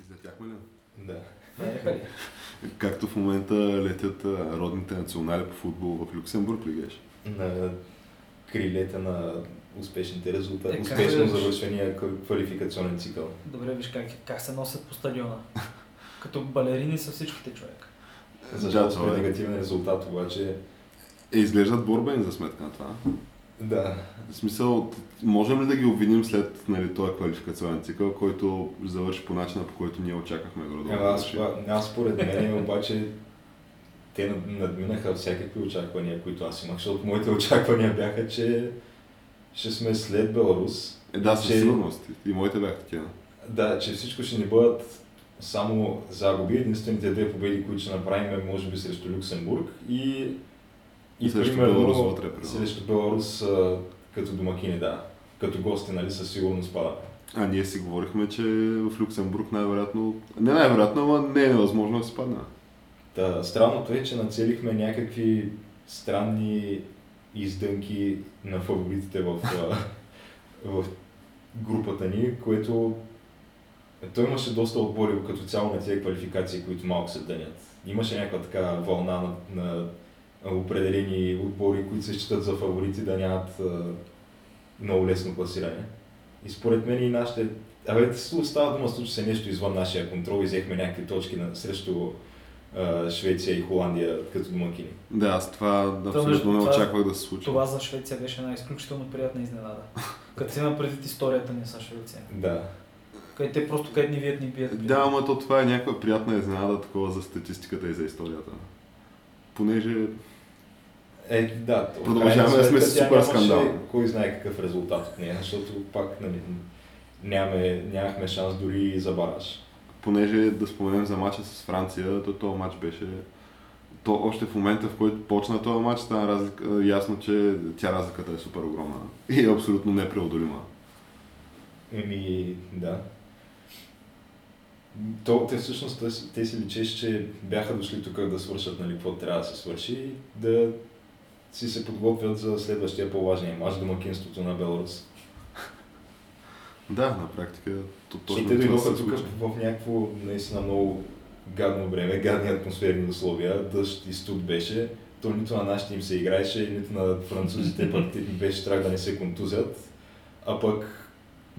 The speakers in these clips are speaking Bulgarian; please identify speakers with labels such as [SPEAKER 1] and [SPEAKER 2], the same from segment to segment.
[SPEAKER 1] Излетяхме ли?
[SPEAKER 2] Да.
[SPEAKER 3] Е,
[SPEAKER 4] Е,
[SPEAKER 3] нали?
[SPEAKER 1] Както в момента летят а, родните национали по футбол в Люксембург, ли геш?
[SPEAKER 2] На крилете на успешните резултати,
[SPEAKER 4] Е, как
[SPEAKER 2] успешно
[SPEAKER 4] да-
[SPEAKER 2] завършения ква- квалификационен цикъл.
[SPEAKER 4] Добре, виж как, как се носят по стадиона. Като балерини са всичките човек.
[SPEAKER 2] Защото
[SPEAKER 1] това
[SPEAKER 2] сме
[SPEAKER 1] е.
[SPEAKER 2] негативен резултат, обаче
[SPEAKER 1] Е, изглеждат борбени за сметка на това.
[SPEAKER 2] да,
[SPEAKER 1] В смисъл, можем ли да ги обвиним след нали, този квалификационен цикъл, който завърши по начина, по който ние очаквахме го да
[SPEAKER 2] Ама Е, аз,
[SPEAKER 1] завърши?
[SPEAKER 2] а- аз според мен е обаче те над- надминаха всякакви очаквания, които аз имах, защото моите очаквания бяха, че ще сме след Беларус.
[SPEAKER 1] Е, да, със
[SPEAKER 2] че-
[SPEAKER 1] сигурност. И моите бяха такива.
[SPEAKER 2] Да, че всичко ще ни бъдат само загуби. Единствените две победи, които ще направим, е, може би срещу Люксембург и, и
[SPEAKER 1] Срещу Беларус вътре, примерно.
[SPEAKER 2] срещу Беларус а, като домакини, да. Като гости, нали, със сигурност падаме.
[SPEAKER 1] А ние си говорихме, че в Люксембург най-вероятно... Не най-вероятно, ама не е невъзможно да се падне.
[SPEAKER 2] Та, странното е, че нацелихме някакви странни издънки на фаворитите в, а, в групата ни, което той имаше доста отбори като цяло на тези квалификации, които малко се дънят. Имаше някаква така вълна на, на определени отбори, които се считат за фаворити, да нямат а, много лесно класиране. И според мен и нашите... Абе, с- става дума, случи се нещо извън нашия контрол и взехме някакви точки на, срещу а, Швеция и Холандия като домакини.
[SPEAKER 1] Да, аз това
[SPEAKER 4] между
[SPEAKER 1] абсолютно не
[SPEAKER 4] това-
[SPEAKER 1] очаквах да се случи.
[SPEAKER 4] Това за Швеция беше една изключително приятна изненада. Като си има предвид историята ни с Швеция.
[SPEAKER 2] Да.
[SPEAKER 4] Къде те просто къде ни вият, ни бият. нали?
[SPEAKER 1] Да, ама то това е някаква приятна изненада такова за статистиката и за историята. Понеже
[SPEAKER 2] Е, да. то-
[SPEAKER 1] Продължаваме
[SPEAKER 2] крайна
[SPEAKER 1] да сме
[SPEAKER 2] сметка
[SPEAKER 1] с
[SPEAKER 2] тя
[SPEAKER 1] супер
[SPEAKER 2] нямаше
[SPEAKER 1] скандал.
[SPEAKER 2] Кой знае какъв резултат от нея, защото пак нали, нямаме, нямахме шанс дори и за бараж.
[SPEAKER 1] понеже да споменем за мача с Франция, то този матч беше... То още в момента, в който почна този матч, стана разлика, ясно, че тя разликата е супер огромна и е абсолютно непреодолима.
[SPEAKER 2] Еми, Ами, да. То, те всъщност те, си- те си личеше, че бяха дошли тук да свършат нали, какво трябва да се свърши и да си се подготвят за следващия по-важния мач, домакинството на Беларус.
[SPEAKER 1] Да, на практика то,
[SPEAKER 2] И
[SPEAKER 1] точно
[SPEAKER 2] те
[SPEAKER 1] това
[SPEAKER 2] дойдоха
[SPEAKER 1] се
[SPEAKER 2] тук
[SPEAKER 1] случи.
[SPEAKER 2] в някакво наистина много гадно време, гадни атмосферни условия, дъжд и студ беше. То нито на нашите им се играеше, нито на французите пък те им беше страх да не се контузят, а пък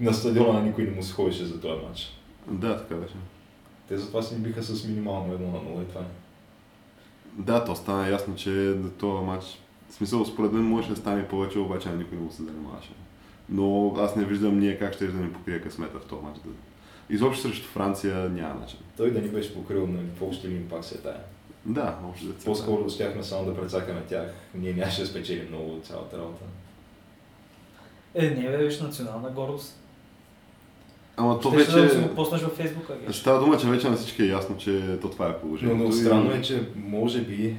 [SPEAKER 2] на стадиона на никой не му се ходеше за този матч.
[SPEAKER 1] Да, така беше.
[SPEAKER 2] Те затова си ни биха с минимално едно на нула и това е.
[SPEAKER 1] Да, то стана ясно, че този матч, в смисъл, според мен можеше да стане повече, обаче на никой не му се занимаваше. Но аз не виждам ние как ще да ни покрие късмета в този матч. да- Изобщо срещу Франция няма начин.
[SPEAKER 2] Той да ни беше покрил, нали, какво ще ли им пак се е тая.
[SPEAKER 1] Да, общо деца.
[SPEAKER 2] По-скоро успяхме само да прецакаме тях. Ние нямаше да спечелим много от цялата работа.
[SPEAKER 4] Е, не, бе, виж национална гордост.
[SPEAKER 1] Ама то
[SPEAKER 4] Щеше да си
[SPEAKER 1] вече...
[SPEAKER 4] го поснеш във Фейсбука. виж.
[SPEAKER 1] Става дума, че вече на всички е ясно, че то това е положението.
[SPEAKER 2] Но, но
[SPEAKER 1] И-
[SPEAKER 2] странно е, че може би,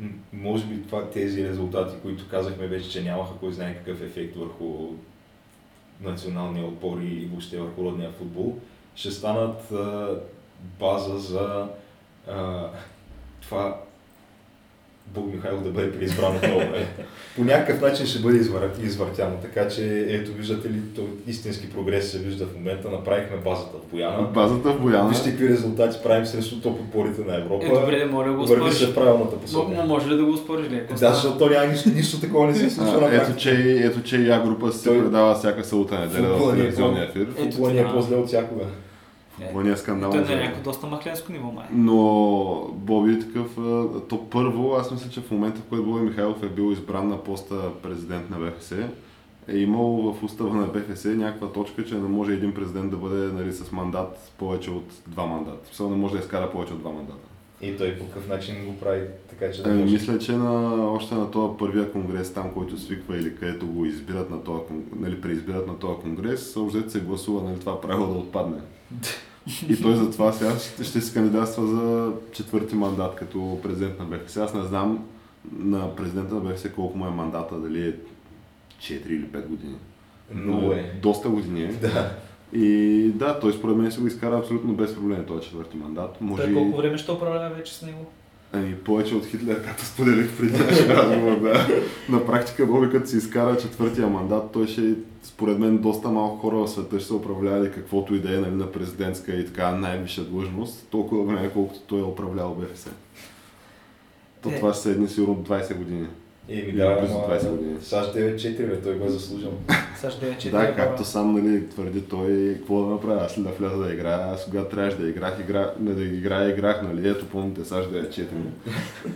[SPEAKER 2] м, може би това, тези резултати, които казахме вече, че нямаха кой знае какъв ефект върху националния отбор и въобще върху родния футбол, ще станат а, база за а, това Бог Михайлов да бъде преизбран отново. Е. По някакъв начин ще бъде извър... извъртяно, така че ето виждате ли, то истински прогрес се вижда в момента. Направихме базата в Бояна.
[SPEAKER 1] Базата в Бояна.
[SPEAKER 2] Вижте какви резултати правим срещу топ отборите на Европа.
[SPEAKER 3] Е, добре, моля го
[SPEAKER 2] Върви
[SPEAKER 3] спориш. е
[SPEAKER 2] се в правилната
[SPEAKER 3] Мо- мо-
[SPEAKER 2] посока.
[SPEAKER 3] Може ли да го спориш? Ле?
[SPEAKER 2] Да, защото няма нищо, нищо такова не се случва на
[SPEAKER 1] А, ето,
[SPEAKER 2] практика.
[SPEAKER 1] че, ето, че я група се
[SPEAKER 2] Той-
[SPEAKER 1] предава всяка събота неделя в
[SPEAKER 2] Футболния
[SPEAKER 1] телевизионния
[SPEAKER 2] клуб.
[SPEAKER 1] ефир.
[SPEAKER 3] Ето
[SPEAKER 2] Футбола ни е
[SPEAKER 3] това.
[SPEAKER 2] по-зле от всякога.
[SPEAKER 1] Футболния скандал.
[SPEAKER 3] Той е
[SPEAKER 1] на
[SPEAKER 3] на
[SPEAKER 1] живо.
[SPEAKER 3] някакво доста махленско ниво, май.
[SPEAKER 1] Но Боби е такъв. а, То първо, аз мисля, че в момента, в който Боби Михайлов е бил избран на поста президент на БФС, е имал в устава на БФС някаква точка, че не може един президент да бъде нали, с мандат повече от два мандата. Особено не може да изкара повече от два мандата.
[SPEAKER 2] И той по какъв начин го прави така, че да
[SPEAKER 1] Ами,
[SPEAKER 2] може-
[SPEAKER 1] мисля, че на, още на този първия конгрес, там, който свиква или където го избират на този, кон- нали, преизбират на този конгрес, обзет се гласува нали, това правило да отпадне. И той затова сега ще, ще се кандидатства за четвърти мандат като президент на БФС. Аз не знам на президента на БФС колко му е мандата, дали е 4 или 5 години. Нали,
[SPEAKER 2] Много е.
[SPEAKER 1] Доста години е.
[SPEAKER 2] Да.
[SPEAKER 1] И да, той според мен се го изкара абсолютно без проблем този четвърти мандат. Може
[SPEAKER 4] Той
[SPEAKER 1] и-
[SPEAKER 4] колко време ще управлява вече с него?
[SPEAKER 1] Ами повече от Хитлер, както споделих преди нашия разговор, да. На практика Боби, като си изкара четвъртия мандат, той ще, според мен, доста малко хора в света ще са управлявали каквото и да е нали, на президентска и така най-висша длъжност, толкова време, колкото той е управлял БФС. То
[SPEAKER 4] Е.
[SPEAKER 1] това ще са едни сигурно 20 години.
[SPEAKER 2] И ми
[SPEAKER 1] Или
[SPEAKER 2] дава
[SPEAKER 1] близо 20 години.
[SPEAKER 2] САЩ 9-4, бе, той го е заслужил.
[SPEAKER 4] Сега ще е 4
[SPEAKER 1] да, както сам нали, твърди той, какво да направя, аз ли да вляза да играя, аз кога трябваше да играх, игра, не да играя, играх, нали, ето помните, САЩ да е 4.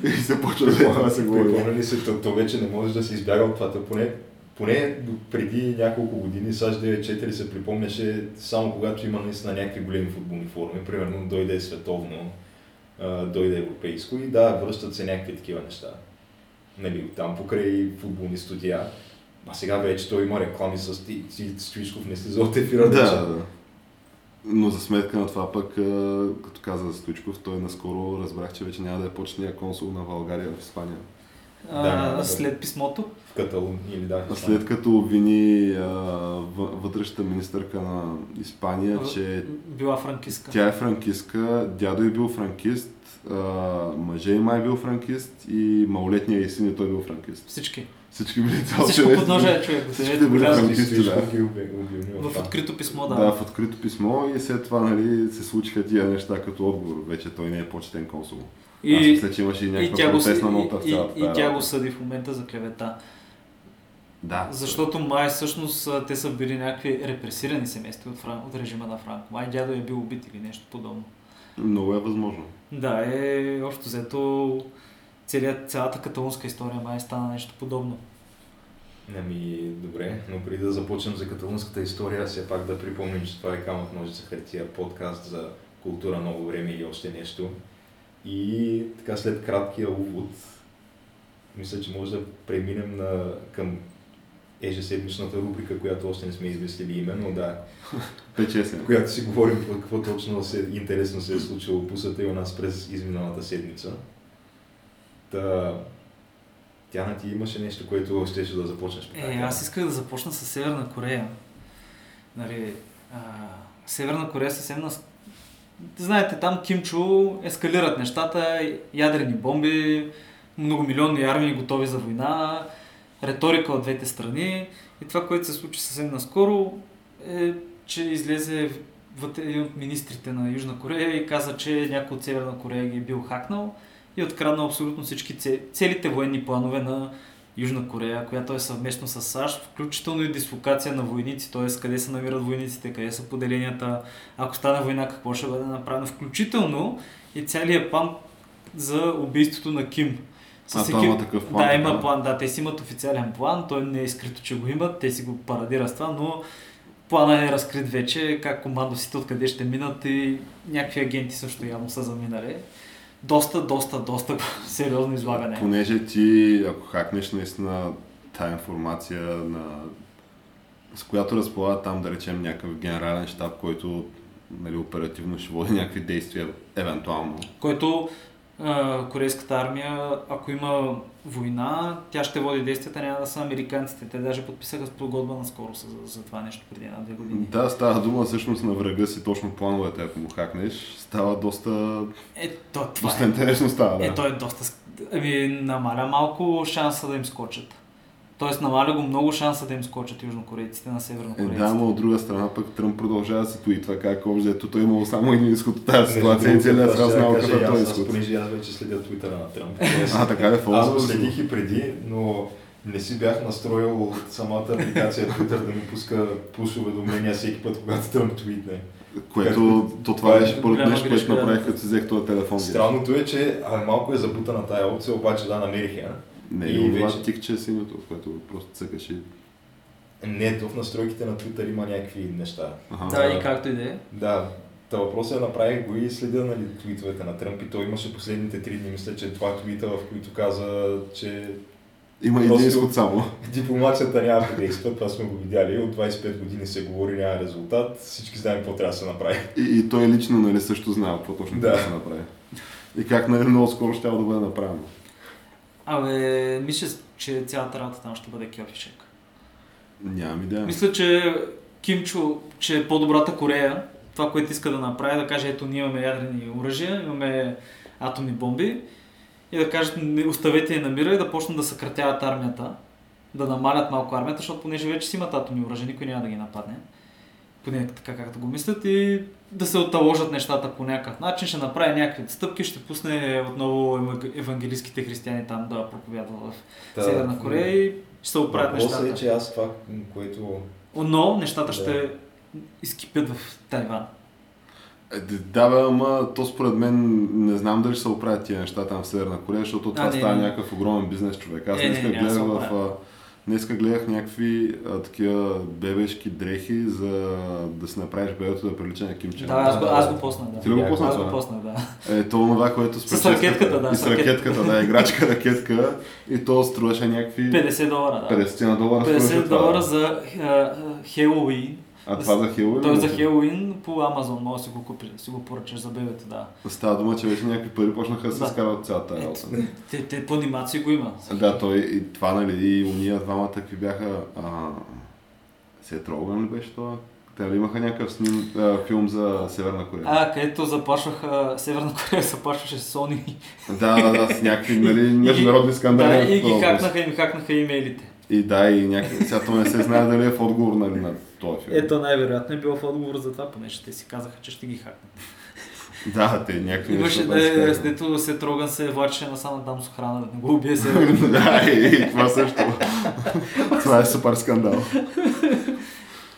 [SPEAKER 1] и се почва да това да се говори.
[SPEAKER 2] Припомнили се, то, то вече не можеш да се избяга от това. То поне, поне до преди няколко години САЩ 9-4 се припомняше само когато има наистина някакви големи футболни форуми. Примерно дойде световно, а, дойде европейско и да, връщат се някакви такива неща. Нали, там покрай футболни студия. А сега вече той има реклами с ти, ти Стоичков не слиза от ефира. значи,
[SPEAKER 1] Да,
[SPEAKER 2] вече.
[SPEAKER 1] да. Но за сметка на това пък, а, като каза за Стучков, той наскоро разбрах, че вече няма да е почетния консул на България в Испания.
[SPEAKER 2] Да,
[SPEAKER 3] А,
[SPEAKER 2] да.
[SPEAKER 3] след писмото.
[SPEAKER 2] В Каталун или да.
[SPEAKER 1] А След като обвини а, въ- вътрешната министърка на Испания,
[SPEAKER 3] в-
[SPEAKER 1] че
[SPEAKER 3] Била франкистка.
[SPEAKER 1] тя е франкистка, дядо е бил франкист, а, мъже и май е бил франкист и малолетния и син и той бил франкист.
[SPEAKER 3] Всички.
[SPEAKER 1] Всички били цял
[SPEAKER 3] Всичко
[SPEAKER 1] семейство.
[SPEAKER 3] подножа човек.
[SPEAKER 1] всички
[SPEAKER 3] Ето,
[SPEAKER 1] да бъдат
[SPEAKER 3] голямо-
[SPEAKER 1] франкистки.
[SPEAKER 2] Стоичков е ги обе- обвинил в
[SPEAKER 3] В
[SPEAKER 2] това.
[SPEAKER 3] открито писмо, да.
[SPEAKER 1] Да, в открито писмо и след това нали, се случиха тия неща като отговор. Вече той не е почетен консул. И, Аз
[SPEAKER 3] И,
[SPEAKER 1] мисля, че имаше и
[SPEAKER 3] и,
[SPEAKER 1] някаква
[SPEAKER 3] тя го, съ-
[SPEAKER 1] протестна нота в
[SPEAKER 3] и,
[SPEAKER 1] цялата
[SPEAKER 3] и, и
[SPEAKER 1] тая
[SPEAKER 3] тя го
[SPEAKER 1] работа.
[SPEAKER 3] съди в момента за клевета.
[SPEAKER 1] Да.
[SPEAKER 3] Защото май всъщност а, те са били някакви репресирани семейства от, Фран... от режима на Франко. Май дядо е бил убит или нещо подобно.
[SPEAKER 1] Много е възможно.
[SPEAKER 3] Да, е общо взето целият, цялата каталунска история май стана нещо подобно.
[SPEAKER 2] Ами, добре, но преди да започнем за каталунската история, все пак да припомним, че това е камък ножица хартия, подкаст за култура, ново време и още нещо. И така след краткия увод, мисля, че може да преминем на, към ежеседмичната рубрика, която още не сме измислили име, но да, в
[SPEAKER 1] Печесен.
[SPEAKER 2] която си говорим по какво точно се, интересно се е случило по света и у нас през изминалата седмица. Та, Тяна, ти имаше нещо, което щеше да започнеш по тази
[SPEAKER 3] Е,
[SPEAKER 2] тема?
[SPEAKER 3] аз исках да започна с Северна Корея. Нали, а, Северна Корея съвсем нас... Знаете, там Кимчо ескалират нещата, ядрени бомби, многомилионни армии готови за война, риторика от двете страни. И това, което се случи съвсем наскоро, е, че излезе вътре един от министрите на Южна Корея и каза, че някой от Северна Корея ги е бил хакнал и е откраднал абсолютно всички це- целите военни планове на Южна Корея, която е съвместно с САЩ, включително и дислокация на войници, т.е. къде се намират войниците, къде са поделенията, ако стане война, какво ще бъде направено, включително и целият план за убийството на Ким.
[SPEAKER 1] А, той има такъв план,
[SPEAKER 3] Да, има
[SPEAKER 1] така.
[SPEAKER 3] план, да, те си имат официален план, той не е скрито, че го имат, те си го парадират с това, но плана е разкрит вече, как командосите откъде ще минат и някакви агенти също явно са заминали. Доста, доста, доста сериозно излагане.
[SPEAKER 1] Понеже ти, ако хакнеш наистина тая информация, на... с която разполага там, да речем, някакъв генерален щаб, който нали, оперативно ще води някакви действия, евентуално.
[SPEAKER 3] който а, корейската армия, ако има война, тя ще води действията, няма да са американците. Те даже подписаха спогодба наскоро за, за това нещо преди една-две години.
[SPEAKER 1] Да, става дума всъщност на врага си, точно плановете, ако му хакнеш, става доста,
[SPEAKER 3] Е, то, това
[SPEAKER 1] доста
[SPEAKER 3] е.
[SPEAKER 1] интересно става. Да.
[SPEAKER 3] Е, то е доста... ск- Ами, намаля малко шанса да им скочат. Тоест, намаля го много шанса да им скочат южнокорейците на
[SPEAKER 1] Е,
[SPEAKER 3] севернокорейците.
[SPEAKER 1] да, но от друга страна пък Тръмп продължава да се твитва как общо, ето той е имал само един изход от тази ситуация и
[SPEAKER 2] Между
[SPEAKER 1] целият
[SPEAKER 2] другото, това
[SPEAKER 1] свят
[SPEAKER 2] ще
[SPEAKER 1] знал какъв
[SPEAKER 2] Е, да кажа
[SPEAKER 1] е този
[SPEAKER 2] и аз, аз,
[SPEAKER 1] изход.
[SPEAKER 2] Понеже аз вече следя твитъра на Тръмп.
[SPEAKER 1] А, така е, ли,
[SPEAKER 2] аз го
[SPEAKER 1] фолзваш
[SPEAKER 2] следих и преди, но не си бях настроил от самата апликация Twitter да ми пуска пуш уведомления всеки път, когато Тръмп твитне.
[SPEAKER 1] Което,
[SPEAKER 2] Е,
[SPEAKER 1] то това беше първото
[SPEAKER 3] Голяма
[SPEAKER 1] нещо, което
[SPEAKER 3] грешка, да.
[SPEAKER 1] направих, като си взех този телефон.
[SPEAKER 2] Странното е, че а, малко е забутана тая опция, обаче да, намерих я.
[SPEAKER 1] Не,
[SPEAKER 2] И
[SPEAKER 1] и това
[SPEAKER 2] вече-
[SPEAKER 1] тикче е синьото, което просто цъкаш и...
[SPEAKER 2] е Не, то в настройките на Twitter има някакви неща.
[SPEAKER 1] Аха.
[SPEAKER 3] да, и както и да е.
[SPEAKER 2] Да, Та въпросът е, направих го и следя нали, твитовете на Тръмп и той имаше последните три дни, мисля, че два твита, в които каза, че
[SPEAKER 1] Има един
[SPEAKER 2] Просто-
[SPEAKER 1] изход само.
[SPEAKER 2] дипломацията няма да действа, това сме го видяли, от 25 години се говори, няма резултат, всички знаем какво трябва да се направи.
[SPEAKER 1] И, и той лично нали, също знае какво точно
[SPEAKER 2] Да.
[SPEAKER 1] да. се направи. И как нали, много скоро ще да бъде направено.
[SPEAKER 3] Абе, мисля, че цялата работа там ще бъде кьофишек.
[SPEAKER 1] Нямам идея.
[SPEAKER 3] Мисля, че Кимчо, че е по-добрата Корея, това, което иска да направи, да каже, ето ние имаме ядрени оръжия, имаме атомни бомби и да кажат, не, оставете я на мира и да почнат да съкратяват армията, да намалят малко армията, защото понеже вече си имат атомни оръжия, никой няма да ги нападне. Поне така както го мислят и да се оталожат нещата по някакъв начин, ще направи някакви стъпки, ще пусне отново еванг- евангелистските християни там да проповядват в
[SPEAKER 2] Та,
[SPEAKER 3] Северна Корея и ще се оправят
[SPEAKER 2] Въпросът
[SPEAKER 3] нещата.
[SPEAKER 2] е, че аз това, което
[SPEAKER 3] Но нещата
[SPEAKER 2] Да.
[SPEAKER 3] да. ще изкипят в Тайван.
[SPEAKER 1] Е, д- Да, бе, ама то според мен не знам дали ще се оправят тия неща там в Северна Корея, защото това
[SPEAKER 3] не,
[SPEAKER 1] става
[SPEAKER 3] не.
[SPEAKER 1] някакъв огромен бизнес човек. Аз
[SPEAKER 3] Е, не,
[SPEAKER 1] днеска
[SPEAKER 3] няма да се
[SPEAKER 1] гледах в...
[SPEAKER 3] оправят.
[SPEAKER 1] а, Днеска гледах някакви а, такива бебешки дрехи, за да си направиш бебето да прилича на кимче.
[SPEAKER 3] да, аз, го,
[SPEAKER 2] да,
[SPEAKER 3] аз
[SPEAKER 2] да.
[SPEAKER 3] го поснах, да.
[SPEAKER 1] Ти ли го пусна
[SPEAKER 3] аз го
[SPEAKER 1] това?
[SPEAKER 3] поснах, да.
[SPEAKER 1] Е, то това, което
[SPEAKER 3] С
[SPEAKER 1] прическата-
[SPEAKER 3] ракетката, да,
[SPEAKER 1] И
[SPEAKER 3] с
[SPEAKER 1] с
[SPEAKER 3] ракетката.
[SPEAKER 1] ракетката, да, играчка ракетка. И то струваше някакви
[SPEAKER 3] 50 долара, да.
[SPEAKER 1] 50 на долара. струваше
[SPEAKER 3] 50
[SPEAKER 1] това.
[SPEAKER 3] долара за а, а, Хелоуин.
[SPEAKER 1] А това за Хелуин?
[SPEAKER 3] Той е за Хелоуин по Амазон може да си го купиш, си го поръчаш за бебето, да.
[SPEAKER 1] Става дума, че вече някакви пари почнаха да се
[SPEAKER 3] Да.
[SPEAKER 1] скарат цялата тая
[SPEAKER 3] Ето.
[SPEAKER 1] работа.
[SPEAKER 3] Те, те по анимации го има.
[SPEAKER 1] Да, той и това, нали, и уния двамата какви бяха... А... Сет Роган ли нали беше това? Те ли имаха някакъв сним, а, филм за Северна Корея?
[SPEAKER 3] А, където заплашваха, Северна Корея заплашваше Sony.
[SPEAKER 1] Да, да, да, с някакви нали, международни скандали.
[SPEAKER 3] Да, и
[SPEAKER 1] някакъв
[SPEAKER 3] ги
[SPEAKER 1] въпрос.
[SPEAKER 3] хакнаха, им хакнаха имейлите.
[SPEAKER 1] И да, и някакви... Сега то не се знае дали е в отговор нали, на този филм.
[SPEAKER 3] Ето най-вероятно е било в отговор за това, понеже те си казаха, че ще ги хакнат.
[SPEAKER 1] Да, те някакви...
[SPEAKER 3] Имаше
[SPEAKER 1] неща
[SPEAKER 3] да
[SPEAKER 1] си
[SPEAKER 3] е,
[SPEAKER 1] казват.
[SPEAKER 3] дето се троган се влачеше насам дам с охрана, да не го убие се.
[SPEAKER 1] да, и, и това също. това е супер скандал.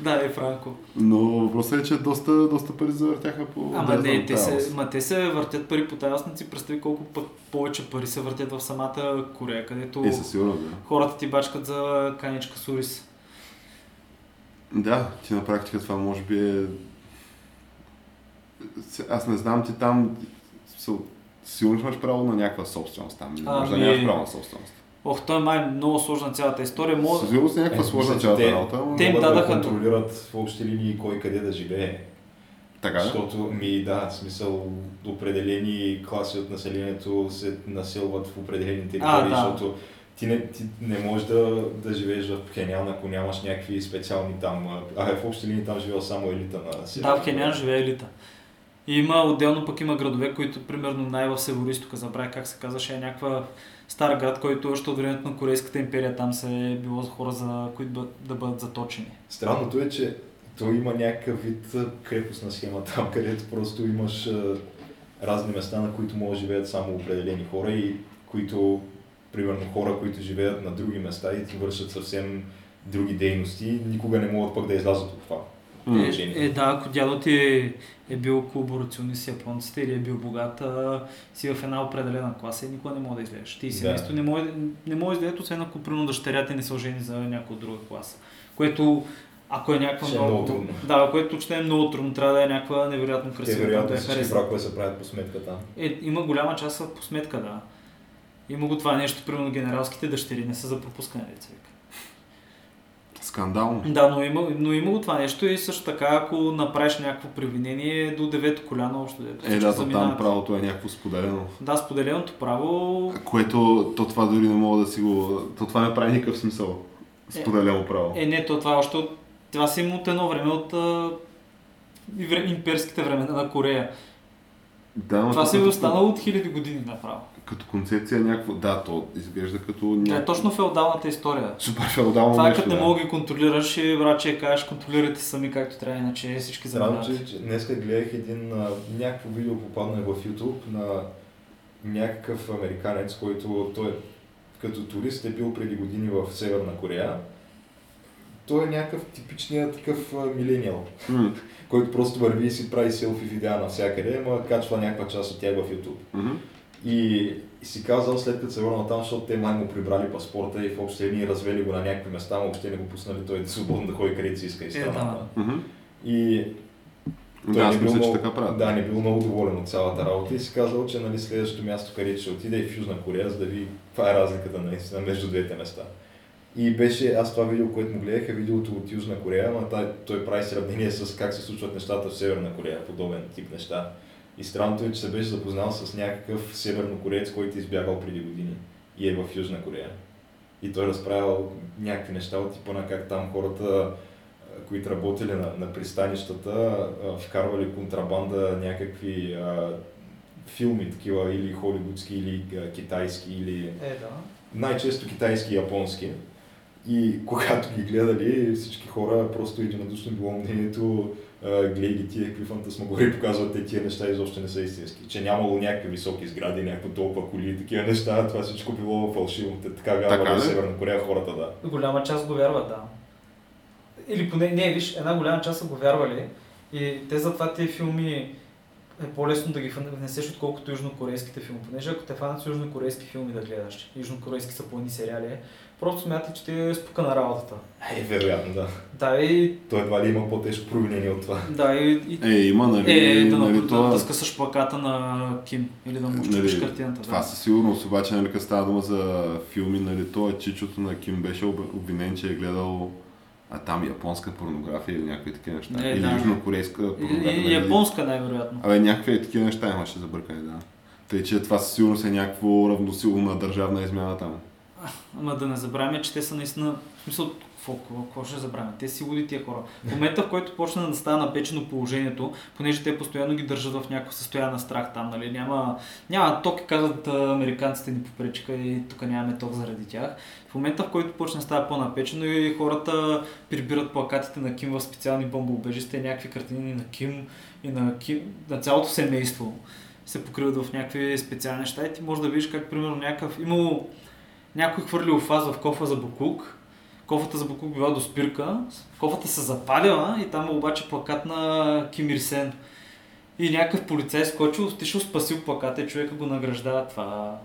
[SPEAKER 3] Да, е Франко.
[SPEAKER 1] Но въпросът е, че доста, доста пари завъртяха по...
[SPEAKER 3] Ама
[SPEAKER 1] да,
[SPEAKER 3] не,
[SPEAKER 1] знам,
[SPEAKER 3] те
[SPEAKER 1] тая
[SPEAKER 3] се,
[SPEAKER 1] ос.
[SPEAKER 3] ма те се въртят пари по тази осница и представи колко пък повече пари се въртят в самата Корея, където
[SPEAKER 1] И със сигурност, да.
[SPEAKER 3] хората ти бачкат за каничка сурис.
[SPEAKER 1] Да, ти на практика това може би е... Се- Аз не знам, ти там... се- Сигурно имаш право на някаква собственост там. Или може да
[SPEAKER 3] Ами-
[SPEAKER 1] нямаш право на собственост.
[SPEAKER 3] Ох, той май е много сложна цялата история. Мога...
[SPEAKER 1] Със сигурност е някаква
[SPEAKER 2] Е,
[SPEAKER 1] сложна
[SPEAKER 2] мисля, че
[SPEAKER 1] цялата
[SPEAKER 2] те-
[SPEAKER 1] работа, но
[SPEAKER 3] те- им
[SPEAKER 2] могат
[SPEAKER 3] дадаха-
[SPEAKER 2] да контролират в общи линии кой къде да живее.
[SPEAKER 1] така е.
[SPEAKER 2] Защото ми да, в смисъл определени класи от населението се насилват в определени територии,
[SPEAKER 3] А, да.
[SPEAKER 2] защото ти не, ти не можеш да, да живееш в Пхенян, ако нямаш някакви специални там. а, А в общи линии там живеел само елита на
[SPEAKER 3] Да, в Хенян живее елита. И има отделно пък има градове, които примерно най в северо-истока, забравя как се казваше, е някаква стар град, който още от времето на Корейската империя там се е било за хора, за които бъ- да бъдат заточени.
[SPEAKER 2] Странното е, че той има някакъв вид а, крепостна схема там, където просто имаш а, разни места, на които могат да живеят само определени хора и които, примерно хора, които живеят на други места и ти вършат съвсем други дейности, никога не могат пък да излязат от това.
[SPEAKER 1] М.
[SPEAKER 3] Е, е, да, ако дядо ти е, е бил колаборационист с японците или е бил богат, а, си в една определена класа и никога не може да излезеш. Ти и
[SPEAKER 2] Да.
[SPEAKER 3] семейство не може, не може да излезеш, освен ако прино дъщеря ти не се ожени за някоя друга класа. Което, ако е някаква
[SPEAKER 2] Ще е много трудно.
[SPEAKER 3] Да, което ще е много трудно, трябва да е някаква невероятно
[SPEAKER 2] Те
[SPEAKER 3] красива.
[SPEAKER 2] вероятно
[SPEAKER 3] да я
[SPEAKER 2] всички
[SPEAKER 3] харесва.
[SPEAKER 2] бракове се правят по сметка там.
[SPEAKER 3] Е, има голяма част са по сметка, да. Има го това нещо, примерно генералските дъщери не са за пропускане деца. вика.
[SPEAKER 1] Скандално.
[SPEAKER 3] Да, но има, но има го това нещо и също така, ако направиш някакво привинение е до девето коляно, общо дето.
[SPEAKER 1] Е,
[SPEAKER 3] Всички
[SPEAKER 1] да, то там
[SPEAKER 3] заминават.
[SPEAKER 1] правото е някакво споделено.
[SPEAKER 3] Да, споделеното право.
[SPEAKER 1] Което то това дори не мога да си го... То това не прави никакъв смисъл.
[SPEAKER 3] Е.
[SPEAKER 1] Споделено право.
[SPEAKER 3] Е, не, то това е още от... Това си има от едно време от а, и вре- имперските времена на Корея.
[SPEAKER 1] Да, но
[SPEAKER 3] Това
[SPEAKER 1] то
[SPEAKER 3] си е
[SPEAKER 1] като-
[SPEAKER 3] останало от хиляди години направо.
[SPEAKER 1] Като концепция е някакво... Да, то изглежда като...
[SPEAKER 3] Това
[SPEAKER 1] Ня...
[SPEAKER 3] е точно феодалната история.
[SPEAKER 1] Супер феодално
[SPEAKER 3] Това е
[SPEAKER 1] нещо,
[SPEAKER 3] като не
[SPEAKER 1] да.
[SPEAKER 3] мога да ги контролираш и враче кажеш, контролирайте сами както трябва, иначе всички
[SPEAKER 2] Странно,
[SPEAKER 3] заминават.
[SPEAKER 2] че, че днеска гледах един а, някакво видео попадна в YouTube на някакъв американец, който той като турист е бил преди години в Северна Корея. Той е някакъв типичният такъв а, милениал,
[SPEAKER 1] М.
[SPEAKER 2] който просто върви и си прави селфи видеа навсякъде, ама качва някаква част от тях в YouTube.
[SPEAKER 1] Мгм.
[SPEAKER 2] И и си казвам, след като се върна там, защото те май му прибрали паспорта и в общи линии развели го на някакви е
[SPEAKER 1] е,
[SPEAKER 2] места, но въобще не го пуснали той да свободно да ходи където си иска и
[SPEAKER 3] Е, да.
[SPEAKER 2] страната.
[SPEAKER 1] Мгм.
[SPEAKER 2] И Той
[SPEAKER 1] Да, аз
[SPEAKER 2] не бил
[SPEAKER 1] мисля, че
[SPEAKER 2] много-
[SPEAKER 1] така правят.
[SPEAKER 2] Да, не бил много доволен от цялата работа и си казал, че нали, следващото място, където ще отиде е в Южна Корея, за да види каква е разликата наистина между двете места. И беше, аз това видео, което му гледах, е видеото от Южна Корея, но той, той прави сравнение с как се случват нещата в Северна Корея, подобен тип неща. И странното е, че се беше запознал с някакъв севернокореец, който е избягал преди години и е в Южна Корея. И той е разправил някакви неща от типа на как там хората които работили на, на пристанищата, а, вкарвали контрабанда някакви а, филми такива, или холивудски, или а, китайски, или
[SPEAKER 4] Е, да.
[SPEAKER 2] най-често китайски и японски. И когато ги гледали, всички хора просто единодушно било мнението, а, гледай ги тия, какви фантасмагори показват, те тия неща изобщо не са истински. Че нямало някакви високи сгради, някакво толкова коли и такива неща, това всичко било фалшиво. Те така
[SPEAKER 1] Така
[SPEAKER 2] вярвали
[SPEAKER 1] ли?
[SPEAKER 2] в Северна Корея хората, да.
[SPEAKER 4] Голяма част го вярват, да. Или поне, не, виж, една голяма част са го вярвали и те затова тези филми е по-лесно да ги внесеш, отколкото южнокорейските филми. Понеже ако те фанат с южнокорейски филми да гледаш, южнокорейски са плани сериали, просто смятай, че ти е спука на работата.
[SPEAKER 2] Е, вероятно, да.
[SPEAKER 4] Да, и,
[SPEAKER 2] Той едва ли има по-тежко провинение от това.
[SPEAKER 3] Да, и, и
[SPEAKER 1] Е, има, нали,
[SPEAKER 3] е, да,
[SPEAKER 1] нали,
[SPEAKER 3] нали, да,
[SPEAKER 1] това-
[SPEAKER 3] да скъсаш плаката на Ким или да му щупиш
[SPEAKER 1] Нали,
[SPEAKER 3] картината.
[SPEAKER 1] Това
[SPEAKER 3] Да.
[SPEAKER 1] със сигурност, обаче, нали, като става дума за филми, нали, то е чичото на Ким беше об- обвинен, че е гледал а там японска порнография или някакви такива неща.
[SPEAKER 3] Е,
[SPEAKER 1] или
[SPEAKER 3] да.
[SPEAKER 1] южнокорейска
[SPEAKER 3] И,
[SPEAKER 1] порнография.
[SPEAKER 3] и,
[SPEAKER 1] нали.
[SPEAKER 3] японска най-вероятно.
[SPEAKER 1] Абе, някакви такива неща имаше за бъркане, да. Тъй, че това със сигурност е някакво равносилно на държавна измяна там.
[SPEAKER 3] Ама да не забравяме, че те са наистина... В смисъл, какво, какво, какво ще забравяме? Те си луди тия хора. В момента, в който почна да става напечено положението, понеже те постоянно ги държат в някакво състояние на страх там, нали? Няма, няма ток и казват а, американците ни попречка и тук нямаме ток заради тях. В момента, в който почне да става по-напечено и хората прибират плакатите на Ким в специални бомбоубежища и някакви картини на Ким и на, Ким, на цялото семейство се покриват в някакви специални неща и ти можеш да видиш как, примерно, някакъв... Имало някой хвърлил фаз в кофа за буклук, кофата за буклук била до спирка, кофата се запалила и там обаче плакат на Ким Ир Сен. И някакъв полицай скочил, отишъл, спасил плаката и човека го награждава това.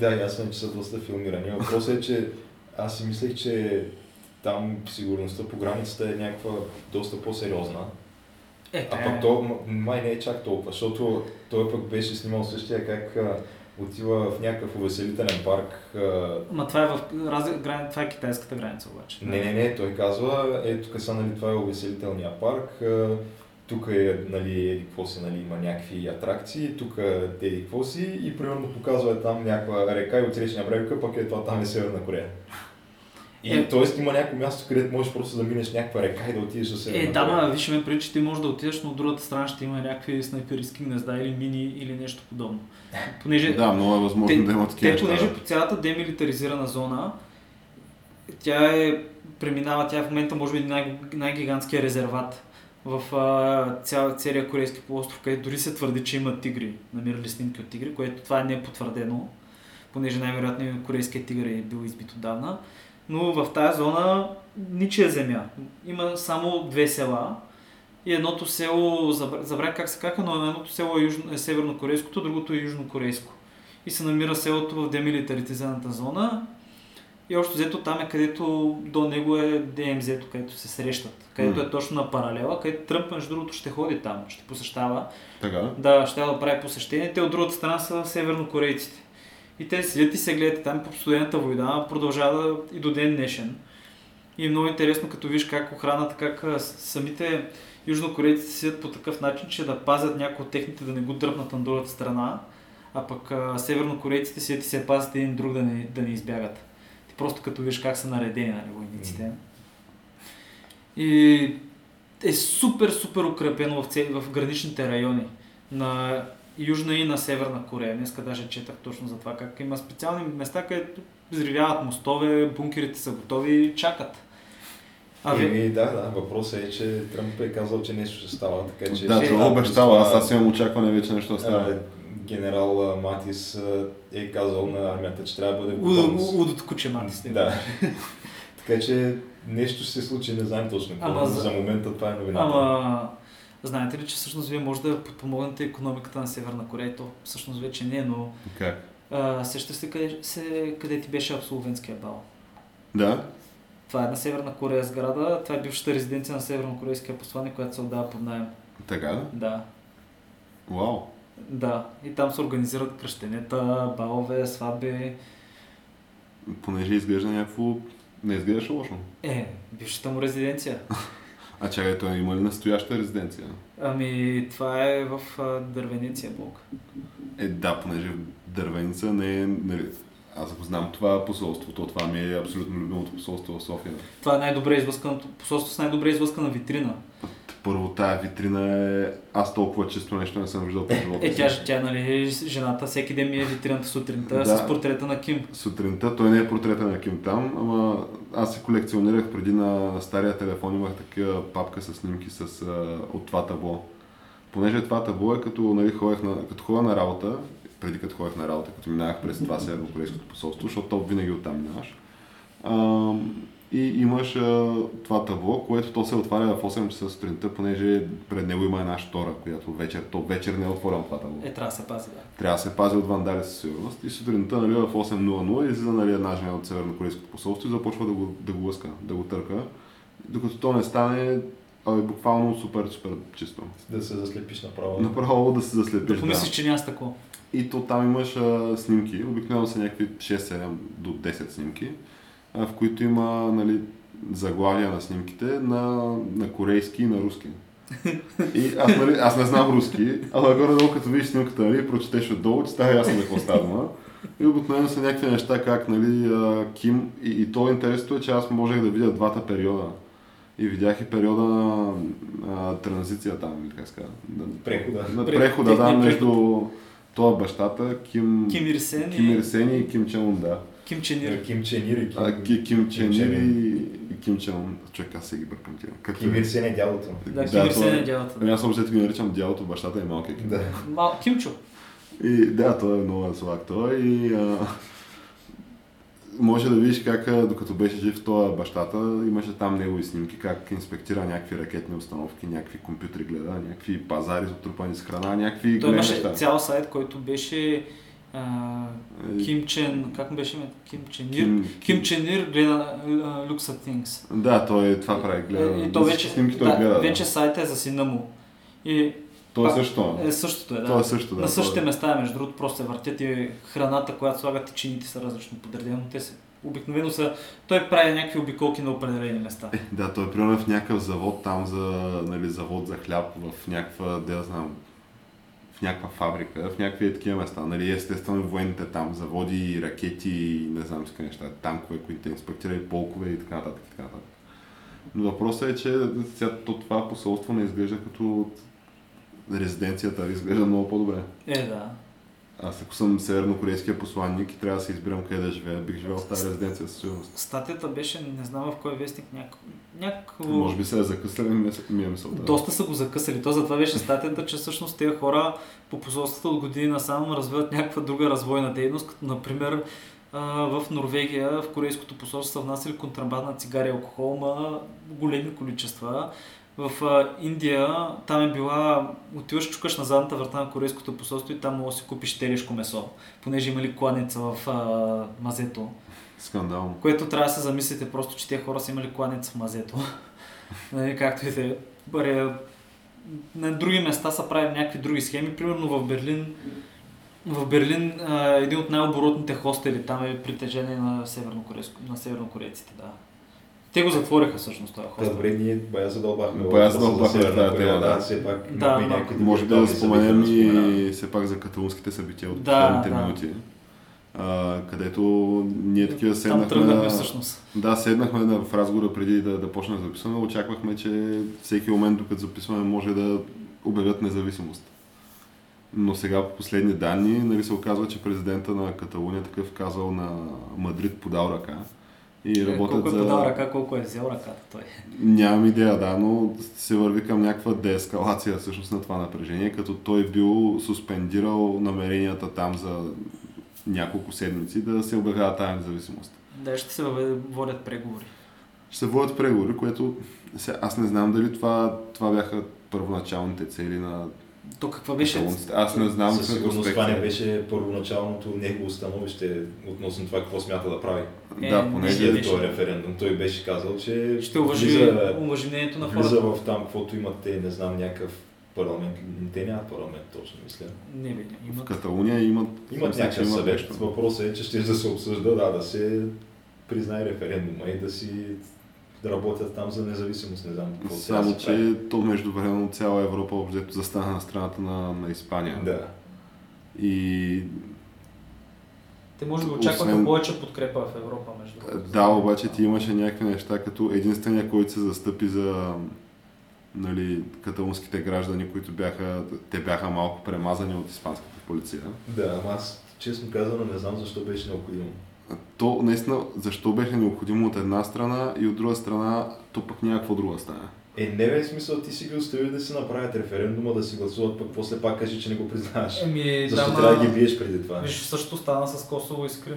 [SPEAKER 2] Да, ясно е, че са доста филмирани. Въпросът е, че аз си мислех, че там сигурността по границата е някаква доста по-сериозна.
[SPEAKER 3] Е,
[SPEAKER 2] А пък то м- май не е чак толкова, защото той пък беше снимал същия как а, отива в някакъв увеселителен парк. а,
[SPEAKER 3] Ма това е, в... Раз... грани... това е китайската граница обаче.
[SPEAKER 2] Не, не, не, той казва, е, тук са, нали, това е увеселителния парк, а, тук е, нали, еди какво си, нали, има някакви атракции, тук е еди какво си и примерно показва е там някаква река и отречния бревка, пък е това там е Северна Корея. И
[SPEAKER 3] Е.
[SPEAKER 2] е, т.е. има някакво място, където можеш просто да минеш някаква река и да отидеш до Северна
[SPEAKER 3] Е, да, ма, виж ме преди, че ти можеш да отидеш, но от другата страна ще има някакви снайперски гнезда или мини или нещо подобно. Понеже
[SPEAKER 1] Да, много е възможно да има такива
[SPEAKER 3] те,
[SPEAKER 1] неща.
[SPEAKER 3] понеже
[SPEAKER 1] да.
[SPEAKER 3] по цялата демилитаризирана зона, тя е, преминава, тя е в момента може би най- най-гигантския резерват в а, цял, целия корейски полуостров, където дори се твърди, че има тигри. Намирали снимки от тигри, което това не е потвърдено, понеже най-вероятно корейският тигър е бил избит отдавна. Но в тази зона ничия земя. Има само две села и едното село, забра- забравя как се кака, но едното село е, южно, е севернокорейското, другото е южнокорейско и се намира селото в демилитаризираната зона. И общо взето там е където до него е ДМЗ, където се срещат. Където
[SPEAKER 1] Мгм.
[SPEAKER 3] е точно на паралела, където Тръмп, между другото, ще ходи там, ще посещава.
[SPEAKER 1] Така.
[SPEAKER 3] Да, ще да прави посещение. Те от другата страна са севернокорейците. И те седят и се гледат там по студената война, продължава и до ден днешен. И е много интересно, като виж как охраната, как а, с- самите южнокорейците седят по такъв начин, че да пазят някои от техните да не го дръпнат на другата страна, а пък а, севернокорейците седят и се пазят един друг да не, да не избягат. Ти просто като виж как са наредени нали, войниците. И е супер, супер укрепено в, цели, в граничните райони на Южна и на Северна Корея. Днеска даже четах точно за това как има специални места, където взривяват мостове, бункерите са готови и чакат. А ви...
[SPEAKER 2] Еми, е, да, да, въпросът е, че Тръмп е казал, че нещо ще става, така че...
[SPEAKER 3] Е,
[SPEAKER 1] Да,
[SPEAKER 2] ще-
[SPEAKER 1] това обещава, аз,
[SPEAKER 2] това-
[SPEAKER 1] аз имам очакване вече нещо да става.
[SPEAKER 2] А, генерал а, Матис а, е казал на армията, че трябва да бъде
[SPEAKER 3] Лудо-
[SPEAKER 2] готовност.
[SPEAKER 3] Лудото куче мати с него.
[SPEAKER 2] Да. така че нещо ще се случи, не знаем точно какво,
[SPEAKER 3] Ама
[SPEAKER 2] но
[SPEAKER 3] за-
[SPEAKER 2] за... момента това е новината.
[SPEAKER 3] Ама, знаете ли, че всъщност вие може да подпомогнете економиката на Северна Корея? И То всъщност вече не, но
[SPEAKER 1] Как?
[SPEAKER 3] а, сещаш се къде, се къде ти беше абсолвенския бал.
[SPEAKER 1] Да?
[SPEAKER 3] Това е една Северна Корея сграда. Това е бившата резиденция на севернокорейския посланник, която се отдава под найем.
[SPEAKER 1] Така да?
[SPEAKER 3] Да.
[SPEAKER 1] Вау.
[SPEAKER 3] Да. И там се организират кръщенета, балове, сватби.
[SPEAKER 1] Понеже изглежда някакво... Не изглеждаше лошо.
[SPEAKER 3] Е, бившата му резиденция.
[SPEAKER 1] А чакай, той има ли настояща резиденция?
[SPEAKER 3] Ами, това е в а, Дървениция блок.
[SPEAKER 1] Е, да, понеже в Дървеница не е... Нали, аз ако знам това посолство, то това ми е абсолютно любимото посолство в София.
[SPEAKER 3] Това е най-добре излъсканото посолство с най-добре излъскана витрина.
[SPEAKER 1] Първо, тая витрина е... Аз толкова чисто нещо не съм виждал по живота
[SPEAKER 3] Е,
[SPEAKER 1] си.
[SPEAKER 3] тя, тя, нали, жената всеки ден ми е витрината сутринта
[SPEAKER 1] Да.
[SPEAKER 3] с портрета на Ким.
[SPEAKER 1] Сутринта, той не е портрета на Ким там, ама аз се колекционирах преди на, на стария телефон, имах такива папка с снимки с, а, от това табло. Понеже това табло е като, нали, ходех на, като ходя на работа, преди като ходех на работа, като минавах през това северокорейското посолство, защото то винаги оттам минаваш. А, и имаш а, това табло, което то се отваря в 8 часа сутринта, понеже пред него има една штора, която вечер, то вечер не е отворено това табло
[SPEAKER 3] Е, трябва да се пази, да.
[SPEAKER 1] трябва да се пази от вандали със сигурност. И сутринта нали, в 8.00 излиза нали, една жена от Севернокорейското посолство и започва да го, да го лъска, да го търка. Докато то не стане а, е буквално супер, супер чисто.
[SPEAKER 2] Да се заслепиш направо.
[SPEAKER 1] Направо да се
[SPEAKER 3] Да
[SPEAKER 1] заслепиш.
[SPEAKER 3] помислиш, че няма с такова.
[SPEAKER 1] И то там имаш а, снимки, обикновено са някакви 6-7 до 10 снимки, а, в които има нали, заглавия на снимките на, на корейски и на руски. И аз, нали, аз не знам руски, ама горе-долу като видиш снимката нали, и прочетеш отдолу, че става ясно за какво става дума. И обикновено са някакви неща, как нали, а, Ким. И, и то интересното е, че аз можех да видя двата периода. И видях и периода на а, транзиция там, или как се казва. на-
[SPEAKER 2] Прехода.
[SPEAKER 1] На
[SPEAKER 3] Пре-
[SPEAKER 1] прехода, да,
[SPEAKER 3] техния
[SPEAKER 1] между това бащата, Ким...
[SPEAKER 3] Ким Ир Сен
[SPEAKER 1] Ким Ир
[SPEAKER 3] и
[SPEAKER 1] Сен и Ким Чен Ун, да.
[SPEAKER 3] Ким Чен Ир.
[SPEAKER 2] Ким Чен Ир и Ким...
[SPEAKER 1] А, Ки- Ким Чен Ир
[SPEAKER 2] Чен
[SPEAKER 1] и и Ким Чен Ун. Човек, аз се ги бъркам тия. Както
[SPEAKER 2] Ким
[SPEAKER 1] и
[SPEAKER 2] Ир Сен е дялото.
[SPEAKER 1] да
[SPEAKER 3] Да, Ким Ир Сен
[SPEAKER 1] той-
[SPEAKER 3] е дялата.
[SPEAKER 1] Ами
[SPEAKER 3] да.
[SPEAKER 1] Аз общо го наричам дялото, бащата е малкия Ким.
[SPEAKER 2] Да.
[SPEAKER 3] Мал... Кимчо.
[SPEAKER 1] И да, той е много слаб той и а, може да видиш как а, докато беше жив той бащата, имаше там негови снимки, как инспектира някакви ракетни установки, някакви компютри гледа, някакви пазари отрупани с храна, някакви
[SPEAKER 3] Той
[SPEAKER 1] големи
[SPEAKER 3] имаше
[SPEAKER 1] неща.
[SPEAKER 3] цял сайт, който беше а,
[SPEAKER 1] И-
[SPEAKER 3] Ким Чен, как му беше името? Ким Чен Ир.
[SPEAKER 1] Ким-
[SPEAKER 3] Ким Чен Ир гледа а, Luxa Things.
[SPEAKER 1] Да, той това прави, гледа.
[SPEAKER 3] Е, и то вече,
[SPEAKER 1] снимки той
[SPEAKER 3] да,
[SPEAKER 1] гледа.
[SPEAKER 3] вече
[SPEAKER 1] Вече...
[SPEAKER 3] сайта е за сина му. И
[SPEAKER 1] Той
[SPEAKER 3] пак-
[SPEAKER 1] също.
[SPEAKER 3] е, същото е, да.
[SPEAKER 1] Той е също, да.
[SPEAKER 3] На същите
[SPEAKER 1] той-
[SPEAKER 3] места, между другото, просто се въртят и храната, която слагат и чините са различно подредени, но те са обикновено са... Той прави някакви обиколки на определени места.
[SPEAKER 1] Да, той е примерно в някакъв завод там за, нали, завод за хляб, в някаква, да я знам, в някаква фабрика, в някакви такива места. Нали, естествено военните там, заводи, и ракети и не знам си какви неща, танкове, които те инспектирали, полкове и така нататък. и Така нататък. Но въпросът е, че сега то това посолство не изглежда като резиденцията, изглежда много по-добре.
[SPEAKER 3] Е, да.
[SPEAKER 1] Аз ако съм севернокорейския посланник и трябва да се избирам къде да живея, бих живял в тази резиденция със сигурност.
[SPEAKER 3] Статията беше, не знам в кой вестник, някакво... някакво...
[SPEAKER 1] Може би се е закъсали ми е- ми е мисълта.
[SPEAKER 3] Доста са го закъсали. То затова беше статията, че всъщност тези хора по посолствата от години насам развиват някаква друга развойна дейност, като например а, в Норвегия, в корейското посолство са внасяли контрабандна цигара и алкохол, ма големи количества. В а, Индия там е била, отиваш, чукаш на задната врата на корейското посолство и там може да си купиш телешко месо, понеже имали кланица в а, мазето.
[SPEAKER 1] Скандално.
[SPEAKER 3] Което трябва да се замислите просто, че те хора са имали кланец в мазето. нали, както и да е. Бъде, На други места са правили някакви други схеми. Примерно в Берлин, в Берлин а, един от най-оборотните хостели там е притежение на, севернокорейско, на севернокорейците. Да. Те го затвориха всъщност този
[SPEAKER 2] Та,
[SPEAKER 3] хостел.
[SPEAKER 2] Добре, ние бая задълбахме.
[SPEAKER 1] Бая
[SPEAKER 2] въпроса за
[SPEAKER 1] задълбахме
[SPEAKER 2] Северна
[SPEAKER 1] тази
[SPEAKER 2] Корея,
[SPEAKER 1] тема, да.
[SPEAKER 2] Да, все пак.
[SPEAKER 3] Да,
[SPEAKER 2] имаме
[SPEAKER 3] ма-
[SPEAKER 2] някакви
[SPEAKER 1] Може да
[SPEAKER 2] детали,
[SPEAKER 1] споменем
[SPEAKER 2] събития да споменаваме.
[SPEAKER 1] и все пак за каталунските събития от
[SPEAKER 3] Да,
[SPEAKER 1] последните
[SPEAKER 3] да.
[SPEAKER 1] минути. А, където ние такива
[SPEAKER 3] Там
[SPEAKER 1] седнахме,
[SPEAKER 3] тръгнахме
[SPEAKER 1] на...
[SPEAKER 3] всъщност.
[SPEAKER 1] да, седнахме на, в разговора преди да, да почнем да записваме. Очаквахме, че всеки момент, докато записваме, може да обявят независимост. Но сега по последни данни нали, се оказва, че президента на Каталуния такъв казал на Мадрид подал ръка и
[SPEAKER 3] Е,
[SPEAKER 1] работят
[SPEAKER 3] Колко е
[SPEAKER 1] за...
[SPEAKER 3] подал ръка, колко е взел ръката той.
[SPEAKER 1] Нямам идея, да, но се върви към някаква деескалация всъщност на това напрежение, като той бил суспендирал намеренията там за няколко седмици да се обявява тази независимост.
[SPEAKER 3] Да, ще се въведе- водят преговори.
[SPEAKER 1] Ще се водят преговори, което сега аз не знам дали това, това бяха първоначалните цели на
[SPEAKER 3] То каква беше?
[SPEAKER 1] Аз не знам
[SPEAKER 2] Със сигурност това не
[SPEAKER 1] успех.
[SPEAKER 2] беше първоначалното негово становище относно това какво смята да прави.
[SPEAKER 3] Е,
[SPEAKER 1] Да, понеже
[SPEAKER 3] мисля,
[SPEAKER 2] След
[SPEAKER 3] беше.
[SPEAKER 2] този референдум той беше казал, че
[SPEAKER 3] Ще уважи,
[SPEAKER 2] влиза,
[SPEAKER 3] уважи мнението на
[SPEAKER 2] влиза
[SPEAKER 3] хората.
[SPEAKER 2] в там, каквото имат те, не знам, някакъв парламент. Те нямат парламент точно, мисля.
[SPEAKER 3] Не бе, не,
[SPEAKER 1] в
[SPEAKER 3] има.
[SPEAKER 1] Каталуния имат...
[SPEAKER 2] Имат
[SPEAKER 1] мисля, че
[SPEAKER 2] някакъв
[SPEAKER 1] имат
[SPEAKER 2] съвет.
[SPEAKER 1] нещо.
[SPEAKER 2] Въпросът е, че ще да се обсъжда, да, да се признае референдума и да си да работят там за независимост, не знам какво сега
[SPEAKER 1] Само,
[SPEAKER 2] се прави.
[SPEAKER 1] че то междувременно цяла Европа обзето застана на страната на, на Испания.
[SPEAKER 2] Да.
[SPEAKER 1] И
[SPEAKER 4] Те може би очакваха
[SPEAKER 1] Освен- Е,
[SPEAKER 4] повече подкрепа в Европа, между другото.
[SPEAKER 1] да, обаче ти имаше някакви неща, като единствения, който се застъпи за нали, каталунските граждани, които бяха, те бяха малко премазани от испанската полиция.
[SPEAKER 2] Да, ама аз честно казано не знам защо беше необходимо.
[SPEAKER 1] То наистина, защо беше необходимо от една страна и от друга страна, то пък някаква друга стане.
[SPEAKER 2] Е, не бе, в смисъл ти си ги остави да си направят референдума, да си гласуват, пък после пак кажи, че не го признаваш.
[SPEAKER 3] Ами,
[SPEAKER 4] Еми,
[SPEAKER 2] Защо
[SPEAKER 4] ма-
[SPEAKER 2] трябва да ги биеш преди това? Е,
[SPEAKER 4] Виж, също стана с Косово и с Крим.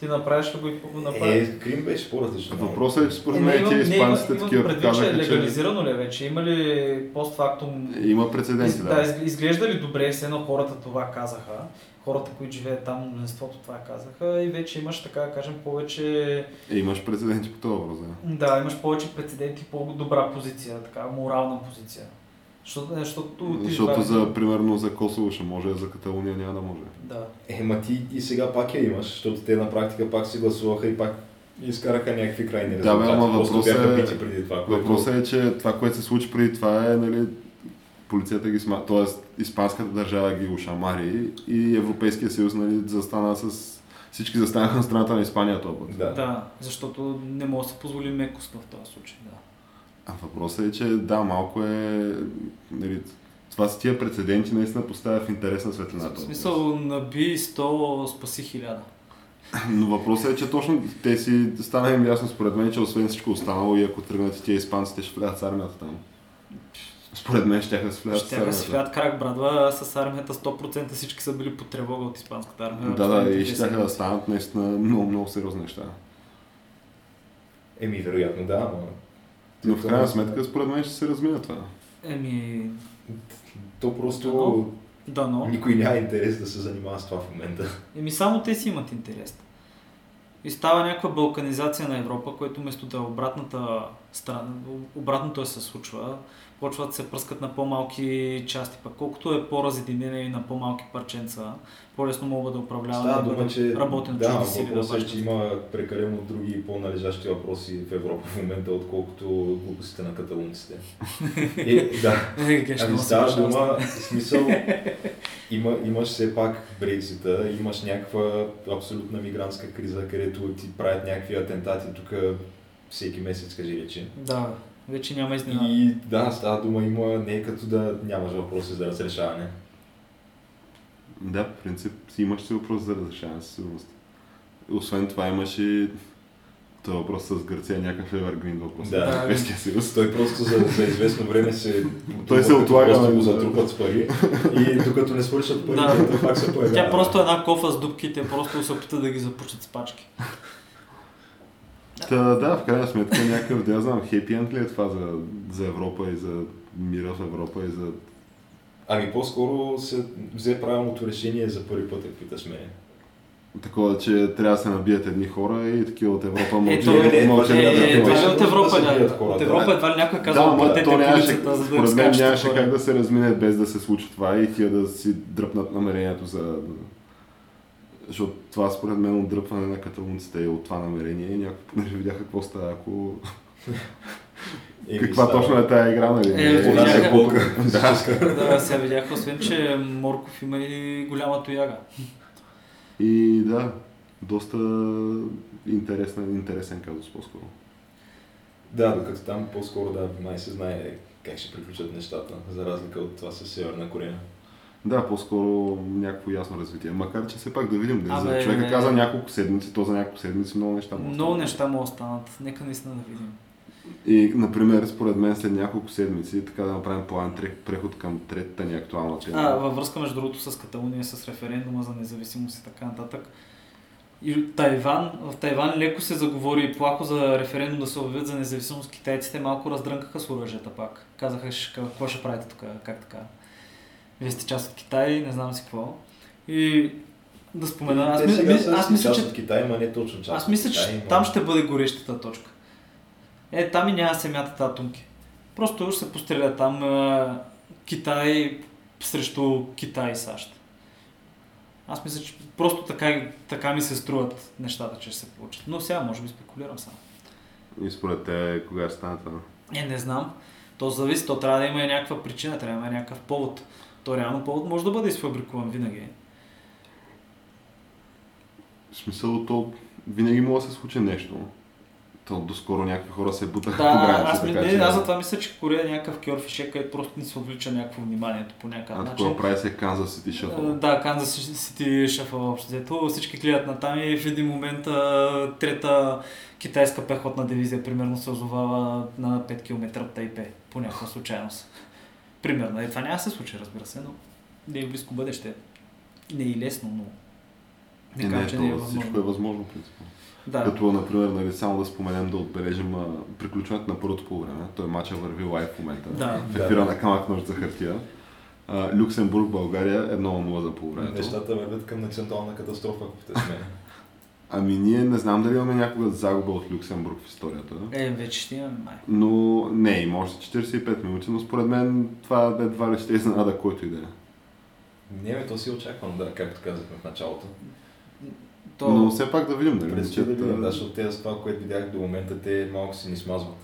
[SPEAKER 4] Ти направиш ли го и какво го направиш?
[SPEAKER 2] Е, Крим беше по-различно.
[SPEAKER 1] Въпросът е, че според
[SPEAKER 4] Е, не,
[SPEAKER 1] мен
[SPEAKER 4] имам-
[SPEAKER 1] тия
[SPEAKER 4] не, имам-
[SPEAKER 1] испанците
[SPEAKER 4] имам
[SPEAKER 1] такива
[SPEAKER 4] предвид, че
[SPEAKER 1] показаха, че
[SPEAKER 4] легализирано ли е вече? Има ли постфактум
[SPEAKER 1] има прецеденти,
[SPEAKER 4] Из-
[SPEAKER 1] да.
[SPEAKER 4] Е, Да, из- изглежда ли добре, все едно хората това казаха, хората, които живеят там, мнозинството това казаха и вече имаш, така да кажем, повече,
[SPEAKER 1] Е, имаш прецеденти по този въпрос, да.
[SPEAKER 4] да, имаш повече прецеденти, по-добра позиция, така, морална позиция. Защото, е, защото, ти
[SPEAKER 1] Защото
[SPEAKER 4] живееш-
[SPEAKER 1] за, примерно, за Косово ще може, а за Каталуния няма да може.
[SPEAKER 4] Да.
[SPEAKER 2] Е, ма ти и сега пак я имаш, защото те на практика пак си гласуваха и пак изкараха някакви
[SPEAKER 1] Да,
[SPEAKER 2] крайни
[SPEAKER 1] бе,
[SPEAKER 2] резултати.
[SPEAKER 1] ама
[SPEAKER 2] Просто
[SPEAKER 1] въпросът
[SPEAKER 2] бяха
[SPEAKER 1] е-
[SPEAKER 2] бити преди това. което-
[SPEAKER 1] Въпросът е, че това, което се случи преди това е, нали, полицията ги сма... Тоест, испанската държава ги ушамари и Европейския съюз, нали, застана с... Всички застанаха на страната на Испания този път.
[SPEAKER 2] Да.
[SPEAKER 3] Да, защото не може да се позволи мекост в този случай. Да.
[SPEAKER 1] А въпросът е, че да, малко е... Нали, това са тия прецеденти наистина поставя в интерес на светлината.
[SPEAKER 3] В смисъл, наби 100, спаси 1000.
[SPEAKER 1] Но въпросът е, че точно те си стана им ясно според мен, че освен всичко останало и ако тръгнат и тия испанците, ще влязат с армията там. Според мен ще да се влязат с
[SPEAKER 3] Ще си
[SPEAKER 1] армията.
[SPEAKER 3] вият крак, брадва, с армията 100% всички са били под тревога от испанската армия.
[SPEAKER 1] Да, да, и
[SPEAKER 3] Последните
[SPEAKER 1] ще
[SPEAKER 3] 10
[SPEAKER 1] да станат наистина много, много сериозни неща.
[SPEAKER 2] Еми, вероятно, да, ама...
[SPEAKER 1] Но в крайна сметка, според мен ще се размина това.
[SPEAKER 3] Еми,
[SPEAKER 2] То просто
[SPEAKER 3] Дано. да, но.
[SPEAKER 2] никой няма интерес да се занимава с това в момента.
[SPEAKER 3] Еми само те си имат интерес. И става някаква балканизация на Европа, което вместо да е обратната страна, обратното е се случва. Почват да се пръскат на по-малки части, пък колкото е по-разединена и на по-малки парченца, по-лесно могат да управляват,
[SPEAKER 2] Става
[SPEAKER 3] да
[SPEAKER 2] дума,
[SPEAKER 3] бъдат
[SPEAKER 2] че...
[SPEAKER 3] работен
[SPEAKER 2] да,
[SPEAKER 3] чужди
[SPEAKER 2] ама
[SPEAKER 3] сили да
[SPEAKER 2] въпросът е, че
[SPEAKER 3] бащат.
[SPEAKER 2] има прекалено други по-належащи въпроси в Европа в момента, отколкото глупостите на каталунците. Е, да.
[SPEAKER 3] Е, геш,
[SPEAKER 2] Ами
[SPEAKER 3] много се
[SPEAKER 2] става
[SPEAKER 3] прощавам.
[SPEAKER 2] дума, в смисъл, има, имаш все пак Брексита, имаш някаква абсолютна мигрантска криза, където ти правят някакви атентати тук всеки месец, кажи речи.
[SPEAKER 3] Да, вече няма изненада.
[SPEAKER 2] И да, става дума, има не е като да нямаш въпроси за разрешаване.
[SPEAKER 1] Да, в принцип си имаш си въпрос за разрешаване със сигурност. Освен това имаш и този въпрос с Гърция, някакъв Evergreen въпрос
[SPEAKER 2] Да.
[SPEAKER 1] на Европейския съюз.
[SPEAKER 2] Той просто за, за известно време се...
[SPEAKER 1] Той се отлага,
[SPEAKER 2] Просто го
[SPEAKER 1] да.
[SPEAKER 2] затрупат с пари и докато не свършат пари,
[SPEAKER 3] Да.
[SPEAKER 2] пак се появява.
[SPEAKER 3] Тя просто е една кофа с дубките, просто се опита да ги запушат с пачки.
[SPEAKER 1] Та, да, в крайна сметка някакъв, да я знам, хепи енд ли е това за, за Европа и за мира в Европа и за...
[SPEAKER 2] Ами по-скоро се взе правилното решение за първи път, ако питаш мене.
[SPEAKER 1] Такова, че трябва да се набият едни хора и такива от Европа мълчат.
[SPEAKER 3] той
[SPEAKER 2] не е,
[SPEAKER 1] мълчат,
[SPEAKER 2] това
[SPEAKER 3] Е,
[SPEAKER 2] не
[SPEAKER 1] мълчат.
[SPEAKER 2] да, да,
[SPEAKER 3] е, е, това е от
[SPEAKER 2] да,
[SPEAKER 3] Европа,
[SPEAKER 2] да се бият
[SPEAKER 3] да.
[SPEAKER 2] хората,
[SPEAKER 3] От
[SPEAKER 2] да.
[SPEAKER 3] Европа едва ли някой е
[SPEAKER 1] Да,
[SPEAKER 3] казал,
[SPEAKER 1] ама
[SPEAKER 3] платете
[SPEAKER 1] то нямаше,
[SPEAKER 3] улицата, за да
[SPEAKER 1] според мен
[SPEAKER 3] изкачат
[SPEAKER 1] нямаше
[SPEAKER 3] хора.
[SPEAKER 1] как да се размине без да се случи това и тия да си дръпнат намерението за... Защото това според мен отдръпване на каталунците и от това намерение и някои понеже видяха какво става, ако...
[SPEAKER 2] Еми,
[SPEAKER 1] Каква
[SPEAKER 2] става.
[SPEAKER 1] точно е тая игра, нали?
[SPEAKER 3] Е,
[SPEAKER 1] Е,
[SPEAKER 2] Онази
[SPEAKER 3] видяха.
[SPEAKER 2] болка физическа.
[SPEAKER 3] Да, сега видях, освен, че Морков има и голяма тояга.
[SPEAKER 1] И да, доста интересен, интересен казус по-скоро.
[SPEAKER 2] Да, докато там по-скоро да май се знае как ще приключат нещата, за разлика от това с Северна Корея.
[SPEAKER 1] Да, по-скоро някакво ясно развитие. Макар, че все пак да видим. Да,
[SPEAKER 3] Абе,
[SPEAKER 1] за човека
[SPEAKER 3] не.
[SPEAKER 1] каза няколко седмици, то за няколко седмици много неща. може да
[SPEAKER 3] Много
[SPEAKER 1] стане.
[SPEAKER 3] неща му останат. Нека наистина да видим.
[SPEAKER 1] И, например, според мен след няколко седмици, така да направим план преход към третата ни актуална тема.
[SPEAKER 3] А, във връзка между другото с Каталуния, с референдума за независимост и така нататък. И Тайван, в Тайван леко се заговори плако за референдум да се обявят за независимост. Китайците малко раздрънкаха с оръжията пак. Казаха, «Ще- какво ще правите тук, как така. вие сте част от Китай, не знам си какво. И да спомена, аз,
[SPEAKER 2] Те
[SPEAKER 3] мис,
[SPEAKER 2] сега
[SPEAKER 3] мис,
[SPEAKER 2] са
[SPEAKER 3] аз мисля,
[SPEAKER 2] част
[SPEAKER 3] че,
[SPEAKER 2] от Китай, ма не точно част
[SPEAKER 3] аз
[SPEAKER 2] от
[SPEAKER 3] мисля, че
[SPEAKER 2] Китай, но-
[SPEAKER 3] там ще бъде горещата точка. Е, там и няма да се мятат атомки. Просто ще се постреля там а, Китай срещу Китай и САЩ. Аз мисля, че просто така, така ми се струват нещата, че ще се получат. Но сега може би спекулирам само.
[SPEAKER 1] И според те, кога ще стане това?
[SPEAKER 3] Е, не знам. То зависи, то трябва да има и някаква причина, трябва да има някакъв повод. То реално повод може да бъде изфабрикуван винаги.
[SPEAKER 1] В смисъл, то винаги може да се случи нещо. То доскоро някакви хора се бутаха по
[SPEAKER 3] Да,
[SPEAKER 1] граница,
[SPEAKER 3] аз, ми,
[SPEAKER 1] така
[SPEAKER 3] не,
[SPEAKER 1] че...
[SPEAKER 3] аз затова мисля, че Корея е някакъв кьорфише, където просто ни се отвлича някакво вниманието по някакъв
[SPEAKER 1] А
[SPEAKER 3] начин.
[SPEAKER 1] такова прави се Канзас Сити
[SPEAKER 3] Е,
[SPEAKER 1] Шъфъл.
[SPEAKER 3] Да, Канзас Сити шефа общо взето. Всички гледат на там и в един момент а, трета китайска пехотна дивизия примерно се озовава на 5 км от Тайпе по някаква случайност. Примерно. И това няма да се случи, разбира се, но не е в близко бъдеще. Не е и лесно, но
[SPEAKER 1] Е,
[SPEAKER 3] не казвам, че не е
[SPEAKER 1] то Всичко е
[SPEAKER 3] възможно.
[SPEAKER 1] възможно, принципно.
[SPEAKER 3] Да.
[SPEAKER 1] Като, например, нали, само да споменем да отбележим а, приключването на първото по време. Той матча върви лайв в момента.
[SPEAKER 3] Да.
[SPEAKER 1] В ефира на камък нож за хартия. А, Люксембург, България 1-0 за полувремето.
[SPEAKER 2] Нещата вървят към национална катастрофа, ако те сме.
[SPEAKER 1] Ами ние не знам дали имаме някога загуба от Люксембург в историята.
[SPEAKER 3] Е, вече ще имаме май.
[SPEAKER 1] Но не, има още 45 минути, но според мен това едва ли ще изненада който и да е.
[SPEAKER 2] Не, бе, то си очаквам, да, както казахме в началото.
[SPEAKER 3] То...
[SPEAKER 1] Но все пак да видим, нали?
[SPEAKER 2] Предстои да
[SPEAKER 1] момчета-
[SPEAKER 2] видим, да, защото те с това, което видях до момента, те малко си ни смазват.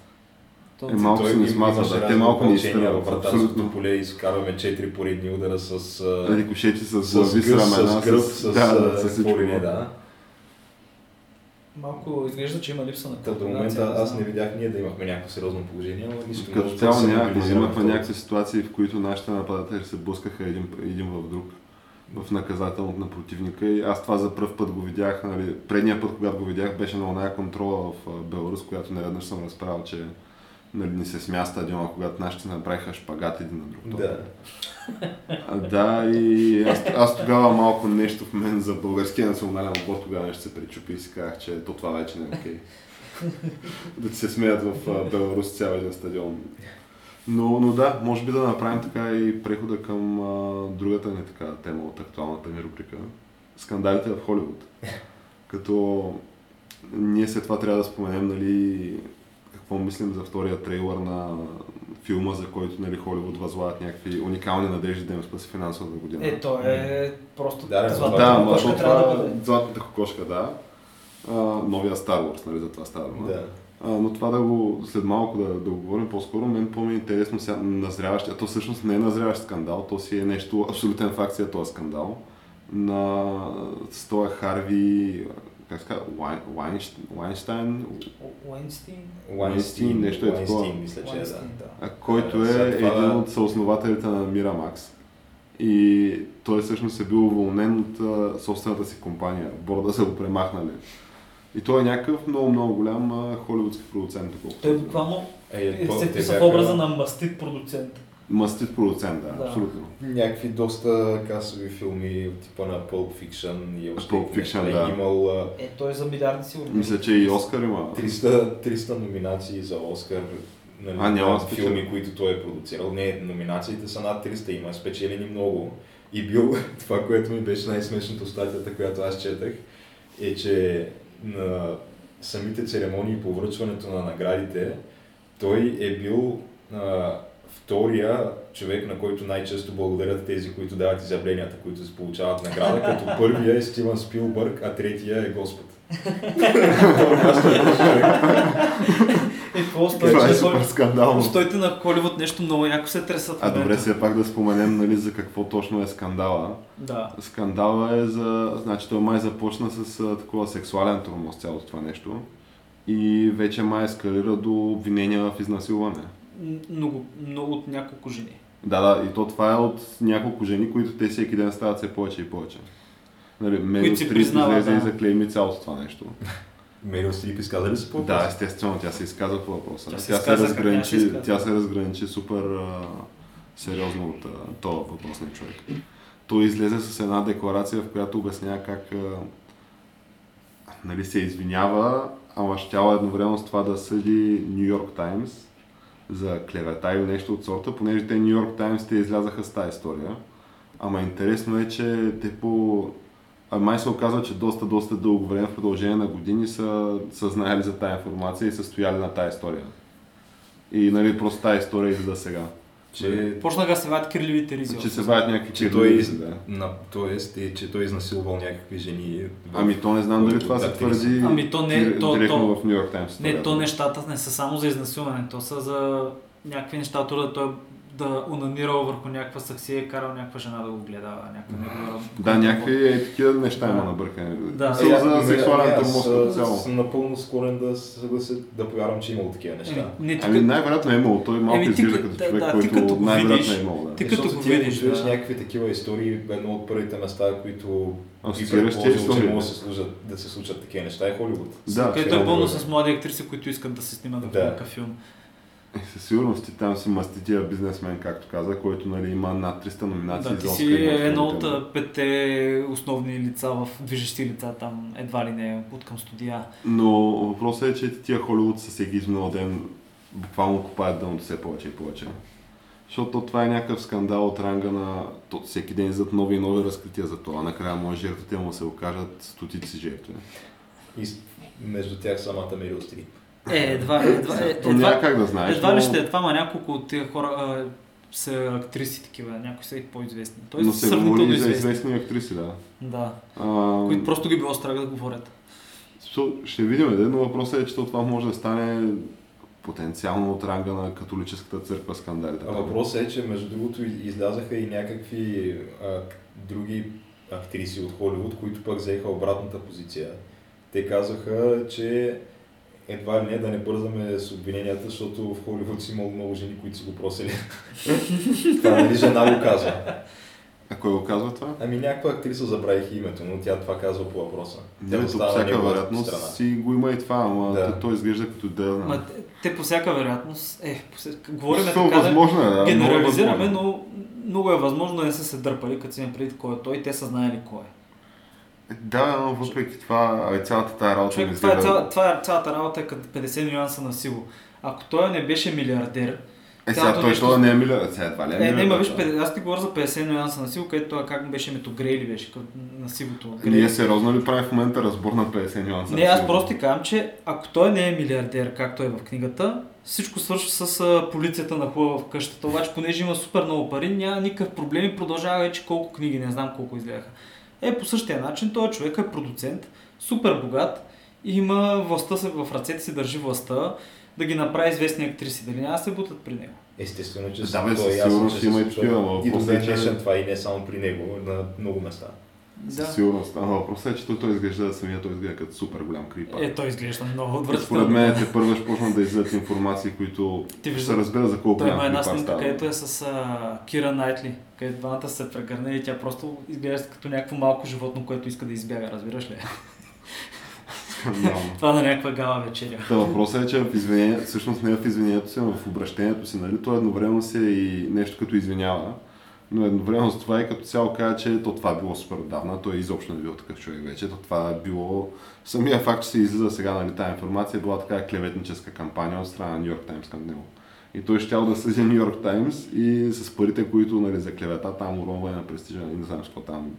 [SPEAKER 3] то...
[SPEAKER 1] е, малко
[SPEAKER 2] Той
[SPEAKER 1] се ни
[SPEAKER 2] им-
[SPEAKER 1] смазва,
[SPEAKER 2] имаше
[SPEAKER 1] да, те
[SPEAKER 2] разни
[SPEAKER 1] малко ни
[SPEAKER 2] опълчения
[SPEAKER 1] изтърват,
[SPEAKER 2] във вратарското
[SPEAKER 1] абсолютно.
[SPEAKER 2] поле изкарваме 4 поредни удара с... а,
[SPEAKER 1] Рикошети с
[SPEAKER 2] с
[SPEAKER 1] глави, с
[SPEAKER 2] гръб,
[SPEAKER 1] рамена,
[SPEAKER 2] с гръб,
[SPEAKER 1] да,
[SPEAKER 2] с,
[SPEAKER 1] да,
[SPEAKER 2] а,
[SPEAKER 1] с
[SPEAKER 2] какво
[SPEAKER 1] всичко.
[SPEAKER 2] ли не, да.
[SPEAKER 4] Малко изглежда, че има липса на
[SPEAKER 2] Та до
[SPEAKER 4] координация,
[SPEAKER 2] момента аз не
[SPEAKER 4] знам.
[SPEAKER 2] видях ние да имахме някакво сериозно положение, но нищо
[SPEAKER 1] Като
[SPEAKER 2] да
[SPEAKER 1] цяло
[SPEAKER 2] се
[SPEAKER 1] нямахме,
[SPEAKER 2] мобилизираме
[SPEAKER 1] имахме
[SPEAKER 2] в това.
[SPEAKER 1] някакви ситуации, в които нашите нападатели се блъскаха един, един в друг в наказателното на противника и аз това за първ път го видях, нали, предния път, когато го видях, беше на оная контрола в а, Беларус, която неведнъж съм разправил, че нали, ни се смя стадиона, когато нашите направиха шпагат един на друг.
[SPEAKER 2] Да.
[SPEAKER 1] А, да, и аз, аз тогава малко нещо в мен за българския национален отбор тогава нещо се причупи и си казах, че то това вече не е окей. да ти се смеят в а, Беларус цял един стадион. Но, но да, може би да направим така и прехода към а, другата ни така тема от актуалната ни рубрика. Скандалите в Холивуд. Като ние след това трябва да споменем нали, какво мислим за втория трейлър на филма, за който нали, Холивуд възлагат някакви уникални надежди да им спаси финансовата година.
[SPEAKER 4] Е, то е просто
[SPEAKER 2] Да, да,
[SPEAKER 4] златната
[SPEAKER 1] да,
[SPEAKER 2] златната
[SPEAKER 1] ма,
[SPEAKER 4] кокошка
[SPEAKER 1] то
[SPEAKER 4] трябва да
[SPEAKER 1] това
[SPEAKER 4] бъде.
[SPEAKER 1] златната кокошка, да. А, новия Star Wars, нали, за това Star Wars.
[SPEAKER 2] Да.
[SPEAKER 1] А, но това да го, след малко да, да го говорим по-скоро, мен по-ми е интересно сега назряващия, то всъщност не е назряващ скандал, то си е нещо, абсолютен факт си е този скандал. На с този Харви, как се казва, Уайн, Уайнщ- Уайнщайн, е-
[SPEAKER 4] Уейнстин?
[SPEAKER 1] Уайнстин, нещо е такова.
[SPEAKER 2] Уайнстин, мисля, че е, да.
[SPEAKER 4] Уейнстин, да.
[SPEAKER 1] а, който
[SPEAKER 2] Да,
[SPEAKER 1] е
[SPEAKER 2] след това-
[SPEAKER 1] един от съоснователите на Miramax. И той всъщност е бил уволнен от а, собствената си компания. Борда са го премахнали. И той е някакъв много, много голям а, холивудски продуцент, доколкото.
[SPEAKER 4] Той
[SPEAKER 1] знам.
[SPEAKER 4] буквално
[SPEAKER 2] Е,
[SPEAKER 4] е,
[SPEAKER 2] по-
[SPEAKER 4] се
[SPEAKER 2] те
[SPEAKER 4] вписа в
[SPEAKER 2] бяха
[SPEAKER 4] образа на мастит продуцент.
[SPEAKER 1] Мастит продуцент, да,
[SPEAKER 4] Да.
[SPEAKER 1] да. абсолютно.
[SPEAKER 2] Някакви доста касови филми от типа на Pulp Fiction и още
[SPEAKER 1] Pulp
[SPEAKER 2] нещо.
[SPEAKER 1] Fiction,
[SPEAKER 2] Е
[SPEAKER 1] да.
[SPEAKER 2] Имал а,
[SPEAKER 4] Е, той е за милиарди сигурно.
[SPEAKER 1] Мисля, че и Оскар има.
[SPEAKER 2] 300, 300 номинации за Оскар. Нали,
[SPEAKER 1] А, няма
[SPEAKER 2] на
[SPEAKER 1] спечелен.
[SPEAKER 2] филми, които той е продуцирал. Не, номинациите са над 300, има спечелени много. И бил, това, което ми беше най-смешното в статията, която аз четах, е, че на самите церемонии по връчването на наградите, той е бил а, втория човек, на който най-често благодарят тези, които дават изявленията, които се получават награда, като първия е Стивън Спилбърг, а третия е Господ.
[SPEAKER 4] Е, какво стои,
[SPEAKER 1] Това е
[SPEAKER 4] че
[SPEAKER 1] супер скандално.
[SPEAKER 3] Стойте на Холивуд нещо много яко се тресат. в
[SPEAKER 1] А добре,
[SPEAKER 3] момента.
[SPEAKER 1] все пак да споменем нали, за какво точно е скандала.
[SPEAKER 3] Да.
[SPEAKER 1] Скандала е за... Значи той май започна с а, такова сексуален тормоз цялото това нещо. И вече май ескалира до обвинения в изнасилване.
[SPEAKER 3] М- Много, много от няколко жени.
[SPEAKER 1] Да, да, и то това е от няколко жени, които те всеки ден стават все повече и повече. Нали, Мерил
[SPEAKER 3] Които си
[SPEAKER 1] Стрип
[SPEAKER 3] признава,
[SPEAKER 1] излезе
[SPEAKER 3] да.
[SPEAKER 1] и заклейми цялото това нещо.
[SPEAKER 2] Мерил Стрип изказа ли се по
[SPEAKER 1] Да, естествено, тя се изказа по въпроса.
[SPEAKER 3] Тя
[SPEAKER 1] Тя
[SPEAKER 3] се
[SPEAKER 1] се, тя се,
[SPEAKER 3] изказа, как тя се
[SPEAKER 1] разграничи,
[SPEAKER 3] изказа.
[SPEAKER 1] тя се разграничи супер а, сериозно от а, този въпросен човек. Той излезе с една декларация, в която обяснява как а, нали, се извинява, ама щяла едновременно с това да съди Нью Йорк Таймс за клевета или нещо от сорта, понеже те Нью Йорк Таймс те излязаха с тази история. Ама интересно е, че те по... А май се оказва, че доста, доста дълго време, в продължение на години са, са знаели за тази информация и са стояли на тази история. И нали, просто тази история излиза сега. Е.
[SPEAKER 2] Че,
[SPEAKER 3] Почнаха да се вадят кирливите ризи.
[SPEAKER 1] Че се вадят някакви
[SPEAKER 2] че той,
[SPEAKER 1] черни,
[SPEAKER 2] из...
[SPEAKER 1] да.
[SPEAKER 2] на, тоест, е, че той изнасилвал някакви жени.
[SPEAKER 1] Ами то не знам дали
[SPEAKER 2] От-
[SPEAKER 1] това се
[SPEAKER 2] от актриса.
[SPEAKER 1] твърди
[SPEAKER 3] Ами то не,
[SPEAKER 1] дир-
[SPEAKER 3] то-
[SPEAKER 1] директно
[SPEAKER 3] то-
[SPEAKER 1] в Нью Йорк Таймс.
[SPEAKER 3] Не, то нещата не са само за изнасилване, то са за някакви неща, то да той да унанирал върху някаква саксия и карал някаква жена да го гледа, някаква негова
[SPEAKER 1] Да, някакви е, такива неща има
[SPEAKER 3] Да.
[SPEAKER 1] набъркани.
[SPEAKER 3] Да.
[SPEAKER 1] Мисъл
[SPEAKER 3] Е,
[SPEAKER 1] за сексуален тормоз като
[SPEAKER 2] като
[SPEAKER 1] цяло.
[SPEAKER 2] Съм напълно склонен да се съглася, да повярвам, че е имало такива
[SPEAKER 3] Еми,
[SPEAKER 2] неща.
[SPEAKER 3] Е, не, тук,
[SPEAKER 1] Ами най-вероятно е имало, той малко
[SPEAKER 3] Еми, ти
[SPEAKER 1] изглежда
[SPEAKER 3] като-
[SPEAKER 1] като
[SPEAKER 3] да,
[SPEAKER 1] човек,
[SPEAKER 3] да, ти като
[SPEAKER 1] който
[SPEAKER 3] го
[SPEAKER 1] най-вероятно
[SPEAKER 3] видиш,
[SPEAKER 1] е имало. Да.
[SPEAKER 3] ти- като
[SPEAKER 2] Защото
[SPEAKER 3] го
[SPEAKER 2] ти,
[SPEAKER 3] видиш,
[SPEAKER 2] чуеш
[SPEAKER 3] да.
[SPEAKER 2] някакви такива истории, едно от първите места, които и
[SPEAKER 1] Асоциираш тия
[SPEAKER 2] предположил, че
[SPEAKER 1] истории.
[SPEAKER 2] могат да се, служат, да се случат такива неща е Холивуд.
[SPEAKER 1] Да,
[SPEAKER 3] където
[SPEAKER 2] филм,
[SPEAKER 3] е пълно
[SPEAKER 2] да.
[SPEAKER 3] с млади актриси, които искат да се снимат в
[SPEAKER 2] Да.
[SPEAKER 3] някакъв филм.
[SPEAKER 1] Е, Със сигурност ти там си мастития бизнесмен, както каза, който нали, има над 300 номинации
[SPEAKER 3] Да, ти
[SPEAKER 1] за
[SPEAKER 3] си
[SPEAKER 1] Оскар и нали. Оскар
[SPEAKER 3] едно
[SPEAKER 1] и
[SPEAKER 3] от
[SPEAKER 1] тема.
[SPEAKER 3] а, петте основни лица в движещи лица там, едва ли не от към студия.
[SPEAKER 1] Но въпросът е, че тия Холивуд със всеки изминал ден буквално купаят дъното все повече и повече. Защото това е някакъв скандал от ранга на то, всеки ден излизат нови и нови разкрития за това. Накрая може жертвите му се окажат стотици жертви.
[SPEAKER 2] И с- между тях самата Мерил Стрип.
[SPEAKER 3] Е, едва, едва, е,
[SPEAKER 1] То няма
[SPEAKER 3] едва,
[SPEAKER 1] как да знаеш.
[SPEAKER 3] едва ли
[SPEAKER 1] но-
[SPEAKER 3] ще е това, ма няколко от тия хора а, са актриси такива, някои са и по-известни. Той
[SPEAKER 1] но
[SPEAKER 3] са
[SPEAKER 1] се говори
[SPEAKER 3] сравнително
[SPEAKER 1] за
[SPEAKER 3] известни.
[SPEAKER 1] известни актриси, да.
[SPEAKER 3] Да,
[SPEAKER 1] А,
[SPEAKER 3] които просто ги било страх да говорят.
[SPEAKER 1] Що- Ще видим, да, но въпросът е, че то това може да стане потенциално от ранга на католическата църква скандали.
[SPEAKER 2] А въпросът е, че между другото из- излязаха и някакви а, други актриси от Холивуд, които пък взеха обратната позиция. Те казаха, че едва ли не да не бързаме с обвиненията, защото в Холивуд си имало много жени, които са го просили. Това нали жена го казва.
[SPEAKER 1] А кой го казва това?
[SPEAKER 2] Ами някаква актриса забравих името, но тя това казва по въпроса. Тя
[SPEAKER 1] Нето по
[SPEAKER 2] застава
[SPEAKER 1] всяка
[SPEAKER 2] неговата
[SPEAKER 1] вероятност си го има и това, ама
[SPEAKER 2] Да.
[SPEAKER 1] да. той изглежда като идеална.
[SPEAKER 3] Ма, те- те по всяка вероятност, е, по всяка- говорим така
[SPEAKER 1] Защото
[SPEAKER 3] да
[SPEAKER 1] възможно е, да,
[SPEAKER 3] генерализираме,
[SPEAKER 1] много е възможно.
[SPEAKER 3] но много е възможно да не са се дърпали, като си напреди кой е той, те са знаели кой е.
[SPEAKER 1] Да, но въпреки това, а и цялата тази работа ми
[SPEAKER 3] Човек, това, е
[SPEAKER 1] изглежда-
[SPEAKER 3] цяла, това е цялата работа е като 50 нюанса на сило. Ако той не беше милиардер,
[SPEAKER 1] Е, сега
[SPEAKER 3] цялото
[SPEAKER 1] той,
[SPEAKER 3] нещо-
[SPEAKER 1] той не е милиард, сега едва ли е
[SPEAKER 3] е, не, ма
[SPEAKER 1] милиард,
[SPEAKER 3] виж,
[SPEAKER 1] да.
[SPEAKER 3] 50 аз ти говоря за 50 нюанса на сило, където той как му беше мето Грей ли беше, като на сивото. Грей.
[SPEAKER 1] Ние сериозно ли правим в момента разбор на 50 нюанса?
[SPEAKER 3] Не, аз просто ти казвам, че ако той не е милиардер, както е в книгата, всичко свършва с а, полицията на хубава в къщата. Обаче, понеже има супер много пари, няма никакъв проблем и продължава вече колко книги, не знам колко изляха. Е, по същия начин, този човек е продуцент, супер богат, и има властта се в ръцете си, държи властта да ги направи известни актриси. Дали няма да се бутат при него?
[SPEAKER 2] Естествено, че
[SPEAKER 1] Да,
[SPEAKER 2] съм-
[SPEAKER 1] бе,
[SPEAKER 2] то е
[SPEAKER 1] със
[SPEAKER 2] ясно,
[SPEAKER 1] сигурност
[SPEAKER 2] че
[SPEAKER 1] има
[SPEAKER 2] се
[SPEAKER 1] и
[SPEAKER 2] случва.
[SPEAKER 1] такива, ама
[SPEAKER 2] И до
[SPEAKER 1] въпросът е,
[SPEAKER 2] ден
[SPEAKER 1] че-
[SPEAKER 2] днешен това и не само при него, на много места.
[SPEAKER 1] Да. Със сигурност. Ама въпросът е, че той, той изглежда самия, той изглежда като супер голям крипа.
[SPEAKER 3] Е, той изглежда много
[SPEAKER 1] И Според
[SPEAKER 3] отвратително.
[SPEAKER 1] мен те първо ще почнат да излизат информации, които
[SPEAKER 3] Ти
[SPEAKER 1] ще
[SPEAKER 3] вижда-
[SPEAKER 1] се разбира за колко
[SPEAKER 3] Той има
[SPEAKER 1] голям
[SPEAKER 3] една
[SPEAKER 1] клипар
[SPEAKER 3] снимка,
[SPEAKER 1] става.
[SPEAKER 3] където е с а, Кира Найтли, където двамата са се прегърне и тя просто изглежда като някакво малко животно, което иска да избяга, разбираш ли?
[SPEAKER 1] Скандално.
[SPEAKER 3] Това на някаква гала вечеря.
[SPEAKER 1] Та въпросът е, че в извинението, всъщност не е в извинението си, но в обращението си, нали, то едновременно си е и нещо като извинява, но едновременно с това и като цяло казва, че то това е било супер отдавна, той изобщо не е бил такъв човек вече, то това е било... Самия факт, че се излиза сега, нали, тази информация е била така клеветническа кампания от страна на Нью Йорк Таймс към него. И той щял да съди Нью Йорк Таймс и с парите, които нали, за клевета, там уронване на престижа, нали, не знам какво там.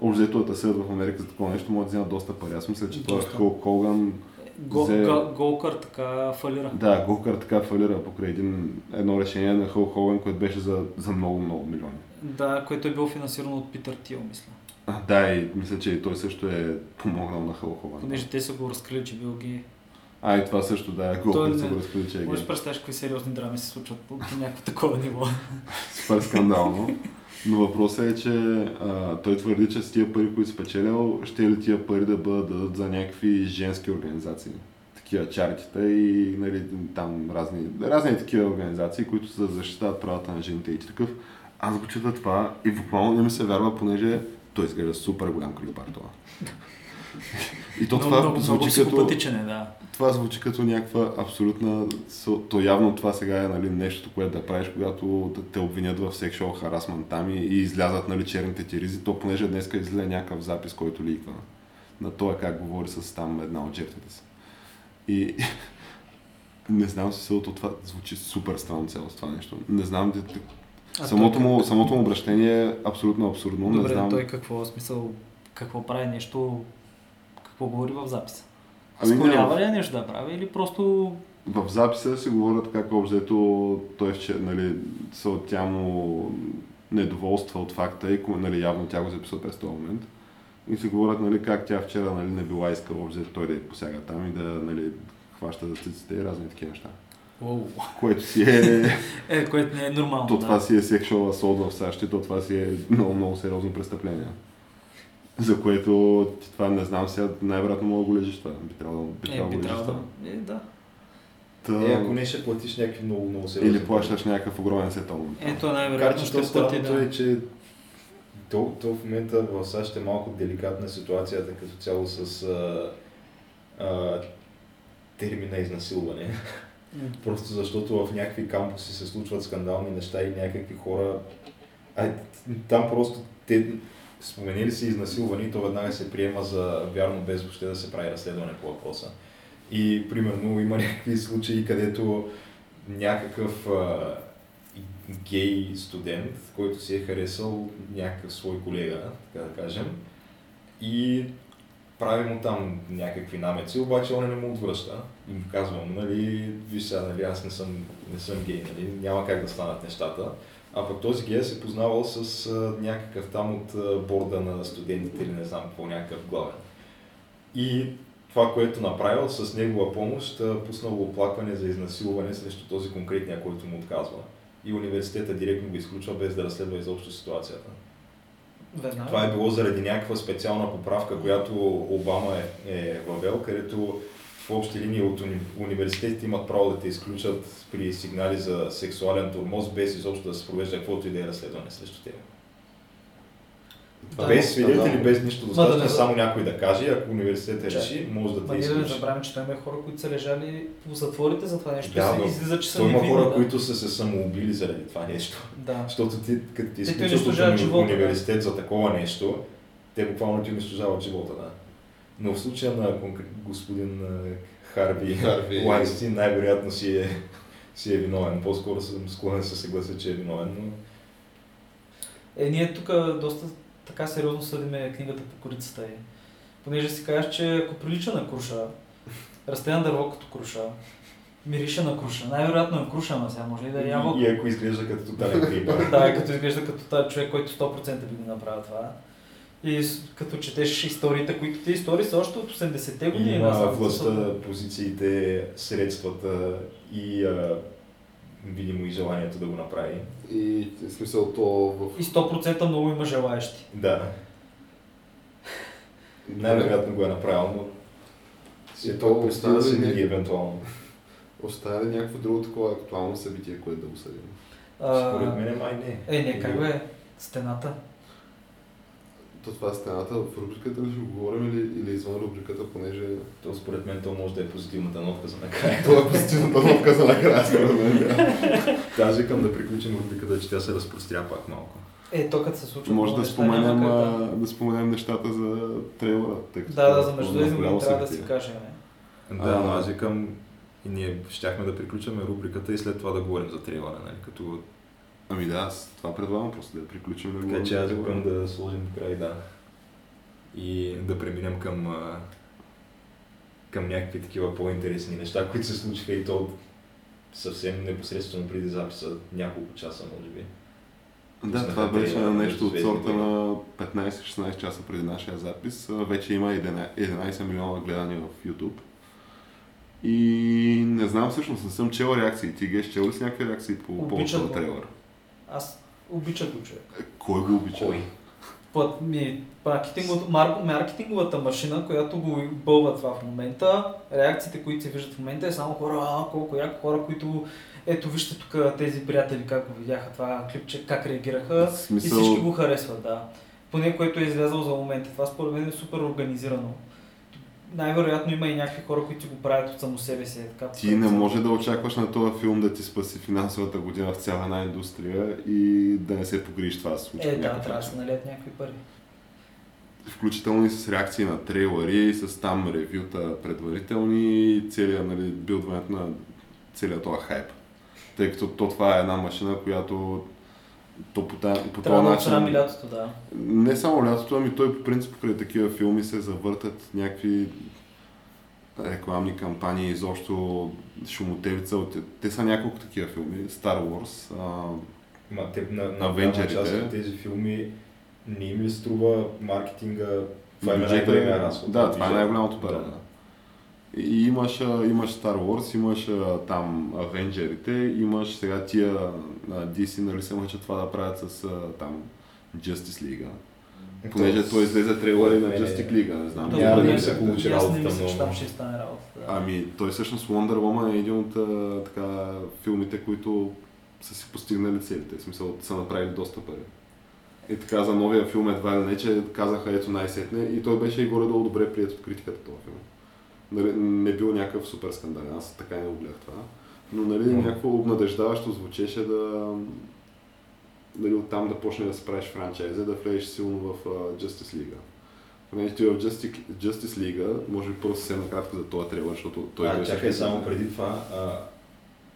[SPEAKER 1] Общо взето да съдят в Америка за такова нещо, може да вземат доста пари. Аз мисля, че той е
[SPEAKER 3] Доста.
[SPEAKER 1] Хол Коган
[SPEAKER 3] Го,
[SPEAKER 1] Взе-
[SPEAKER 3] го, голкър така фалира.
[SPEAKER 1] да, Гокър така фалира покрай един, едно решение на Хъл Хоган, което беше за, за много, много милиони.
[SPEAKER 3] Да, което е било финансирано от Питър Тил, мисля.
[SPEAKER 1] А, да, и мисля, че и той също е помогнал на Хъл Хоган.
[SPEAKER 3] Понеже те са го разкрили, че бил гей.
[SPEAKER 1] А, и това също, да,
[SPEAKER 3] Той
[SPEAKER 1] Гокър
[SPEAKER 3] не-
[SPEAKER 1] се го разкрили, че е
[SPEAKER 3] Можеш да
[SPEAKER 1] гей.
[SPEAKER 3] представиш какви сериозни драми се случват по, по някакво такова ниво.
[SPEAKER 1] Супер е скандално. Но въпросът е, че а, той твърди, че с тия пари, които спечелял, ще ли тия пари да бъдат дадат за някакви женски организации? Такива чаркита и нали, там разни, разни такива организации, които се защитават правата на жените и такъв. Аз го чета това и буквално не ми се вярва, понеже той изглежда супер голям клипар това. И то
[SPEAKER 3] Но
[SPEAKER 1] това
[SPEAKER 3] много, много
[SPEAKER 1] звучи като,
[SPEAKER 3] психопатичен е, да.
[SPEAKER 1] това звучи като някаква абсолютна... со- То явно това сега е нали, нещото, което да правиш, когато те- те обвинят в секшуал харасман там и, и излязат нали, черните ти ризи, то понеже днеска излезе някакъв запис, който ликва на това как говори с там една от жертвите си. И не знам си селото, това звучи супер странно цяло това нещо. Не знам, де, де-
[SPEAKER 5] А
[SPEAKER 1] Самото
[SPEAKER 5] той
[SPEAKER 1] му, самото му обращение е абсолютно абсурдно.
[SPEAKER 5] Добре,
[SPEAKER 1] не знам.
[SPEAKER 5] той какво смисъл, какво прави нещо, какво говори в записа?
[SPEAKER 1] Ами, няма.
[SPEAKER 5] Спорява ли е нещо да прави или просто
[SPEAKER 1] В записа се говорят как обзето той ще, нали, се от тя му недоволства от факта и ко- нали, явно тя го записва през този момент. И се говорят нали, как тя вчера нали, не била искала обзето той да й посяга там и да нали, хваща за циците и разни такива неща.
[SPEAKER 5] Уау.
[SPEAKER 1] Което си е,
[SPEAKER 5] Е, което не е нормално.
[SPEAKER 1] то
[SPEAKER 5] да.
[SPEAKER 1] това си е sexual assault в САЩ и то това си е много, много сериозно престъпление. За което ти това не знам сега, най-вероятно мога да го лежиш това. Би трябвало би
[SPEAKER 5] Е,
[SPEAKER 1] трябвало
[SPEAKER 5] би
[SPEAKER 1] да го лежиш
[SPEAKER 5] трябвало
[SPEAKER 1] това.
[SPEAKER 5] да. Е, да.
[SPEAKER 1] Та-
[SPEAKER 2] Е, ако не ще платиш някакви много, много сериозни.
[SPEAKER 1] Или плащаш някакъв огромен сетълмент.
[SPEAKER 5] Ето
[SPEAKER 2] Макар
[SPEAKER 5] най-вероятно
[SPEAKER 2] че то
[SPEAKER 5] ще плати
[SPEAKER 2] странното
[SPEAKER 5] да.
[SPEAKER 2] е, че то, то в момента в САЩ е малко деликатна ситуацията като цяло с а, а, термина изнасилване.
[SPEAKER 5] М.
[SPEAKER 2] Просто защото в някакви кампуси се случват скандални неща и някакви хора... А, там просто те споменили се изнасилване и то веднага се приема за вярно без въобще да се прави разследване по въпроса. И примерно има някакви случаи, където някакъв а, гей студент, който си е харесал някакъв свой колега, така да кажем, и прави му там някакви намеци, обаче он не му отвръща. И му казва, му, нали, виж сега, нали, аз не съм, не съм гей, нали, няма как да станат нещата. А пък този гей се е познавал с а, някакъв там от а, борда на студентите или не знам какво, някакъв главен. И това, което е направил с негова помощ, а, пуснал оплакване за изнасилване срещу този конкретния, който му отказва. И университета директно го изключва без да разследва изобщо ситуацията.
[SPEAKER 3] Веднага.
[SPEAKER 2] Това е било заради някаква специална поправка, която Обама е, е въвел, където в общи линии от уни, университетите имат право да те изключат при сигнали за сексуален тормоз, без изобщо да се провежда каквото и да е разследване срещу теб.
[SPEAKER 3] Да.
[SPEAKER 2] без свидетели,
[SPEAKER 1] Да.
[SPEAKER 2] без нищо
[SPEAKER 3] да
[SPEAKER 2] достатъчно, е
[SPEAKER 3] не-
[SPEAKER 2] само някой да каже, ако университетът
[SPEAKER 3] Чакай.
[SPEAKER 2] реши, може да
[SPEAKER 3] Ма
[SPEAKER 5] е
[SPEAKER 2] те
[SPEAKER 3] ние да не
[SPEAKER 2] изключи.
[SPEAKER 3] забравяме, че той има хора, които са лежали по затворите за това нещо.
[SPEAKER 2] Да,
[SPEAKER 3] Да,
[SPEAKER 2] но
[SPEAKER 3] излиза, че са
[SPEAKER 2] Той има
[SPEAKER 3] невинни,
[SPEAKER 2] хора,
[SPEAKER 3] да.
[SPEAKER 2] които са се самоубили заради това нещо.
[SPEAKER 3] Да.
[SPEAKER 2] Защото ти, като ти
[SPEAKER 3] Те ти
[SPEAKER 2] изключат от
[SPEAKER 3] унищожават
[SPEAKER 2] уни-
[SPEAKER 3] живота, да.
[SPEAKER 2] университет за такова нещо, те буквално ти унищожават живота, да. Но в случая на конкрет- господин а, Харви,
[SPEAKER 6] Харви.
[SPEAKER 2] Лайнстин най-вероятно си е, си е виновен. По-скоро съм склонен да се съглася, че е виновен, но
[SPEAKER 3] Е, ние тук доста така сериозно съдиме книгата по корицата е. Понеже си кажеш, че ако прилича на круша, расте на дърво като круша, мирише на круша. Най-вероятно е круша, ама сега може и да е ябълка.
[SPEAKER 2] и, и ако изглежда като тотален крипър.
[SPEAKER 3] Да, като изглежда като тази човек, който 100% би го направил това. И с- като четеш историите, които те истории са още от 80-те години. е
[SPEAKER 2] Има
[SPEAKER 3] насам, защото-
[SPEAKER 2] властта, позициите, средствата и а, видимо и желанието да го направи.
[SPEAKER 6] И в смисъл то в...
[SPEAKER 3] И 100% много има желаящи.
[SPEAKER 2] Да. Най-вероятно го е направил, но
[SPEAKER 6] И
[SPEAKER 2] си
[SPEAKER 6] то
[SPEAKER 2] то представя се
[SPEAKER 6] оставя ли
[SPEAKER 2] види
[SPEAKER 6] не-
[SPEAKER 2] евентуално.
[SPEAKER 6] Оставя ли някакво друго такова актуално събитие, което да го съдим?
[SPEAKER 3] А,
[SPEAKER 2] Според мен май не.
[SPEAKER 3] Е, не, как бе? Стената.
[SPEAKER 6] То това е стената в рубриката ли ще го говорим или, или извън рубриката, понеже
[SPEAKER 2] То според мен то може да е позитивната нотка за накрая.
[SPEAKER 6] това е позитивната лодка за накрая, според мен. да.
[SPEAKER 2] Аз викам да приключим рубриката, че тя се разпростря пак малко.
[SPEAKER 3] Е, то като се случва.
[SPEAKER 1] Може
[SPEAKER 3] много
[SPEAKER 1] да
[SPEAKER 3] неща,
[SPEAKER 1] споменем,
[SPEAKER 3] няма как
[SPEAKER 1] а, да споменем нещата за трейлера. Тъй като
[SPEAKER 3] Да, да, за
[SPEAKER 1] това е
[SPEAKER 3] между
[SPEAKER 1] много
[SPEAKER 3] тези
[SPEAKER 1] голямо
[SPEAKER 3] години трябва да си
[SPEAKER 1] събитие.
[SPEAKER 3] кажем.
[SPEAKER 2] Да, но аз викам и ние щяхме да приключваме рубриката и след това да говорим за трейлера, нали? Като
[SPEAKER 1] Ами да, аз това предлагам просто да приключим да
[SPEAKER 2] така че аз викам
[SPEAKER 1] говорим.
[SPEAKER 2] да сложим край, да. И да преминем към а, към някакви такива по-интересни неща, които се случиха и то от съвсем непосредствено преди записа, няколко часа, може би.
[SPEAKER 1] Да, това
[SPEAKER 2] Пуснахте
[SPEAKER 1] беше
[SPEAKER 2] трейлера на
[SPEAKER 1] нещо от
[SPEAKER 2] Звездни
[SPEAKER 1] сорта
[SPEAKER 2] войни.
[SPEAKER 1] на 15-16 часа преди нашия запис. А, Вече има 11 11 милиона гледания в YouTube. И не знам всъщност, не съм чел реакции. Ти геш чел ли си някакви реакции по повод
[SPEAKER 3] Обичам
[SPEAKER 1] на
[SPEAKER 3] го.
[SPEAKER 1] трейлера?
[SPEAKER 3] Аз обичам го човек.
[SPEAKER 1] Кой го обича?
[SPEAKER 2] Кой?
[SPEAKER 3] Път ми, маркетингов- мар- маркетинговата машина, която го бълва това в момента, реакциите, които се виждат в момента е само хора, а, колко яко хора, които ето вижте тук тези приятели как го видяха това клипче, как реагираха
[SPEAKER 1] В
[SPEAKER 3] и
[SPEAKER 1] смисъл,
[SPEAKER 3] всички го харесват, да. Поне което е излязъл за момента. Това според мен е супер организирано. Най-вероятно има и някакви хора, които си го правят от само себе си. е Така,
[SPEAKER 1] ти не може да очакваш на този филм да ти спаси финансовата година в цяла една индустрия и да не се погрижи това да се случи.
[SPEAKER 3] Е,
[SPEAKER 1] по
[SPEAKER 3] да,
[SPEAKER 1] някакъв
[SPEAKER 3] трябва да
[SPEAKER 1] начин.
[SPEAKER 3] се налият някакви пари.
[SPEAKER 1] включително и с реакции на трейлери, с там ревюта предварителни и целият нали, билдването на целият този хайп. Тъй като то това е една машина, която То по, та, по
[SPEAKER 4] Трябва
[SPEAKER 1] този
[SPEAKER 4] да
[SPEAKER 1] начин...
[SPEAKER 4] отсрами лятото, да.
[SPEAKER 1] Не само лятото, ами той по принцип покрай такива филми се завъртат някакви рекламни кампании, изобщо шумотевица. от- Те са няколко такива филми. Star Wars, а,
[SPEAKER 2] Ма те на, на голяма
[SPEAKER 1] Авенджерите.
[SPEAKER 2] част от тези филми не им ли струва маркетинга? Това е
[SPEAKER 1] бюджета
[SPEAKER 2] най-големия разход.
[SPEAKER 1] Да, това е
[SPEAKER 2] Бюджет.
[SPEAKER 1] най-голямото пари.
[SPEAKER 2] Да.
[SPEAKER 1] Да. И имаш, а, имаш Star Wars, имаш а, там Авенджерите, имаш сега тия а, DC, нали се мъчат това да правят с а, там Justice League. Понеже той излезе трейлери на
[SPEAKER 2] Е,
[SPEAKER 1] Justice League, не знам.
[SPEAKER 4] Да,
[SPEAKER 1] дали
[SPEAKER 4] да,
[SPEAKER 1] е
[SPEAKER 4] да.
[SPEAKER 1] се
[SPEAKER 2] Получи
[SPEAKER 4] И аз не
[SPEAKER 2] работата
[SPEAKER 4] мисля, че
[SPEAKER 2] много.
[SPEAKER 4] там ще стане работа. Да.
[SPEAKER 1] Ами, той всъщност Wonder Woman е един от а, така, филмите, които са си постигнали целите. В смисъл, са направили доста пари. И така за новия филм едва ли не, че казаха ето най-сетне и той беше и горе-долу добре прият от критиката този филм. Нали, не бил някакъв супер скандал, аз така и не огледах това. Но нали,
[SPEAKER 2] Мгм.
[SPEAKER 1] някакво обнадеждаващо звучеше да нали, оттам да почне да се правиш франчайза, да влезеш силно в а, Justice League. Понеже ти Ами, е в Justice, Justice League, може би просто съвсем накратко за този трейлер, защото той
[SPEAKER 2] а,
[SPEAKER 1] беше-
[SPEAKER 2] чакай само преди това. А,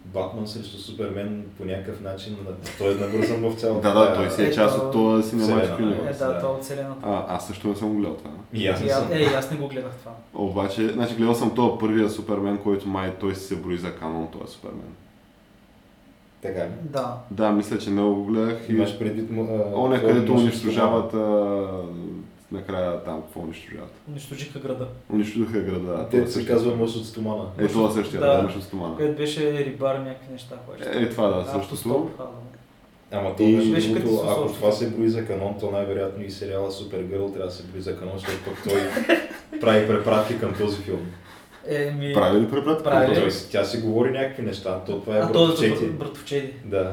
[SPEAKER 2] Батман срещу Супермен по някакъв начин, на- той е набързан в цялата.
[SPEAKER 1] Да, да, той си е
[SPEAKER 4] Ето-
[SPEAKER 1] част от този
[SPEAKER 2] Вселена,
[SPEAKER 1] синематик
[SPEAKER 4] Е,
[SPEAKER 1] юниверс.
[SPEAKER 4] да,
[SPEAKER 2] да.
[SPEAKER 4] това е от целената.
[SPEAKER 1] А, аз също не съм го гледал това.
[SPEAKER 2] И аз не
[SPEAKER 4] И аз-
[SPEAKER 2] съм.
[SPEAKER 4] Е, и аз не го гледах това.
[SPEAKER 1] Обаче, значи гледал съм този първия Супермен, който май той си се брои за канон, този Супермен.
[SPEAKER 2] Така ли?
[SPEAKER 4] Да.
[SPEAKER 1] Да, мисля, че много го гледах и
[SPEAKER 2] Имаш предвид му... а,
[SPEAKER 1] он е
[SPEAKER 2] какво
[SPEAKER 1] където
[SPEAKER 2] имаш
[SPEAKER 1] унищожават а, накрая там, какво унищожават.
[SPEAKER 4] Унищожиха града.
[SPEAKER 1] Унищожиха града.
[SPEAKER 2] стомана?
[SPEAKER 1] а
[SPEAKER 2] Те
[SPEAKER 1] този
[SPEAKER 2] се
[SPEAKER 1] същия.
[SPEAKER 2] казва мъж от стомана.
[SPEAKER 1] Е, това същия,
[SPEAKER 4] Да.
[SPEAKER 1] да, имаш от стомана.
[SPEAKER 4] Където Е, беше рибар, някакви неща. хваща.
[SPEAKER 1] Е, това да, същото.
[SPEAKER 4] Автостоп, хвала.
[SPEAKER 2] Ама то,
[SPEAKER 1] И-
[SPEAKER 2] между
[SPEAKER 4] Беше като
[SPEAKER 2] другото,
[SPEAKER 4] с
[SPEAKER 2] ако
[SPEAKER 4] още.
[SPEAKER 2] това се брои за канон, то най-вероятно и сериала Супергърл трябва да се брои за канон, защото пък той прави препратки към този филм.
[SPEAKER 4] Еми,
[SPEAKER 1] Прави ли препратка?
[SPEAKER 4] Прави.
[SPEAKER 1] Добре.
[SPEAKER 2] Ами, Тоест, тя си говори някакви неща, то това е
[SPEAKER 4] а този
[SPEAKER 2] братовчети.
[SPEAKER 4] е братовчеди.
[SPEAKER 2] Да.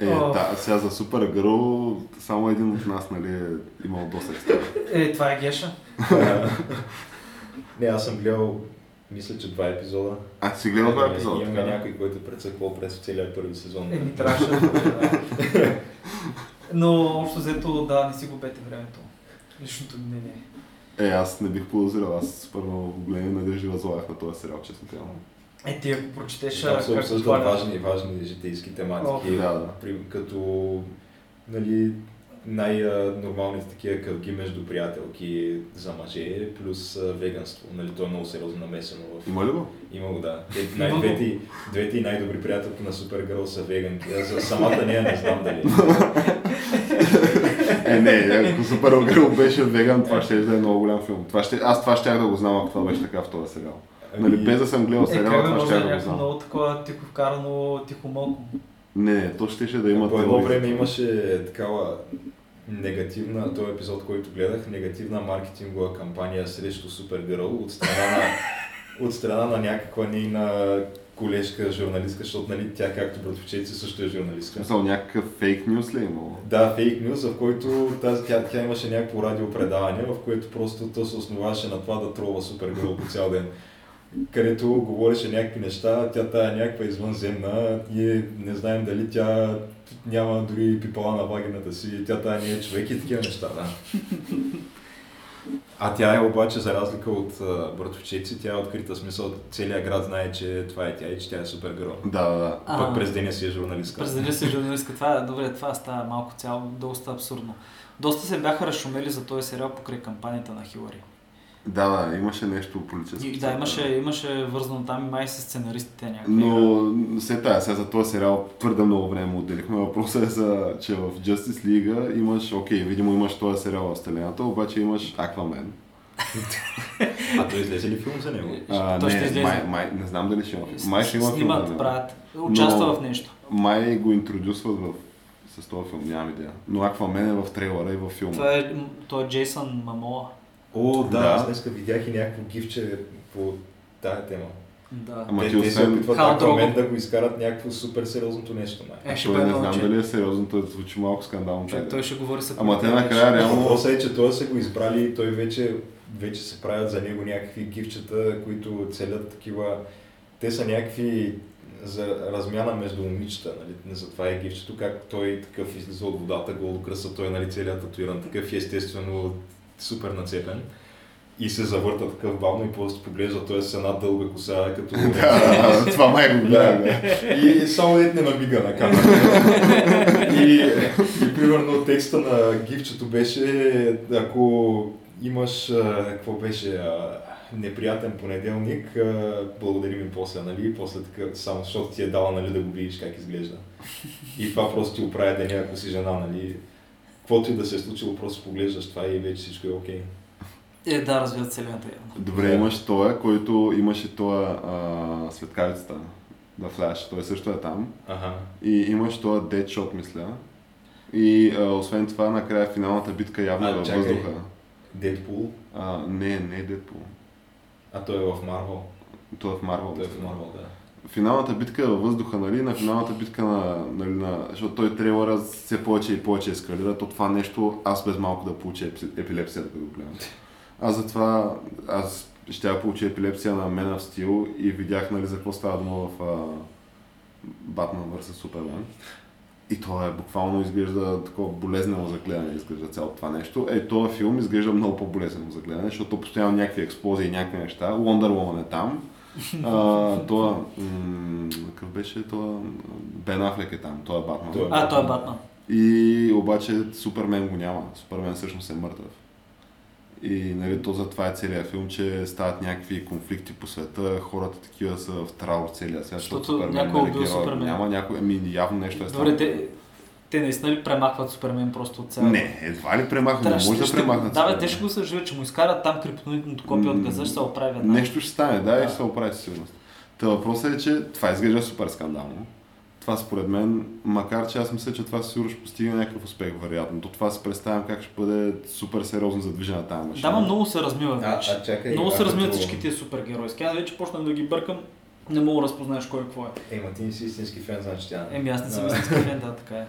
[SPEAKER 1] Е,
[SPEAKER 4] О.
[SPEAKER 1] да, сега за супер гърл, само един от нас, нали, е имал досег с това.
[SPEAKER 4] Е, това е Геша.
[SPEAKER 2] Не, аз съм гледал, мисля, че два епизода. Е,
[SPEAKER 1] А ти си гледал два епизода?
[SPEAKER 2] Имаме
[SPEAKER 1] така?
[SPEAKER 2] някой, който прецъква през целия първи сезон.
[SPEAKER 4] Еми, Е, трябваше да бъде, да. Но общо взето, да, не си губете времето. Личното ми мнение.
[SPEAKER 1] Е, аз не бих подозирал, аз супер много големи надежди възлагах на този сериал, честно казвам.
[SPEAKER 4] Е, ти ако прочетеш
[SPEAKER 2] Там се
[SPEAKER 4] как
[SPEAKER 2] обсъждат
[SPEAKER 4] палят-
[SPEAKER 2] важни, важни житейски тематики.
[SPEAKER 1] Да, да.
[SPEAKER 2] При- като нали, най-нормалните такива къвги между приятелки за мъже, плюс а, веганство. Нали, то е много сериозно намесено в...
[SPEAKER 1] Има ли го?
[SPEAKER 2] Има го, да. Те,
[SPEAKER 4] Има
[SPEAKER 2] най-
[SPEAKER 4] го.
[SPEAKER 2] двете, двете и най-добри приятелки на Супергърл са веганки. Аз за самата нея не знам дали.
[SPEAKER 1] Е, не, ако Супер Гърл беше веган, това ще да е много голям филм. Това ще, аз това щях да го знам, ако това беше така в този сериал.
[SPEAKER 2] Ами,
[SPEAKER 1] Нали, без да съм гледал
[SPEAKER 4] Е,
[SPEAKER 1] сериала,
[SPEAKER 4] как да
[SPEAKER 1] това
[SPEAKER 4] може
[SPEAKER 1] ще
[SPEAKER 4] да е
[SPEAKER 1] да го
[SPEAKER 4] някакво
[SPEAKER 1] знам.
[SPEAKER 4] много такова тихо вкарано, тихо мълко.
[SPEAKER 1] Не, не, то ще ще да има
[SPEAKER 2] Е, По едно
[SPEAKER 1] теории.
[SPEAKER 2] време имаше такава негативна, този епизод, който гледах, негативна маркетингова кампания срещу Супергърл от страна на, от страна на някаква нейна колежка журналистка, защото нали, тя както братовчети също е
[SPEAKER 1] В
[SPEAKER 2] журналистка.
[SPEAKER 1] Смисъл, някакъв фейк нюс ли е имало?
[SPEAKER 2] Да, фейк нюз, в който тази, тя, тя имаше някакво радиопредаване, в което просто то се основаваше на това да тролва Супергърл по цял ден. Където говореше някакви неща, тя тая е някаква извънземна, ние не знаем дали тя няма дори пипала на вагината си, тя тая не е човек и такива неща, да. А тя е обаче, за разлика от а, братовчеци, тя е открита в смисъл, целият град знае, че това е тя и че тя е Супергърл.
[SPEAKER 1] Да, да, да.
[SPEAKER 3] А,
[SPEAKER 2] Пък през деня си е журналистка.
[SPEAKER 3] През деня си журналистка. Това е добре, това става малко цяло, доста абсурдно. Доста се бяха разшумели за този сериал покрай кампанията на Хилари.
[SPEAKER 1] Да, да, имаше нещо политическо.
[SPEAKER 3] И, да, имаше, имаше вързано там и май с сценаристите някакви.
[SPEAKER 1] Но се тая, сега за този сериал твърде много време му отделихме. Въпросът е, за, че в Justice League имаш, окей, видимо имаш този сериал в Вселената, обаче имаш Аквамен.
[SPEAKER 2] А той излезе ли филм за него?
[SPEAKER 1] А,
[SPEAKER 3] Той
[SPEAKER 1] не,
[SPEAKER 3] ще излезе.
[SPEAKER 1] Май, май, не знам дали ще има. филм. Май ще има филм.
[SPEAKER 3] Снимат,
[SPEAKER 1] за него.
[SPEAKER 3] правят. Участва
[SPEAKER 1] Но-
[SPEAKER 3] в нещо.
[SPEAKER 1] Май го интродюсват в... с този филм, нямам идея. Но Аквамен е в трейлера и във филма.
[SPEAKER 3] Това е, той е Джейсън Мамоа.
[SPEAKER 2] О, да,
[SPEAKER 1] Да.
[SPEAKER 2] аз днеска видях и някакво гифче по тая тема.
[SPEAKER 3] Да.
[SPEAKER 1] Ама
[SPEAKER 2] те,
[SPEAKER 1] ти
[SPEAKER 2] те се
[SPEAKER 1] освен...
[SPEAKER 2] опитват
[SPEAKER 3] Хал
[SPEAKER 2] Аквамен
[SPEAKER 3] Дрого.
[SPEAKER 2] да го изкарат някакво супер сериозното нещо, май.
[SPEAKER 3] Е, ще
[SPEAKER 1] Той
[SPEAKER 3] бъде
[SPEAKER 1] не
[SPEAKER 3] много
[SPEAKER 1] знам
[SPEAKER 3] че-
[SPEAKER 1] дали е сериозно, той звучи малко скандално.
[SPEAKER 3] човек,
[SPEAKER 1] тази
[SPEAKER 3] Той ще говори с...
[SPEAKER 1] Ама те накрая реално-
[SPEAKER 2] Въпросът е, че той са го избрали и той вече, вече се правят за него някакви гифчета, които целят такива... Те са някакви за размяна между момичета, нали? Не за това е гифчето, как той такъв излиза от водата, голокръса, той нали целият татуиран, такъв и естествено супер нацепен. и се завърта такъв бавно и после поглежда, той е с една дълга коса, като...
[SPEAKER 1] Да, това май го гледам. да.
[SPEAKER 2] И само дете не набига на камера. и, и примерно текста на гифчето беше, ако имаш, а, какво беше, а, неприятен понеделник, а, благодари ми после, нали? И После така, само защото ти е дала, нали, да го видиш как изглежда. И това просто ти оправя деня, ако си жена, нали? Каквото и да се е случило, просто поглеждаш това и вече всичко е окей.
[SPEAKER 3] Е, да, развиват вселената явно.
[SPEAKER 1] Добре, имаш тоя, който имаше тоя а, светкавицата на Флаш. Той също е там.
[SPEAKER 2] Ага.
[SPEAKER 1] И имаш тоя Dead Shot, мисля. И а, освен това, накрая финалната битка явно
[SPEAKER 2] А,
[SPEAKER 1] е във
[SPEAKER 2] чакай.
[SPEAKER 1] въздуха.
[SPEAKER 2] Дедпул,
[SPEAKER 1] А, не, не е Deadpool.
[SPEAKER 2] а той е в Марвел.
[SPEAKER 1] Той е в Марвел.
[SPEAKER 2] Той е в Марвел, да.
[SPEAKER 1] Финалната битка е във въздуха, нали? На финалната битка на... Нали, на защото той трейлера все повече и повече ескалира. То това нещо аз без малко да получа епи- епилепсия да го гледам. Аз затова... Аз ще я получа епилепсия на Man of Steel и видях нали, за какво става дума в а, Batman vs. Superman. И това е буквално изглежда такова болезнено за гледане, изглежда цялото това нещо. Е, този филм изглежда много по-болезнено за гледане, защото постоянно някакви експлозии и някакви неща. Wonder Woman е там. А, това, м- какъв беше това? Бен Афлек е там, той е Батман.
[SPEAKER 2] Той е.
[SPEAKER 3] А, той е Батман.
[SPEAKER 1] И обаче Супермен го няма. Супермен всъщност е мъртъв. И нали, то за това е целият филм, че стават някакви конфликти по света, хората такива са в траур целия свят, защото,
[SPEAKER 3] Защото
[SPEAKER 1] Супермен
[SPEAKER 3] някой
[SPEAKER 1] нали,
[SPEAKER 3] убил
[SPEAKER 1] героя го
[SPEAKER 3] Супермен.
[SPEAKER 1] няма, някой, ами явно нещо е
[SPEAKER 3] Добре, те, те наистина ли премахват Супермен просто от цялата?
[SPEAKER 1] Не, едва ли премахнат,
[SPEAKER 3] Трябва-
[SPEAKER 1] не може да
[SPEAKER 3] ще-
[SPEAKER 1] премахнат.
[SPEAKER 3] Да, бе,
[SPEAKER 1] Супермен.
[SPEAKER 3] те ще го съживят, че му изкарат там криптонитното копие от газа, ще се оправи една.
[SPEAKER 1] Нещо ще стане, да,
[SPEAKER 3] Да.
[SPEAKER 1] и ще се оправи със сигурност. Та въпросът е, че това изглежда супер скандално. Това според мен, макар че аз мисля, че това със сигурност ще постигне някакъв успех, вероятно. То това си представям как ще бъде супер сериозно задвижена тази машина.
[SPEAKER 3] Да, ма много се размива
[SPEAKER 2] А,
[SPEAKER 3] вече.
[SPEAKER 2] а е, чакай.
[SPEAKER 3] Много
[SPEAKER 2] а
[SPEAKER 3] се размиват
[SPEAKER 2] като-
[SPEAKER 3] всички тия супергеройски. Аз вече почнах да ги бъркам, не мога да разпознаеш кой какво е.
[SPEAKER 2] Е, ма ти не си истински фен, значи тя.
[SPEAKER 3] Еми, аз не съм
[SPEAKER 2] Да.
[SPEAKER 3] истински фен, да, така е.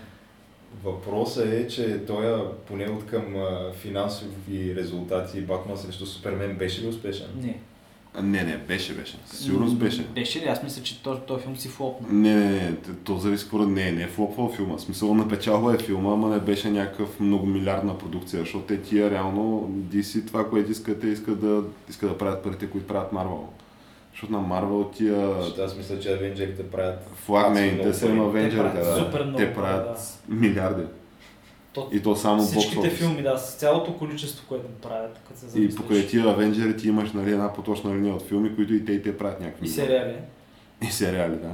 [SPEAKER 2] Въпросът е, че той поне от към а, финансови резултати Батман срещу Супермен беше ли успешен?
[SPEAKER 3] Не.
[SPEAKER 1] А, Не, не, беше, беше. Със сигурност
[SPEAKER 3] М,
[SPEAKER 1] беше.
[SPEAKER 3] Беше ли? Аз мисля, че този, този филм си флопна.
[SPEAKER 1] Не, не, не, т- то зависи според не, не е флопвал филма. В Смисъл напечалва е филма, ама не беше някакъв многомилиардна продукция, защото те тия реално DC това, което искат, те искат да, искат да правят парите, които правят Марвел. Защото на Марвел тия...
[SPEAKER 2] Защото аз мисля, че Авенджерите правят...
[SPEAKER 1] Флагмейните
[SPEAKER 2] Адски
[SPEAKER 1] са
[SPEAKER 2] много
[SPEAKER 1] им
[SPEAKER 2] пари.
[SPEAKER 1] Авенджерите,
[SPEAKER 4] Те правят
[SPEAKER 1] да.
[SPEAKER 4] супер много
[SPEAKER 1] Те
[SPEAKER 4] пари,
[SPEAKER 1] правят
[SPEAKER 4] да.
[SPEAKER 1] милиарди.
[SPEAKER 4] То-
[SPEAKER 1] И то само
[SPEAKER 4] Всичките
[SPEAKER 1] бокс-офис.
[SPEAKER 4] филми, да, с цялото количество, което правят, като се
[SPEAKER 1] И
[SPEAKER 4] замислиш.
[SPEAKER 1] покрай тия Авенджери ти имаш нали, една поточна линия от филми, които и те и те правят някакви.
[SPEAKER 4] И
[SPEAKER 1] милиарди.
[SPEAKER 4] сериали.
[SPEAKER 1] И сериали, да.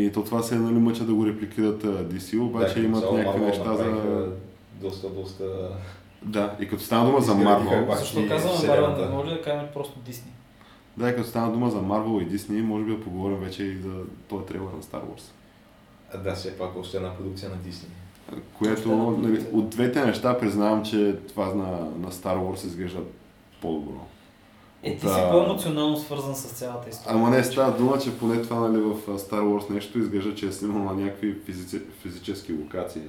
[SPEAKER 1] И то това се нали, мъчат да го репликират а, DC, обаче
[SPEAKER 2] Да,
[SPEAKER 1] имат
[SPEAKER 2] като цяло
[SPEAKER 1] някакви
[SPEAKER 2] Marvel
[SPEAKER 1] неща за...
[SPEAKER 2] направиха Доста, доста...
[SPEAKER 1] Да, и като стана дума за
[SPEAKER 2] Изградиха
[SPEAKER 1] Марвел,
[SPEAKER 2] Пак
[SPEAKER 4] Защо
[SPEAKER 2] и
[SPEAKER 4] казваме
[SPEAKER 2] сериалата.
[SPEAKER 4] Марвел, не може да кажем просто Дисни.
[SPEAKER 1] да, и като стана дума за Марвел и Дисни, може би да поговорим вече и за този трейлер на Star Wars.
[SPEAKER 2] А, да, все пак още една продукция на Дисни.
[SPEAKER 1] Което нали, от двете неща признавам, че това на, на Star Wars изглежда по-добро.
[SPEAKER 4] Е, ти
[SPEAKER 1] От,
[SPEAKER 4] си
[SPEAKER 1] а,
[SPEAKER 4] по-емоционално свързан с цялата история.
[SPEAKER 1] Ама не става дума, че поне това нали, в а, Star Wars нещо изглежда, че е снимал на някакви физици, физически локации.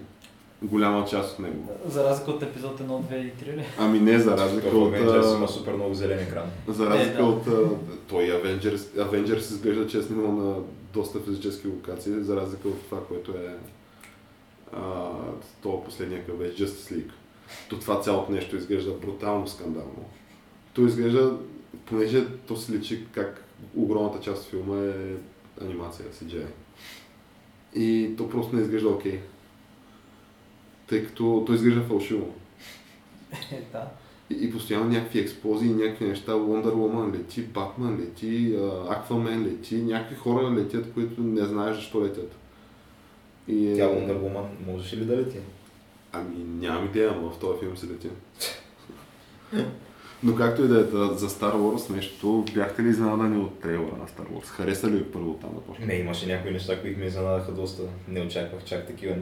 [SPEAKER 1] Голяма част от него.
[SPEAKER 4] За разлика от епизод 1, 2 и 3 ли?
[SPEAKER 3] нали?
[SPEAKER 1] Ами не, за разлика
[SPEAKER 2] Той в
[SPEAKER 1] от...
[SPEAKER 2] Avengers
[SPEAKER 1] а,
[SPEAKER 2] има супер много зелен екран.
[SPEAKER 1] За разлика
[SPEAKER 4] да.
[SPEAKER 1] от... а, Той и Avengers, Avengers изглежда, че е снимал на доста физически локации, за разлика от това, което е... А, то последния къв беше Justice League. То това цялото нещо изглежда брутално скандално. То изглежда, понеже то се личи как огромната част от филма е анимация, CGI. И то просто не изглежда окей. Тъй като то изглежда фалшиво.
[SPEAKER 4] Е, да.
[SPEAKER 1] И, и постоянно някакви експлозии, някакви неща. Wonder Woman лети, Batman лети, а, Aquaman лети, някакви хора летят, които не знаеш защо летят. И, е-
[SPEAKER 2] Тя Wonder Woman можеше ли да лети?
[SPEAKER 1] Ами нямам идея, но в този филм се лети. Но както и да е, та, за Star Wars нещо, бяхте ли изненадани от трейлера на Star Wars? Хареса ли ви първо там да почне?
[SPEAKER 2] Не, имаше някои неща, които ме изненадаха доста. Не очаквах чак такива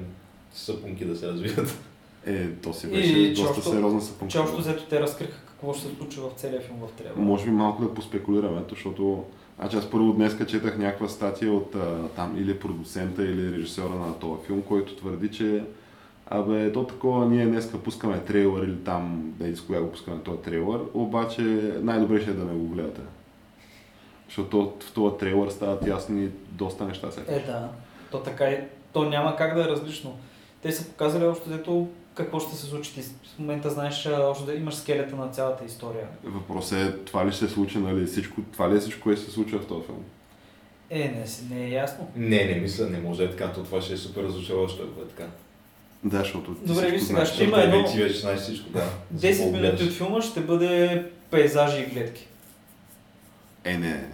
[SPEAKER 2] съпунки да се развият.
[SPEAKER 1] Е, то си
[SPEAKER 4] И,
[SPEAKER 1] беше
[SPEAKER 4] че
[SPEAKER 1] доста
[SPEAKER 4] общо-
[SPEAKER 1] сериозна съпънка.
[SPEAKER 4] Че общо взето те разкриха какво ще се случи в целия филм в трейлера.
[SPEAKER 1] Може би малко да поспекулираме, защото значи аз първо днес четах някаква статия от а, там или продуцента, или режисьора на този филм, който твърди, че Абе, то такова, ние днеска пускаме трейлър или там, да и с кога го пускаме този трейлър, обаче най-добре ще е да не го гледате. Защото в този трейлър стават ясни доста неща сега.
[SPEAKER 4] Е, да. То така е. То няма как да е различно. Те са показали общо взето
[SPEAKER 3] какво ще се случи. Ти в момента знаеш, а, още да имаш скелета на цялата история.
[SPEAKER 1] Въпросът е, това ли ще се случи, нали? Всичко, това ли е всичко, което се случва в този филм?
[SPEAKER 3] Е, не, с- не е ясно.
[SPEAKER 2] Не, не мисля, не може е така, то това ще е супер разочароващо, ако е така.
[SPEAKER 1] Да, защото ти
[SPEAKER 3] Добре,
[SPEAKER 1] всичко
[SPEAKER 3] виж сега,
[SPEAKER 1] знаеш.
[SPEAKER 3] ще-
[SPEAKER 2] Защото
[SPEAKER 3] има едно-
[SPEAKER 2] вече- Ти вече знаеш всичко, да. За
[SPEAKER 3] 10
[SPEAKER 2] какво го
[SPEAKER 3] минути от
[SPEAKER 2] гледаш.
[SPEAKER 3] филма ще бъде пейзажи и гледки.
[SPEAKER 1] Е, не.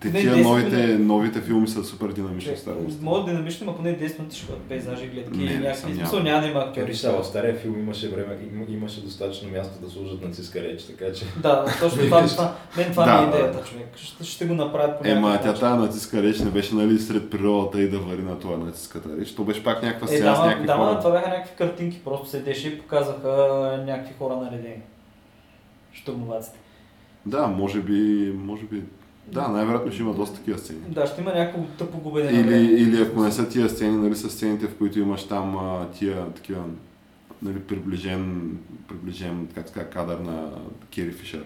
[SPEAKER 1] Те
[SPEAKER 3] Не,
[SPEAKER 1] тия
[SPEAKER 3] 10
[SPEAKER 1] новите, новите филми са супер динамични
[SPEAKER 3] Че,
[SPEAKER 1] в Star Wars.
[SPEAKER 3] Може е динамично, ама поне 10 минути ще бъдат пейзажи и гледки.
[SPEAKER 1] е Не,
[SPEAKER 3] и
[SPEAKER 1] не
[SPEAKER 3] някакви
[SPEAKER 1] съм,
[SPEAKER 3] смисъл
[SPEAKER 1] няма.
[SPEAKER 3] няма да има актьори.
[SPEAKER 2] Виж сега, в стария филм имаше време, им- имаше достатъчно място да служат нацистска реч, така че...
[SPEAKER 3] Да, точно това, това, мен това ми е
[SPEAKER 1] Да, да.
[SPEAKER 3] идеята, човек. Ще, ще го направят по
[SPEAKER 1] Ема,
[SPEAKER 3] някакъв
[SPEAKER 1] тя
[SPEAKER 3] начин.
[SPEAKER 1] тази натиска реч не беше нали сред природата и да вари на това натиската реч. То беше пак някаква
[SPEAKER 3] Е,
[SPEAKER 1] сеанс,
[SPEAKER 3] да, ма-
[SPEAKER 1] някакви
[SPEAKER 3] да, ма,
[SPEAKER 1] хора.
[SPEAKER 3] това бяха някакви картинки, просто седеше и показаха някакви хора наредени. Штурмоваците.
[SPEAKER 1] Да, може би, може би. Да, най-вероятно ще има доста такива сцени.
[SPEAKER 3] Да, ще има някакво тъпо губене. на време.
[SPEAKER 1] Или, или ако не са тия сцени, нали са сцените, в които имаш там а, тия такива нали, приближен, приближен как се казва, кадър на Кери Фишер.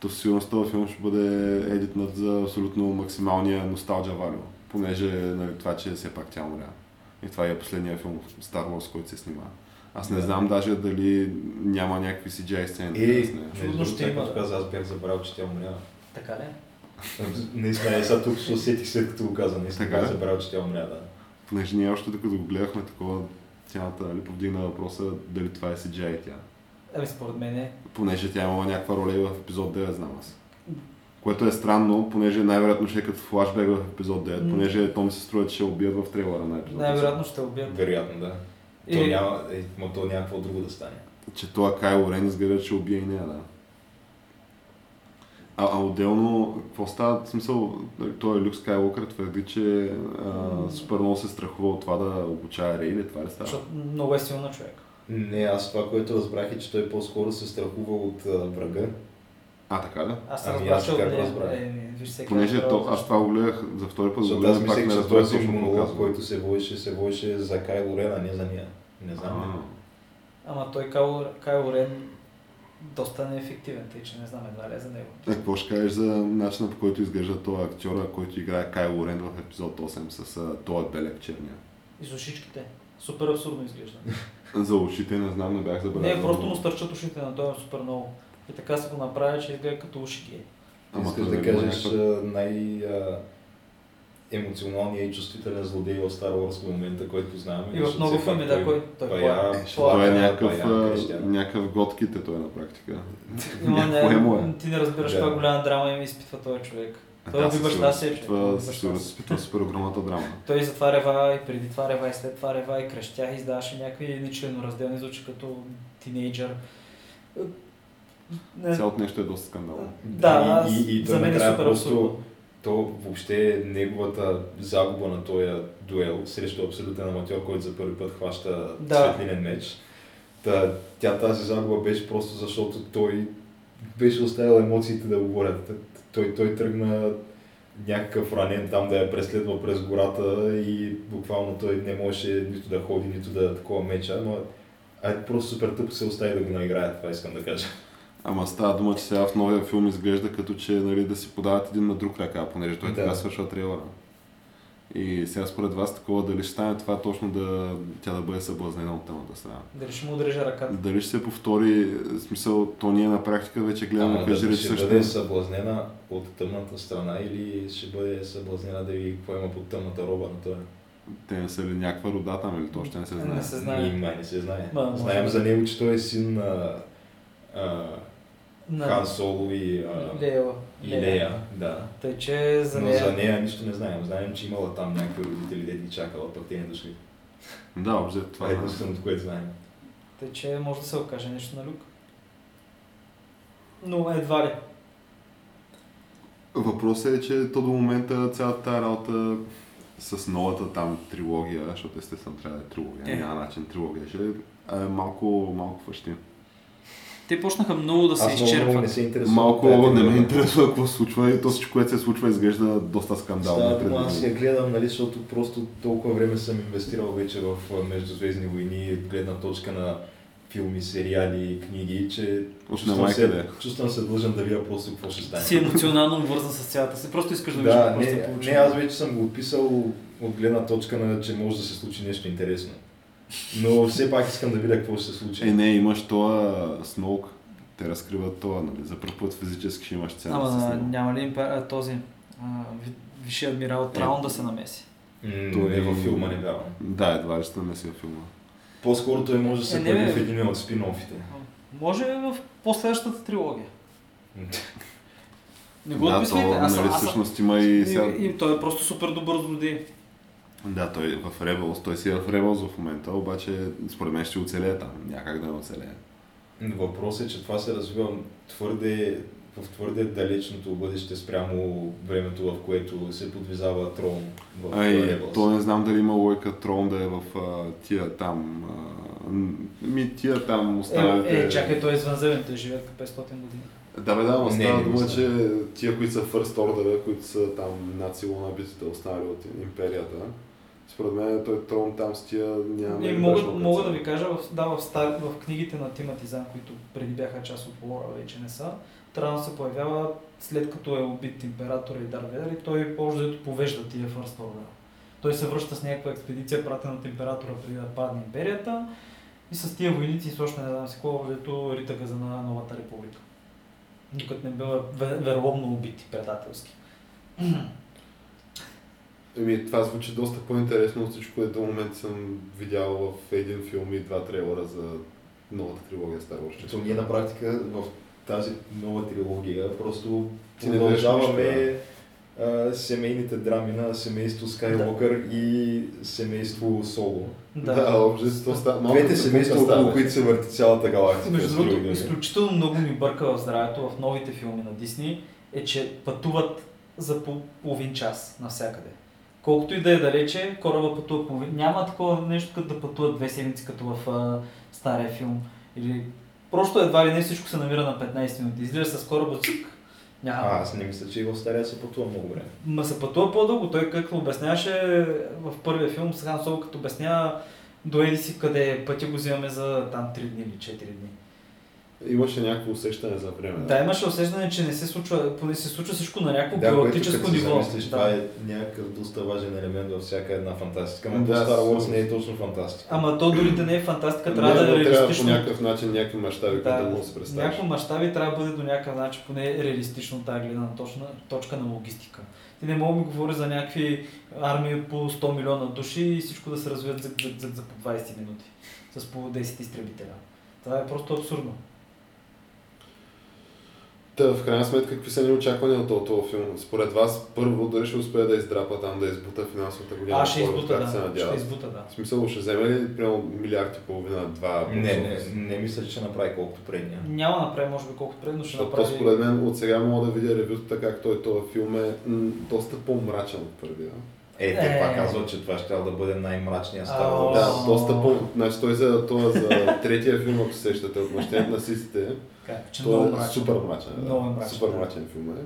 [SPEAKER 1] То със сигурност този филм ще бъде едитнат за абсолютно максималния носталджа валю, понеже нали, това, че все пак тя умря. И това е последния филм в Star Wars, който се снима. Аз не
[SPEAKER 2] Да.
[SPEAKER 1] знам даже дали няма някакви CGI сцени.
[SPEAKER 2] Е,
[SPEAKER 1] с нея.
[SPEAKER 2] между другото,
[SPEAKER 3] ще има,
[SPEAKER 2] както
[SPEAKER 3] да.
[SPEAKER 2] каза, аз бях забрал, че тя умря.
[SPEAKER 3] Така ли?
[SPEAKER 2] Наистина, е, сега тук се усетих след като го каза, наистина
[SPEAKER 1] Така
[SPEAKER 2] бях
[SPEAKER 1] ли?
[SPEAKER 2] забрал, че тя умря, да.
[SPEAKER 1] Понеже ние още докато го гледахме такова, цялата нали, повдигна въпроса дали това е CGI тя.
[SPEAKER 3] Ами според мен е.
[SPEAKER 1] понеже тя имала някаква роля и в епизод 9, знам аз. Което е странно, понеже най-вероятно ще е като флашбек в епизод 9,
[SPEAKER 3] М.
[SPEAKER 1] понеже то ми се струва, че ще убият в трейлера на епизод 10.
[SPEAKER 3] Най-вероятно ще убият.
[SPEAKER 2] Вероятно, да. То
[SPEAKER 3] Е.
[SPEAKER 2] няма, е, ма то няма какво друго да стане.
[SPEAKER 1] Че това Кайло Рен изглежда, че ще убие и нея, да. А, а отделно, какво става? В смисъл, той е Люк Скайлокър твърди, че а, супер много се страхува от това да обучава Рей или това ли става?
[SPEAKER 3] Защото много е силна човек.
[SPEAKER 2] Не, аз това, което разбрах е, че той по-скоро се страхува от а, врага.
[SPEAKER 1] А, така ли?
[SPEAKER 3] Аз съм
[SPEAKER 2] Ами
[SPEAKER 3] разбрал,
[SPEAKER 2] аз
[SPEAKER 3] че от
[SPEAKER 2] така го
[SPEAKER 3] него
[SPEAKER 2] разбрах.
[SPEAKER 3] е, виж всеки.
[SPEAKER 1] Понеже
[SPEAKER 3] разбрал,
[SPEAKER 1] то, аз това го гледах за втори път, го
[SPEAKER 2] Защото аз
[SPEAKER 1] гледах, пак
[SPEAKER 2] мислех,
[SPEAKER 1] не
[SPEAKER 2] че
[SPEAKER 1] разбрах
[SPEAKER 2] този
[SPEAKER 1] точно какво
[SPEAKER 2] монолог,
[SPEAKER 1] казва.
[SPEAKER 2] който се водеше, се водеше за Кайло Рен, а не за нея. Не
[SPEAKER 1] А,
[SPEAKER 2] знам.
[SPEAKER 3] Ама той Кайл, Кайл Рен доста неефективен, тъй че не знам едва ли е за него.
[SPEAKER 1] А Какво ще кажеш за начина по който изглежда този актьора, който играе Кайло Рен в епизод 8 с а, този белек черния?
[SPEAKER 3] И с ушичките. Супер абсурдно изглежда.
[SPEAKER 1] За ушите не знам, не бях забелязал.
[SPEAKER 3] Не, просто му стърчат ушите на този супер много. И така се го направя, че изглежда като ушики.
[SPEAKER 1] Ама
[SPEAKER 2] Искаш
[SPEAKER 1] той
[SPEAKER 2] да
[SPEAKER 1] има
[SPEAKER 2] кажеш
[SPEAKER 1] някакъв-
[SPEAKER 2] а, най- а, емоционалния и чувствителен злодей в Star Wars в момента, който познаваме.
[SPEAKER 3] И в
[SPEAKER 2] защото
[SPEAKER 3] много
[SPEAKER 2] все пак
[SPEAKER 3] филми, да, кой той
[SPEAKER 2] бая-
[SPEAKER 3] плака.
[SPEAKER 2] ще
[SPEAKER 1] Той е
[SPEAKER 3] Плака.
[SPEAKER 2] Пая,
[SPEAKER 1] някакъв,
[SPEAKER 2] пая,
[SPEAKER 1] а,
[SPEAKER 2] крещя.
[SPEAKER 1] някакъв готките той е на практика.
[SPEAKER 3] Има
[SPEAKER 1] някакво емо
[SPEAKER 3] не,
[SPEAKER 1] е.
[SPEAKER 3] ти не разбираш
[SPEAKER 2] Да.
[SPEAKER 3] каква голяма драма им изпитва този човек.
[SPEAKER 1] А
[SPEAKER 3] Той
[SPEAKER 1] да,
[SPEAKER 3] е
[SPEAKER 1] със
[SPEAKER 3] баща
[SPEAKER 1] сигурност
[SPEAKER 3] си, е човек.
[SPEAKER 1] изпитва-
[SPEAKER 3] Уби
[SPEAKER 1] със
[SPEAKER 3] баща
[SPEAKER 1] сигурност
[SPEAKER 3] си.
[SPEAKER 1] изпитва супер огромната драма.
[SPEAKER 3] Той затова рева и преди това рева и след това рева и кръщя и издаваше някакви нечленоразделни звучи като тинейджър. Не,
[SPEAKER 1] Цялото нещо е доста скандално.
[SPEAKER 3] да,
[SPEAKER 2] И-
[SPEAKER 3] аз,
[SPEAKER 2] и- и той
[SPEAKER 3] за мен е
[SPEAKER 2] накрая
[SPEAKER 3] супер
[SPEAKER 2] просто-
[SPEAKER 3] абсурдно.
[SPEAKER 2] То въобще е неговата загуба на този дуел срещу абсолютен аматьор, който за първи път хваща
[SPEAKER 3] Да.
[SPEAKER 2] светлинен меч. Та, тя тази загуба беше просто защото той беше оставил емоциите да говорят. Т- Той, той тръгна някакъв ранен там да я преследва през гората и буквално той не можеше нито да ходи, нито да такова меча, но а просто супер тъпо се остави да го наиграе, това искам да кажа.
[SPEAKER 1] Ама става дума, че сега в новия филм изглежда като че нали, да си подават един на друг ръка, понеже той
[SPEAKER 2] Да.
[SPEAKER 1] така свършва трейлера. И сега според вас такова дали ще стане това точно да тя да бъде съблазнена от тъмната страна?
[SPEAKER 3] Дали ще му удрежа ръката?
[SPEAKER 1] Дали ще се повтори, в смисъл, то ние на практика вече гледаме
[SPEAKER 2] Ама
[SPEAKER 1] кой
[SPEAKER 2] да,
[SPEAKER 1] жрец
[SPEAKER 2] ще
[SPEAKER 1] също.
[SPEAKER 2] бъде съблазнена от тъмната страна или ще бъде съблазнена да ви поема под тъмната роба на това?
[SPEAKER 1] Те не са ли някаква рода там или то още не се знае?
[SPEAKER 3] Не се знае.
[SPEAKER 2] И май не се знае.
[SPEAKER 3] Ма, може
[SPEAKER 2] Знаем
[SPEAKER 3] би.
[SPEAKER 2] за него, че той е син на а, Хан
[SPEAKER 3] На
[SPEAKER 2] Соло и, а,
[SPEAKER 3] Лея.
[SPEAKER 2] и Лея. Да.
[SPEAKER 3] Тъй, че за
[SPEAKER 2] Но за
[SPEAKER 3] нея...
[SPEAKER 2] нея нищо не знаем. Знаем, че имала там някакви родители, де ги чакала, пък те не дошли.
[SPEAKER 1] Да, обзе
[SPEAKER 2] Това
[SPEAKER 1] това
[SPEAKER 2] е
[SPEAKER 1] е.
[SPEAKER 2] единственото, което знаем.
[SPEAKER 3] Тъй, че може да се окаже нещо на Люк. Но едва ли.
[SPEAKER 1] Въпросът е, че то до момента цялата тази работа с новата там трилогия, защото естествено трябва да е трилогия,
[SPEAKER 7] Е.
[SPEAKER 1] няма начин трилогия, ще е малко, малко фащин.
[SPEAKER 7] Те почнаха много да се
[SPEAKER 2] Аз много, много не
[SPEAKER 7] изчерпват.
[SPEAKER 2] се интересувам.
[SPEAKER 1] Малко нали?
[SPEAKER 2] от тая
[SPEAKER 1] не ме
[SPEAKER 2] теория.
[SPEAKER 1] интересува какво се случва и то всичко, което се случва, изглежда доста скандално.
[SPEAKER 2] Става дума, аз я
[SPEAKER 1] непредвидимо.
[SPEAKER 2] гледам, нали, защото просто толкова време съм инвестирал вече в а, Междузвездни войни, от гледна точка на филми, сериали, книги, че
[SPEAKER 1] От
[SPEAKER 2] чувствам
[SPEAKER 1] намайка да
[SPEAKER 2] се,
[SPEAKER 1] е.
[SPEAKER 2] чувствам се длъжен да видя просто какво ще стане.
[SPEAKER 7] Си
[SPEAKER 3] е
[SPEAKER 7] емоционално обвързан с цялата си. Просто искаш да видиш
[SPEAKER 2] Да,
[SPEAKER 7] какво ще
[SPEAKER 2] не,
[SPEAKER 7] получи.
[SPEAKER 2] не, аз вече съм го описал от гледна точка на, че може да се случи нещо интересно. Но все пак искам да видя какво ще се случи.
[SPEAKER 8] Е, не, имаш това Сноук. Те разкриват това, нали? За първ път физически ще имаш цена
[SPEAKER 9] Ама
[SPEAKER 8] с
[SPEAKER 9] на-
[SPEAKER 8] него.
[SPEAKER 9] няма ли импер... а, този а, ви- висши адмирал Траун да се намеси?
[SPEAKER 2] М,
[SPEAKER 8] Той-
[SPEAKER 2] Не, във филма не вярвам.
[SPEAKER 8] Да, едва ли ще не си във филма.
[SPEAKER 2] По-скоро той може да
[SPEAKER 9] Е,
[SPEAKER 2] се
[SPEAKER 9] не, бе.
[SPEAKER 2] появи в един от спин-оффите.
[SPEAKER 9] А, Може в последващата трилогия. Не го
[SPEAKER 8] да,
[SPEAKER 9] отмисляйте. Аз, съм-
[SPEAKER 8] нали,
[SPEAKER 9] аз, съм-
[SPEAKER 8] всъщност има и сега...
[SPEAKER 9] и, и, той е просто супер добър злодей.
[SPEAKER 8] Да, той е в Rebels, той си е в Rebels в момента, обаче според мен ще оцелее там. Някак да не оцелее.
[SPEAKER 2] Въпросът е, че това се развива твърде, в твърде далечното бъдеще спрямо времето, в което се подвизава трон в
[SPEAKER 8] Ай,
[SPEAKER 2] Rebels.
[SPEAKER 8] то не знам дали има лойка Трон да е в а, тия там... А, н- ми тия там
[SPEAKER 3] Е,
[SPEAKER 8] останалите...
[SPEAKER 3] е, чакай, той е извънземен, той живее по 500 години.
[SPEAKER 1] Да, бе, да, ама
[SPEAKER 2] Не,
[SPEAKER 1] става
[SPEAKER 2] не го
[SPEAKER 1] дума,
[SPEAKER 2] знам.
[SPEAKER 1] че тия, които са First Order, бе, които са там над силно набитите останали от империята, според мен той трон там с тия няма...
[SPEAKER 3] И
[SPEAKER 1] да
[SPEAKER 3] мога,
[SPEAKER 1] кажа,
[SPEAKER 3] мога да
[SPEAKER 1] оказа.
[SPEAKER 3] ви кажа, в, да, в, стар, в книгите на Тимати Зан, които преди бяха част от лора, вече не са, Тран се появява след като е убит императора и Дар Ведър и той по-общо повежда тия First Order. Той се връща с някаква експедиция, пратена от императора преди да падне империята и с тия войници, сочно не знам си какво, дето рита газа на новата република. Докато не бива ве- вероломно убити предателски.
[SPEAKER 1] Еми, Ами, това звучи доста по-интересно от всичко, което до момента съм видял в един филм и два трейлера за новата трилогия Star Wars.
[SPEAKER 2] Защото ние на практика в тази нова трилогия просто
[SPEAKER 1] Ти не
[SPEAKER 2] продължаваме а, семейните драми на семейство Скайлокър и семейство Соло.
[SPEAKER 1] Да, да общо то става малко
[SPEAKER 2] Двете
[SPEAKER 1] като
[SPEAKER 2] семейства,
[SPEAKER 1] бункър
[SPEAKER 2] около
[SPEAKER 1] става, бе.
[SPEAKER 2] които се върти цялата галактика. с
[SPEAKER 3] Между другото,
[SPEAKER 2] други думи.
[SPEAKER 3] изключително много ми бърка в здравето в новите филми на Дисни е, че пътуват за по- половин час навсякъде. Колкото и да е далече, кораба пътува половин. Няма такова нещо, като да пътуват две седмици, като в а, стария филм. Или просто едва ли не всичко се намира на 15 минути. Излиза с кораба, цик, няма.
[SPEAKER 2] А, аз не мисля, че и в стария се пътува много време.
[SPEAKER 3] Ма се пътува по-дълго. Той както обясняваше в първия филм, сега на Соло, като обяснява до еди си къде е, пътя го взимаме за там 3 дни или 4 дни.
[SPEAKER 1] Имаше някакво усещане за време.
[SPEAKER 3] Да, имаше усещане, че не се случва, поне се случва всичко на някакво
[SPEAKER 2] Да, което
[SPEAKER 3] галактическо
[SPEAKER 2] като си
[SPEAKER 3] ниво.
[SPEAKER 2] замислиш, това е някакъв доста важен елемент във всяка една фантастика. Но
[SPEAKER 1] Да,
[SPEAKER 2] да, Star Wars
[SPEAKER 1] със-
[SPEAKER 2] не е точно фантастика.
[SPEAKER 3] Ама то дори да не е фантастика, трябва
[SPEAKER 1] Трябва
[SPEAKER 3] да е
[SPEAKER 1] трябва по
[SPEAKER 3] реалистично.
[SPEAKER 1] някакъв начин някакви мащаби, които да мога да се представиш.
[SPEAKER 3] някакво мащаби трябва да бъде до някакъв начин, поне реалистично тази гледна точна, точка на логистика. Ти не мога да ми говори за някакви армии по 100 милиона души и всичко да се развият за, за, за, за по 20 минути с по 10 изтребителя. Това е просто абсурдно.
[SPEAKER 1] Та, в крайна сметка, какви са ни очаквания от този филм? Според вас, първо, дали ще успее да издрапа там, да избута финансовата година?
[SPEAKER 3] а, ще
[SPEAKER 1] Първо,
[SPEAKER 3] избута,
[SPEAKER 1] как се
[SPEAKER 3] да.
[SPEAKER 1] надява?
[SPEAKER 3] Ще избута, да.
[SPEAKER 1] В смисъл, ще вземе ли примерно милиард и половина, два?
[SPEAKER 2] Не, не, не мисля, че ще направи колкото предния.
[SPEAKER 3] Няма да направи, може би, колкото предно ще
[SPEAKER 1] Защото
[SPEAKER 3] направи.
[SPEAKER 1] според мен от сега мога да видя ревютата как той този филм е м, доста по-мрачен от първия.
[SPEAKER 2] Е, те
[SPEAKER 3] Е.
[SPEAKER 2] пак казват, че това ще да бъде най-мрачният Star
[SPEAKER 3] Ао.
[SPEAKER 2] Wars.
[SPEAKER 1] Да, доста по... Значи той за, той за третия филм, ако се сещате, Отмъщението на сисите,
[SPEAKER 3] Как, че
[SPEAKER 1] Той
[SPEAKER 3] много
[SPEAKER 1] е
[SPEAKER 3] мрачно.
[SPEAKER 1] супер мрачен. Да.
[SPEAKER 3] Много е мрачен,
[SPEAKER 1] супер
[SPEAKER 3] да.
[SPEAKER 1] мрачен филм е.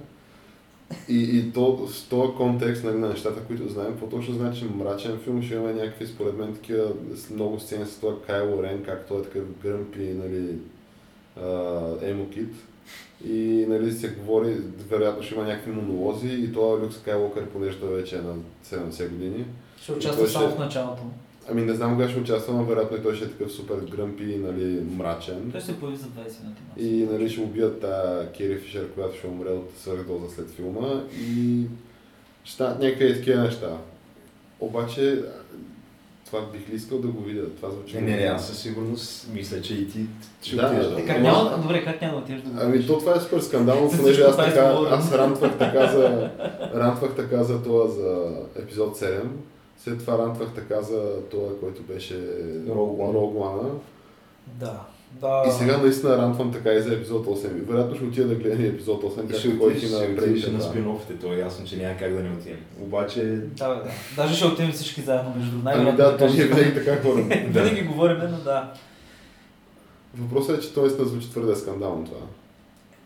[SPEAKER 1] И, и то, в този контекст нали, на нещата, които знаем, какво точно значи мрачен филм, ще имаме някакви, според мен, такива с- много сцени с това Кайло Рен, как той е такъв гръмпи, нали, а, емо кит. И нали, се говори, вероятно ще има някакви монолози и това Люкс Кайлокър, понеже той вече е на 70 години.
[SPEAKER 3] Ще
[SPEAKER 1] Той
[SPEAKER 3] участва
[SPEAKER 1] ще-
[SPEAKER 3] само в началото.
[SPEAKER 1] Ами не знам кога ще участва, но вероятно и той ще е такъв супер гръмпи, нали, мрачен.
[SPEAKER 9] Той се появи за 20 минути.
[SPEAKER 1] И нали, ще убият та Кери Фишер, която ще умре от свърхдоза след филма. И ще станат някакви е такива неща. Обаче, а, това бих ли искал да го видя? Това звучи.
[SPEAKER 2] Не, не, не, аз със сигурност мисля, че и ти ще
[SPEAKER 1] Да,
[SPEAKER 2] отидеш
[SPEAKER 1] е,
[SPEAKER 3] Е,
[SPEAKER 2] да.
[SPEAKER 3] как
[SPEAKER 1] Има-
[SPEAKER 3] няма, добре, как няма да отидеш до
[SPEAKER 1] Ами то това е супер скандално,
[SPEAKER 3] За
[SPEAKER 1] понеже
[SPEAKER 3] всичко
[SPEAKER 1] аз
[SPEAKER 3] това е
[SPEAKER 1] така,
[SPEAKER 3] свободно.
[SPEAKER 1] аз рантвах така за, рантвах така за това за епизод 7. След това рантвах така за това, който беше
[SPEAKER 2] Rogue One.
[SPEAKER 1] One.
[SPEAKER 3] Да. да.
[SPEAKER 1] И сега наистина рантвам така и за епизод 8. И вероятно ще отида да гледам и епизод 8,
[SPEAKER 2] И ще
[SPEAKER 1] както ходих
[SPEAKER 2] отидеш,
[SPEAKER 1] и
[SPEAKER 2] ще
[SPEAKER 1] на
[SPEAKER 2] отидеш и на
[SPEAKER 1] предишната.
[SPEAKER 2] спин-оффите, то е ясно, че няма как да не отидем. Обаче,
[SPEAKER 3] Да, бе, да. Даже ще отидем всички заедно между
[SPEAKER 1] Ами
[SPEAKER 3] най-вероятно.
[SPEAKER 1] да, то ние
[SPEAKER 3] кажем.
[SPEAKER 1] винаги така хора.
[SPEAKER 3] Винаги говорим, но да.
[SPEAKER 1] Въпросът е, че той наистина звучи твърде скандално това.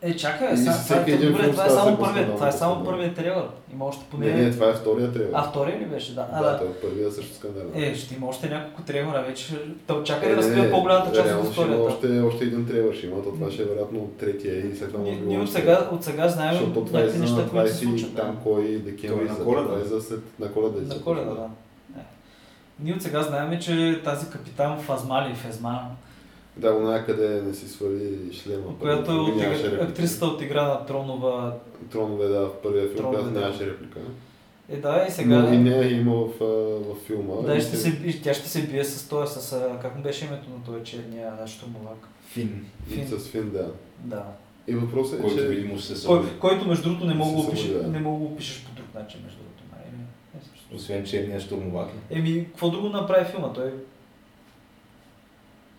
[SPEAKER 3] Е,
[SPEAKER 1] И
[SPEAKER 3] чакай, сега, това,
[SPEAKER 1] всеки
[SPEAKER 3] е,
[SPEAKER 1] един
[SPEAKER 3] добре,
[SPEAKER 1] филм
[SPEAKER 3] това е
[SPEAKER 1] става
[SPEAKER 3] само
[SPEAKER 1] за
[SPEAKER 3] първият, това е
[SPEAKER 1] скандал,
[SPEAKER 3] само
[SPEAKER 1] да.
[SPEAKER 3] първият трейлър. Има още поне...
[SPEAKER 1] Не, не, това е втория трейлер.
[SPEAKER 3] А, втория ли беше? Да. А,
[SPEAKER 1] Да,
[SPEAKER 3] да.
[SPEAKER 1] той е първия също скандал.
[SPEAKER 3] Е, ще има още няколко трейлера вече. Та
[SPEAKER 1] Е,
[SPEAKER 3] чакай да разкрият по-голямата част от
[SPEAKER 1] Ще има
[SPEAKER 3] историята.
[SPEAKER 1] още, още един трейлер ще има, то това ще е вероятно третия и след това
[SPEAKER 3] Ние,
[SPEAKER 1] може би
[SPEAKER 3] ние от,
[SPEAKER 1] още.
[SPEAKER 3] сега, от сега знаем
[SPEAKER 1] Защото това е
[SPEAKER 3] някакви
[SPEAKER 1] за
[SPEAKER 3] неща, които
[SPEAKER 1] 20
[SPEAKER 3] се случат. да.
[SPEAKER 1] там кой декември
[SPEAKER 2] Той е на
[SPEAKER 1] за-
[SPEAKER 2] Коледа.
[SPEAKER 1] Това е за след на коледа. и
[SPEAKER 3] На
[SPEAKER 1] за-
[SPEAKER 3] коледа, да. Е.
[SPEAKER 4] Ние от сега знаем, че тази капитан Фазмали, е Фезма,
[SPEAKER 10] Да, она къде не си свали шлема.
[SPEAKER 4] която е
[SPEAKER 10] първо,
[SPEAKER 4] от
[SPEAKER 10] нямаше
[SPEAKER 4] игра-
[SPEAKER 10] реплика.
[SPEAKER 4] актрисата от игра на Тронова,
[SPEAKER 10] Тронове, да, в първия филм,
[SPEAKER 4] Тронове,
[SPEAKER 10] която
[SPEAKER 4] да.
[SPEAKER 10] нямаше реплика.
[SPEAKER 4] е да, и сега...
[SPEAKER 10] Но и
[SPEAKER 1] е
[SPEAKER 10] Е, нея има в, а, в филма.
[SPEAKER 4] Да,
[SPEAKER 10] И
[SPEAKER 4] и ще се, и тя ще се бие с този, с... а, Как му беше името на този черния нашето мулак?
[SPEAKER 2] Фин,
[SPEAKER 10] И с Фин, да.
[SPEAKER 4] Да.
[SPEAKER 10] И въпросът е,
[SPEAKER 2] който
[SPEAKER 10] че...
[SPEAKER 2] видимо се събуди.
[SPEAKER 4] Кой, който между другото не мога
[SPEAKER 10] Се
[SPEAKER 4] го опише,
[SPEAKER 10] събуди, да.
[SPEAKER 4] не мога го опишеш по друг начин, между другото. май. Еми, е, също.
[SPEAKER 2] Освен черния штурмовак.
[SPEAKER 4] Еми, какво друго направи филма? Той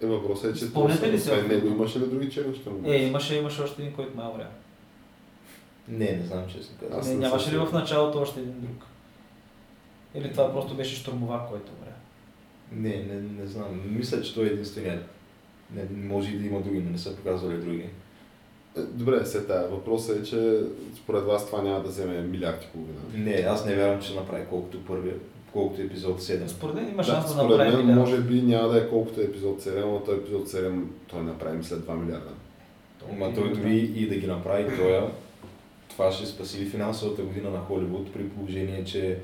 [SPEAKER 10] Е, въпросът е, че...
[SPEAKER 4] Спомняте
[SPEAKER 10] просто
[SPEAKER 4] ли си
[SPEAKER 10] освен
[SPEAKER 4] още?
[SPEAKER 10] него имаше ли други чернища?
[SPEAKER 4] е, имаше, имаше още един, който май умря.
[SPEAKER 2] Не, не знам честно казвам.
[SPEAKER 10] Аз
[SPEAKER 4] Не,
[SPEAKER 10] съм
[SPEAKER 4] нямаше ли
[SPEAKER 10] сигурен.
[SPEAKER 4] в началото още един друг? Или това просто беше штурмовак, който умря?
[SPEAKER 2] Не, не, не знам. Мисля, че той е единственият. Не, може и да има други, но не са показвали други.
[SPEAKER 10] Е, Добре, се тая. Въпросът е, че според вас това няма да вземе милиард и половина.
[SPEAKER 2] Не, аз не вярвам, че направи колкото първи, колкото епизод 7.
[SPEAKER 4] Е, Според мен има шанс да,
[SPEAKER 10] според
[SPEAKER 4] направи
[SPEAKER 10] мен,
[SPEAKER 4] милиард.
[SPEAKER 10] може би няма да е колкото е епизод 7, но той епизод 7 той направи след 2 милиарда.
[SPEAKER 2] Ма той дори и да ги направи тоя, това ще спаси финансовата година на Холивуд, при положение, че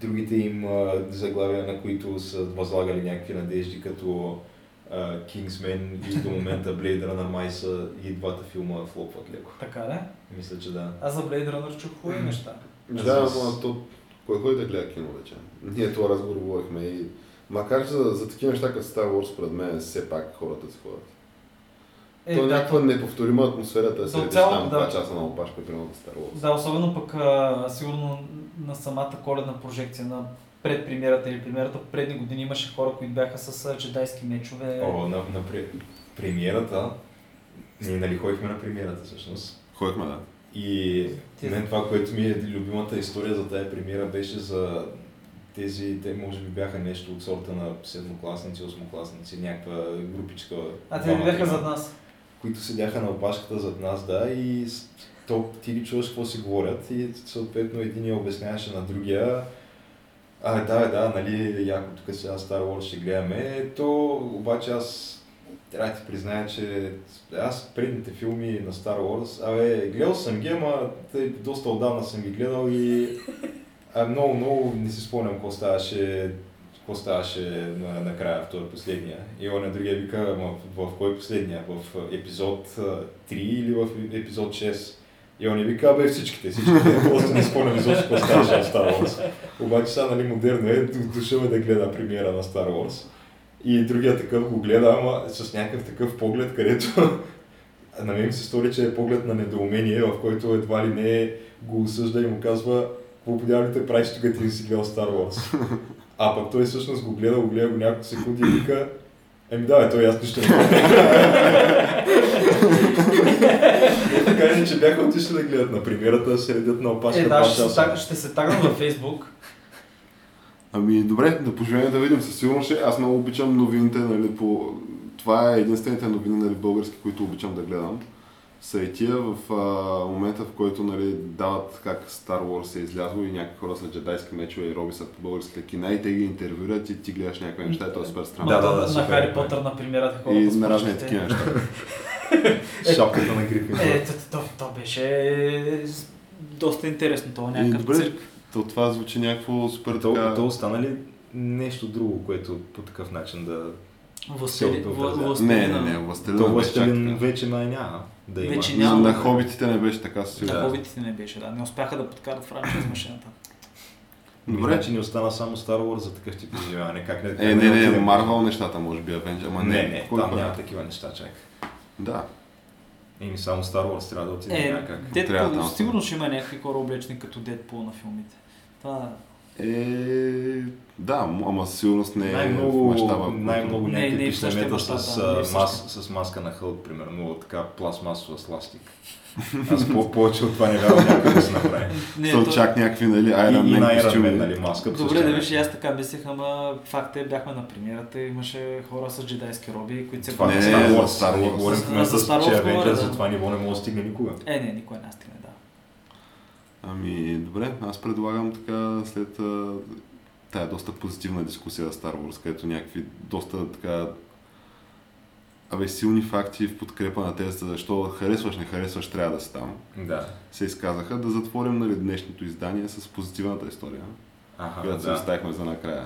[SPEAKER 2] другите им а, заглавия, на които са възлагали някакви надежди, като а, Кингсмен и до момента Blade Runner май са и двата филма флопват леко.
[SPEAKER 4] Така ли?
[SPEAKER 2] Мисля, че да.
[SPEAKER 4] Аз за Blade Runner чух хубави неща.
[SPEAKER 10] Да,
[SPEAKER 2] Аз-
[SPEAKER 10] но то кой ходи да гледа кино вече? Ние това разговор говорихме и макар че за, за такива неща като Star Wars, според мен все пак хората си ходят.
[SPEAKER 4] Е,
[SPEAKER 10] то е
[SPEAKER 4] да,
[SPEAKER 10] някаква неповторима атмосферата да
[SPEAKER 4] То
[SPEAKER 10] седиш
[SPEAKER 4] цяло,
[SPEAKER 10] там
[SPEAKER 4] да.
[SPEAKER 10] 2 часа на опашка, примерно за Star Wars.
[SPEAKER 4] Да, особено пък а, сигурно на самата коледна прожекция, на предпремиерата или премиерата, в предни години имаше хора, които бяха с а, джедайски мечове.
[SPEAKER 2] О, на, на пре- премиерата, ние нали ходихме на премиерата всъщност,
[SPEAKER 1] Ходихме, да.
[SPEAKER 2] И
[SPEAKER 4] Ти-
[SPEAKER 2] мен това, което ми е любимата история за тая премиера беше за тези, те може би бяха нещо от сорта на седмокласници, осмокласници, някаква групичка.
[SPEAKER 4] а те
[SPEAKER 2] двама,
[SPEAKER 4] не бяха
[SPEAKER 2] трима,
[SPEAKER 4] зад нас.
[SPEAKER 2] Които седяха на опашката зад нас, да, и с- то, ти ги чуваш какво си говорят и съответно един я обясняваше на другия. А, да, да, нали, яко тук сега Star Wars ще гледаме, то обаче аз трябва да ти призная, че аз предните филми на Star Wars, абе, гледал съм ги, ама тъй, доста отдавна съм ги гледал и а, много, много не си спомням какво ставаше, какво ставаше на, накрая в този последния. И он другия вика, ама в, в кой последния? В а, епизод а, 3 или в епизод 6? И он вика, бе всичките, всичките, просто не спомням изобщо какво ставаше на Star Wars. Обаче сега, нали, модерно е, д- дошъл е да гледа премиера на Star Wars. И другия такъв го гледа, ама с някакъв такъв поглед, където на мен ми се стори, че е поглед на недоумение, в който едва ли не го осъжда и му казва, какво подявате правиш тук, ти не си гледал Star Wars. А пък той всъщност го гледа, го гледа го няколко секунди и вика, еми да, бе, той аз нищо не помня. И Така или че бяха отишли да гледат на премиерата, да се редят на опашка.
[SPEAKER 4] Е, да,
[SPEAKER 2] два
[SPEAKER 4] ще, се
[SPEAKER 2] часа.
[SPEAKER 4] таг, ще се тагна във Фейсбук.
[SPEAKER 1] Ами добре, да поживеем да видим. Със сигурност ще. Аз много обичам новините, нали, по... Това е единствените новини, нали, български, които обичам да гледам. Са и тия в а, момента, в който, нали, дават как Star Wars е излязло и някакви хора са джедайски мечове и роби са по българските кина и те ги интервюрат и ти гледаш някакви неща и то е супер странно.
[SPEAKER 2] Да, да, да,
[SPEAKER 4] на
[SPEAKER 2] супер.
[SPEAKER 4] Хари Потър, на премиерата, хората
[SPEAKER 1] И
[SPEAKER 4] с
[SPEAKER 1] на разни
[SPEAKER 4] пушките.
[SPEAKER 1] такива неща.
[SPEAKER 2] Шапката на Грифин.
[SPEAKER 4] Е, то, то, то беше е, доста интересно, то е
[SPEAKER 1] И
[SPEAKER 4] някакъв
[SPEAKER 1] добре,
[SPEAKER 4] цирк.
[SPEAKER 1] то това звучи някакво супер
[SPEAKER 2] То,
[SPEAKER 1] така...
[SPEAKER 2] то остана ли нещо друго, което по такъв начин да...
[SPEAKER 4] Властели,
[SPEAKER 2] Силата отразява.
[SPEAKER 1] Не, не, не, Властелина
[SPEAKER 2] е. То
[SPEAKER 1] не беше чак
[SPEAKER 2] Властелин
[SPEAKER 1] така.
[SPEAKER 2] вече май няма да има.
[SPEAKER 3] Вече
[SPEAKER 1] На,
[SPEAKER 3] няма.
[SPEAKER 1] на хобитите не беше така със
[SPEAKER 3] На
[SPEAKER 1] сигурност.
[SPEAKER 3] хобитите не беше, да. Не успяха да подкарат франчайз машината.
[SPEAKER 2] Добре.
[SPEAKER 1] Добре,
[SPEAKER 2] Значи ни остана само Star Wars за такъв тип изживяване. Как не,
[SPEAKER 1] Е, не, не,
[SPEAKER 2] отидем?
[SPEAKER 1] Марвел нещата, може би, Avengers, ама не.
[SPEAKER 2] не, не,
[SPEAKER 1] кой
[SPEAKER 2] там
[SPEAKER 1] пък?
[SPEAKER 2] няма такива неща, чак.
[SPEAKER 1] Да.
[SPEAKER 2] Ими само Star Wars трябва да отиде
[SPEAKER 3] Е,
[SPEAKER 2] някак.
[SPEAKER 1] Трябва
[SPEAKER 3] Дедпул,
[SPEAKER 1] там.
[SPEAKER 3] сигурно ще има някакви хора облечени като Дедпул на филмите. Това
[SPEAKER 1] Е, да, м- ама със сигурност не е в
[SPEAKER 2] най-много,
[SPEAKER 1] мащаба. който-
[SPEAKER 2] най-много
[SPEAKER 3] Не, не
[SPEAKER 2] някакви
[SPEAKER 3] е в същия
[SPEAKER 2] писнемета
[SPEAKER 3] мащаб,
[SPEAKER 2] с,
[SPEAKER 3] да, не е в
[SPEAKER 2] а,
[SPEAKER 3] същия.
[SPEAKER 2] мас, с маска на хълк, примерно, така пластмасова сластик. Аз по- повече от това не вярвам някой да се направи.
[SPEAKER 3] не е
[SPEAKER 1] Се
[SPEAKER 3] то-
[SPEAKER 1] очак някакви, нали,
[SPEAKER 2] И,
[SPEAKER 1] Iron
[SPEAKER 2] и на
[SPEAKER 1] Man
[SPEAKER 2] Iron Man,
[SPEAKER 1] костюми.
[SPEAKER 2] нали, маска. по
[SPEAKER 3] Добре,
[SPEAKER 2] същия
[SPEAKER 3] да
[SPEAKER 2] начин.
[SPEAKER 3] виж, аз така мислех, ама факт е, бяхме на премиерата, имаше хора с джедайски роби, които се
[SPEAKER 2] Това не е
[SPEAKER 1] Не,
[SPEAKER 2] Star Wars.
[SPEAKER 1] за Star
[SPEAKER 2] Ние
[SPEAKER 1] Wars.
[SPEAKER 2] Говорим
[SPEAKER 3] За-
[SPEAKER 2] в момента
[SPEAKER 3] за
[SPEAKER 2] с
[SPEAKER 3] Star Wars
[SPEAKER 2] че
[SPEAKER 3] говоря,
[SPEAKER 2] Avengers
[SPEAKER 3] да.
[SPEAKER 2] за това ниво не може да стигне никога.
[SPEAKER 3] Е, не, никой не стигне, да.
[SPEAKER 1] Ами, добре, аз предлагам така след а, тая доста позитивна дискусия за Star Wars, където някакви доста така абе, силни факти в подкрепа на тезата, защо харесваш, не харесваш, трябва да си там.
[SPEAKER 2] Да.
[SPEAKER 1] Се изказаха да затворим нали, днешното издание с позитивната история,
[SPEAKER 2] Аха,
[SPEAKER 1] която се
[SPEAKER 2] да.
[SPEAKER 1] оставихме за накрая.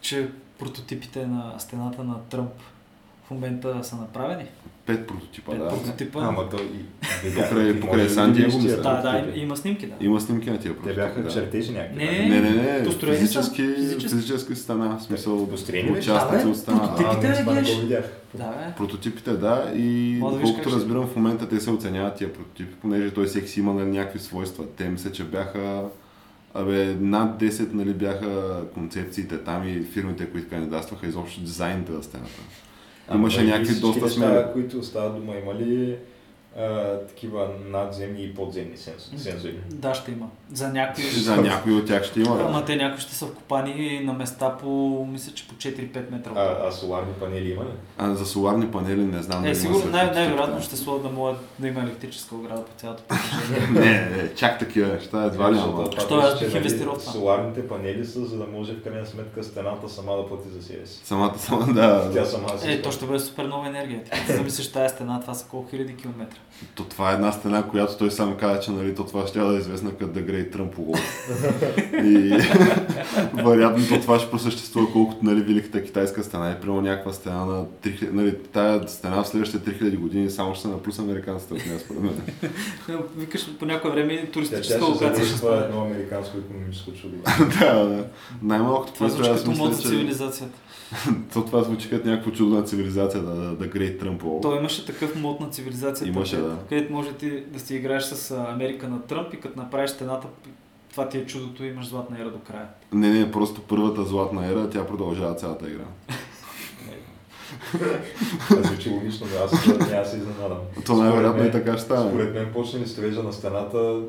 [SPEAKER 3] че прототипите на стената на Тръмп в момента са направени?
[SPEAKER 1] Пет прототипа,
[SPEAKER 3] Пет
[SPEAKER 1] да.
[SPEAKER 3] прототипа.
[SPEAKER 2] Ама то и...
[SPEAKER 1] Покрай- покрай Сан Диего мисля.
[SPEAKER 3] да, да, им- има снимки, да.
[SPEAKER 1] Има снимки на тия
[SPEAKER 2] Те
[SPEAKER 1] прототипи.
[SPEAKER 2] бяха
[SPEAKER 1] да.
[SPEAKER 2] чертежи някакви.
[SPEAKER 3] Не,
[SPEAKER 1] Не, не, не,
[SPEAKER 3] Построени Е, са?
[SPEAKER 1] физически,
[SPEAKER 3] Физически?
[SPEAKER 1] физически стана, в смисъл
[SPEAKER 2] Построени ли?
[SPEAKER 1] участници
[SPEAKER 3] Да, бе,
[SPEAKER 1] от стана.
[SPEAKER 3] прототипи.
[SPEAKER 1] да.
[SPEAKER 2] А,
[SPEAKER 3] Типите
[SPEAKER 2] аз това не
[SPEAKER 3] реагираш.
[SPEAKER 2] го видях.
[SPEAKER 3] Да, бе.
[SPEAKER 1] Прототипите, да, и
[SPEAKER 3] Мога да виж
[SPEAKER 1] колкото
[SPEAKER 3] как ще-
[SPEAKER 1] разбирам в момента те се оценяват тия прототипи, понеже той всеки си има нали, някакви свойства. Те мисля, че бяха Абе, над 10 нали, бяха концепциите там и фирмите, които кандидатстваха, изобщо дизайните на стената. Имаше
[SPEAKER 2] Ама и
[SPEAKER 1] някакви
[SPEAKER 2] всички
[SPEAKER 1] доста
[SPEAKER 2] неща,
[SPEAKER 1] смели.
[SPEAKER 2] които остават дома, има ли а, такива надземни и подземни сенс- сензори?
[SPEAKER 3] Да, ще има. За някои.
[SPEAKER 1] За някои от тях ще има.
[SPEAKER 3] Ама
[SPEAKER 1] Да.
[SPEAKER 3] те някои ще са вкопани на места по, мисля, че по 4-5 метра.
[SPEAKER 2] А, а соларни панели има ли?
[SPEAKER 1] А за соларни панели не знам.
[SPEAKER 3] е,
[SPEAKER 1] дали има
[SPEAKER 3] сигурно,
[SPEAKER 1] след
[SPEAKER 3] най-
[SPEAKER 1] прототипите.
[SPEAKER 3] най-вероятно
[SPEAKER 2] е.
[SPEAKER 3] ще слоят да могат да има електрическа ограда по цялото протежение.
[SPEAKER 1] Не, не, чак такива неща, едва ли ама.
[SPEAKER 2] Защото
[SPEAKER 3] Що е,
[SPEAKER 2] това, че,
[SPEAKER 3] бих
[SPEAKER 2] нали,
[SPEAKER 3] инвестирал в това?
[SPEAKER 2] Соларните панели са, за да може в крайна сметка стената сама да плати за себе си.
[SPEAKER 1] Самата сама, да.
[SPEAKER 2] Тя сама си.
[SPEAKER 3] Е, то ще бъде супер много енергия. Ти като се замислиш тази стена, това са колко хиляди километра.
[SPEAKER 1] То това е една стена, която той сам каза, че нали, то това ще да е известна като да грей Тръмп Wall. И вероятно то това ще просъществува колкото нали, Великата китайска стена е примерно някаква стена на 3000, нали, тая стена в следващите 3000 години само ще се наплюс американците от нея според мен.
[SPEAKER 3] Е, Викаш по някое време
[SPEAKER 2] Тя тя ще
[SPEAKER 3] туристическа локация ще
[SPEAKER 2] задейства
[SPEAKER 3] стане.
[SPEAKER 2] едно американско економическо чудо.
[SPEAKER 1] да, да. най-малкото,
[SPEAKER 3] Това
[SPEAKER 1] което
[SPEAKER 3] звучи
[SPEAKER 1] аз
[SPEAKER 3] като мод за
[SPEAKER 1] мисля, е, че
[SPEAKER 3] цивилизацията.
[SPEAKER 1] то това звучи като някакво чудо на цивилизация да, да, да грей Тръмп Wall.
[SPEAKER 3] Той имаше такъв мод на цивилизацията,
[SPEAKER 1] Имаше,
[SPEAKER 3] където,
[SPEAKER 1] да.
[SPEAKER 3] където може ти да си играеш с а, Америка на Тръмп и като направиш стената, това ти е чудото и имаш златна ера до края.
[SPEAKER 1] Не, не, просто първата златна ера, тя продължава цялата игра.
[SPEAKER 2] Това звучи логично, да аз няма да се изненадам.
[SPEAKER 1] То най-вероятно и
[SPEAKER 2] Според мен-
[SPEAKER 1] така ще стане.
[SPEAKER 2] Според мен почне ли строежа на стената,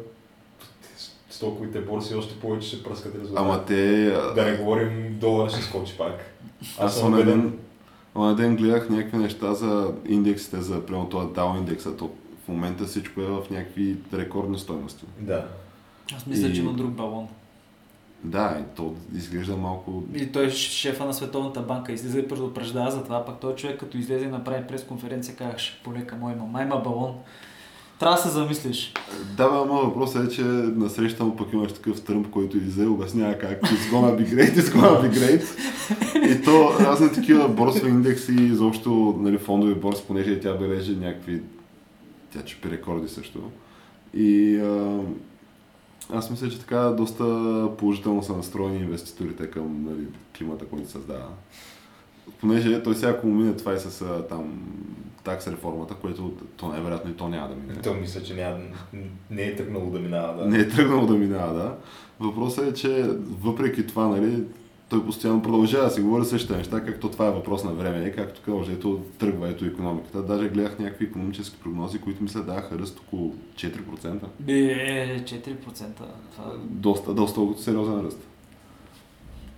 [SPEAKER 2] стоковите борси още повече ще пръскат резултати.
[SPEAKER 1] Ама те...
[SPEAKER 2] Да не говорим, долар ще скочи пак.
[SPEAKER 1] Аз съм ден, на ден гледах някакви неща за индексите, за примерно това DAO индекса. То в момента всичко е в някакви рекордни стойности.
[SPEAKER 2] Да.
[SPEAKER 3] Аз мисля,
[SPEAKER 1] И-
[SPEAKER 3] че има друг балон.
[SPEAKER 1] Да, и то изглежда малко...
[SPEAKER 3] И той е шефа на Световната банка излиза и предупреждава за това, пак той човек като излезе и направи пресконференция, казваше, полека мой, мама има балон. Трябва да се замислиш.
[SPEAKER 1] Да, бе, ама въпросът е, че насреща му пък имаш такъв тръмп, който излезе и обяснява как it's gonna be great, it's gonna be great. И то разни такива борсови индекси, изобщо нали, фондови борси, понеже и тя бележи някакви... Тя чупи рекорди също. И а, аз мисля, че така доста положително са настроени инвеститорите към нали, климата, който създава. Понеже той сега, ако му мине това и с а, там такс реформата, което то най-вероятно и то няма да мине.
[SPEAKER 2] То мисля, че няма, не е тръгнало да минава. Да.
[SPEAKER 1] Не е тръгнал да минава, да. Въпросът е, че въпреки това, нали, той постоянно продължава да си говори същите неща, както това е въпрос на време, и както казваш, ето тръгва ето економиката. Даже гледах някакви економически прогнози, които мисля даваха ръст около 4%.
[SPEAKER 3] Бе, 4%. е, Това...
[SPEAKER 1] Доста, доста сериозен ръст.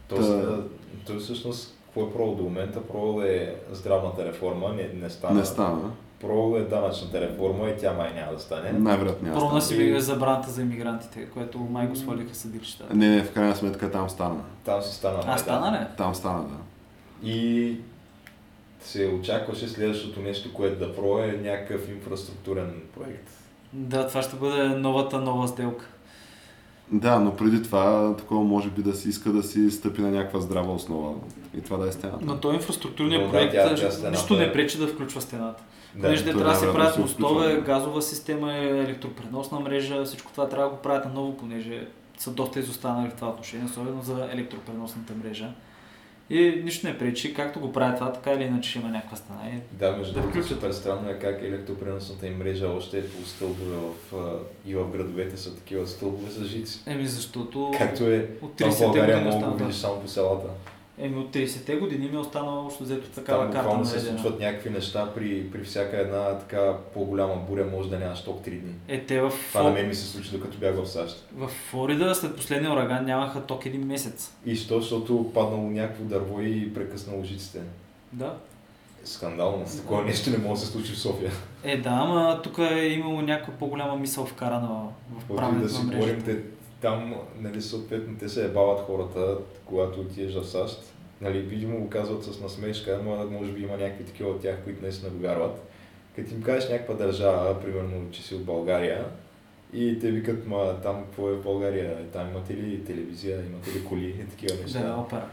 [SPEAKER 2] Тоест,
[SPEAKER 1] Та.
[SPEAKER 2] да. Той всъщност, какво е пробвал до момента? Пробвал е здравната реформа, не, не стана.
[SPEAKER 1] Не стана.
[SPEAKER 2] Пробвал е данъчната реформа и тя май няма да стане.
[SPEAKER 1] Най-вероятно няма. да
[SPEAKER 3] Пробна
[SPEAKER 1] стане.
[SPEAKER 3] си ми забраната за иммигрантите, което май го свалиха съдилищата.
[SPEAKER 1] Не, не, в крайна сметка там стана.
[SPEAKER 2] Там си стана.
[SPEAKER 3] А,
[SPEAKER 2] майдан.
[SPEAKER 3] стана ли?
[SPEAKER 1] Там стана, да.
[SPEAKER 2] И се очакваше следващото нещо, което да пробва е някакъв инфраструктурен проект.
[SPEAKER 3] Да, това ще бъде новата нова сделка.
[SPEAKER 1] Да, но преди това, такова може би да си иска да си стъпи на някаква здрава основа. И това да е стената.
[SPEAKER 3] На този инфраструктурния
[SPEAKER 2] Но да,
[SPEAKER 3] проект
[SPEAKER 2] тя- тя
[SPEAKER 3] ще-
[SPEAKER 2] стената
[SPEAKER 3] нищо
[SPEAKER 2] е-
[SPEAKER 3] не пречи да включва стената.
[SPEAKER 2] Да,
[SPEAKER 3] Понеже те
[SPEAKER 1] той
[SPEAKER 3] трябва да се
[SPEAKER 1] най-вероятно
[SPEAKER 3] правят
[SPEAKER 1] се
[SPEAKER 3] мостове,
[SPEAKER 1] включва.
[SPEAKER 3] газова система, е, електропреносна мрежа, всичко това трябва да го правят наново, понеже са доста изостанали в това отношение, особено за електропреносната мрежа. И нищо не пречи, както го правят това, така или иначе ще има някаква стена. Е, И
[SPEAKER 2] Да, между
[SPEAKER 3] Да
[SPEAKER 2] другото,
[SPEAKER 3] включат.
[SPEAKER 2] супер странно е как електропреносната им мрежа още е по стълбове в, а, и в градовете са такива стълбове с жици.
[SPEAKER 3] Еми защото
[SPEAKER 2] Както е
[SPEAKER 3] от
[SPEAKER 2] там в
[SPEAKER 3] 30-те
[SPEAKER 2] България
[SPEAKER 3] години
[SPEAKER 2] мога да го
[SPEAKER 3] остана.
[SPEAKER 2] видиш само по селата.
[SPEAKER 3] Еми от 30-те години ми е останала общо взето
[SPEAKER 2] Там
[SPEAKER 3] такава карта
[SPEAKER 2] буквално се
[SPEAKER 3] наредена.
[SPEAKER 2] случват някакви неща при, при всяка една така по-голяма буря може да нямаш ток 3 дни.
[SPEAKER 3] Е, те в,
[SPEAKER 2] Това на мен ми се случи докато бях в САЩ.
[SPEAKER 3] в Флорида след последния ураган нямаха ток един месец.
[SPEAKER 2] И що, защото паднало някакво дърво и прекъснало жиците.
[SPEAKER 3] Да.
[SPEAKER 2] Скандално. Такова нещо не може да се случи в София.
[SPEAKER 3] Е, да, ама тук е имало някаква по-голяма мисъл вкарана в
[SPEAKER 2] Каквото и да
[SPEAKER 3] правенето на
[SPEAKER 2] си
[SPEAKER 3] мрежата.
[SPEAKER 2] говорим, те, там, нали, съответно, те се ебават хората, когато отидеш в САЩ. Нали, видимо го казват с насмешка, но може би има някакви такива от тях, които наистина го вярват. Като им кажеш някаква държава, примерно, че си от България, И те викат, ма там какво е в България? Там имате ли телевизия, имате ли коли и такива неща?
[SPEAKER 3] Да, опера.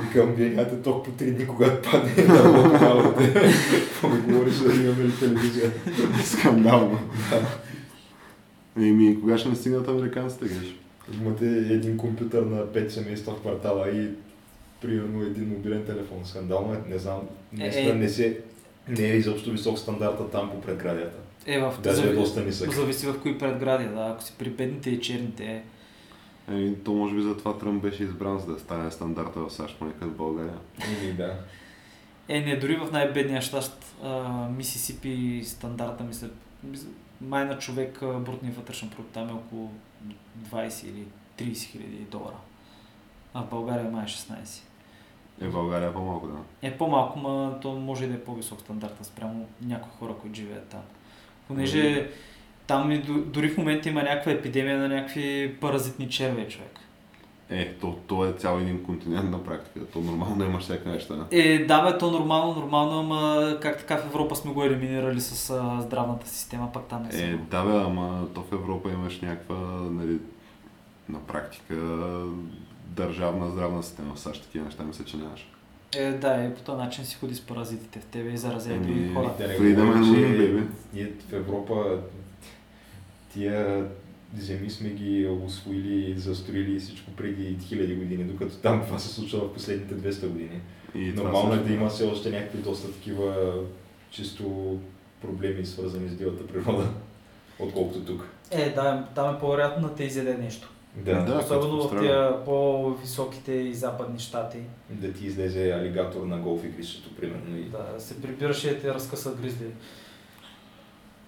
[SPEAKER 2] Викам, вие нямате ток по три дни, когато падне на работа. Какво ми говориш да имаме ли телевизия?
[SPEAKER 1] Скандално. Еми, кога ще не стигнат американците, геш?
[SPEAKER 2] Имате един компютър на 5 семейства в квартала и примерно един мобилен телефон. Скандално е, не знам,
[SPEAKER 3] Е, е.
[SPEAKER 2] наистина не се... Не е изобщо висок стандарта там по предградията.
[SPEAKER 3] Е, в
[SPEAKER 2] Даже е
[SPEAKER 3] зави-
[SPEAKER 2] доста нисък.
[SPEAKER 3] Зависи в кои предградия, да. Ако си при бедните и черните,
[SPEAKER 1] Еми, то може би затова Тръмп беше избран, за да стане стандарта в САЩ, поне като в България.
[SPEAKER 2] Ими Ами, да.
[SPEAKER 3] е, не, дори в най-бедния щат, а, Мисисипи, стандарта ми се... Май на човек а, брутния вътрешен продукт там е около 20 или 30 хиляди долара. А в България май е 16.
[SPEAKER 1] Е, в България по-малко, да.
[SPEAKER 3] Е по-малко, но то може и да е по-висок стандарта спрямо някои хора, които живеят там. Понеже там и до- дори в момента има някаква епидемия на някакви паразитни черве човек.
[SPEAKER 1] Е, то, то е цял един континент на практика. То нормално имаш всяка неща.
[SPEAKER 3] Е, да бе, то нормално, нормално, ама как така в Европа сме го елиминирали с а, здравната система, пак там не са.
[SPEAKER 1] Е, да бе, ама то в Европа имаш някаква, нали, на практика държавна здравна система. В САЩ такива неща мисля, че нямаш.
[SPEAKER 3] Е, да, и по този начин си ходи с паразитите в тебе и заразява
[SPEAKER 1] Еми,
[SPEAKER 3] други хора.
[SPEAKER 2] Да не
[SPEAKER 1] Freedom
[SPEAKER 2] говорим,
[SPEAKER 1] and
[SPEAKER 2] че
[SPEAKER 1] win, baby.
[SPEAKER 2] Ние в Европа тия земи сме ги освоили, застроили и всичко преди хиляди години, докато там това се случва в последните 200 години.
[SPEAKER 1] И това
[SPEAKER 2] Нормално е
[SPEAKER 1] също.
[SPEAKER 2] да има все още някакви доста такива чисто проблеми, свързани с дивата природа, отколкото тук.
[SPEAKER 4] Е, да, там е по-вероятно да те изяде нещо.
[SPEAKER 2] Да, да,
[SPEAKER 1] Да.
[SPEAKER 4] Особено
[SPEAKER 1] като
[SPEAKER 4] в тия по-високите и западни щати.
[SPEAKER 2] ти излезе алигатор на голф игрището, примерно. И...
[SPEAKER 4] Да, се прибираше и да те разкъсат гризли.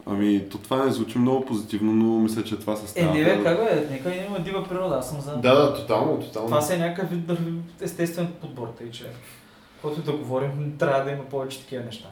[SPEAKER 1] Ами, то това не звучи много позитивно, но мисля, че това се
[SPEAKER 4] Е,
[SPEAKER 1] става.
[SPEAKER 4] не бе, как бе, нека има дива природа, аз съм за.
[SPEAKER 10] Да, да, тотално, тотално.
[SPEAKER 4] Това си е някакъв вид дърв- естествен подбор, тъй че. Каквото и да говорим, трябва да има повече такива неща.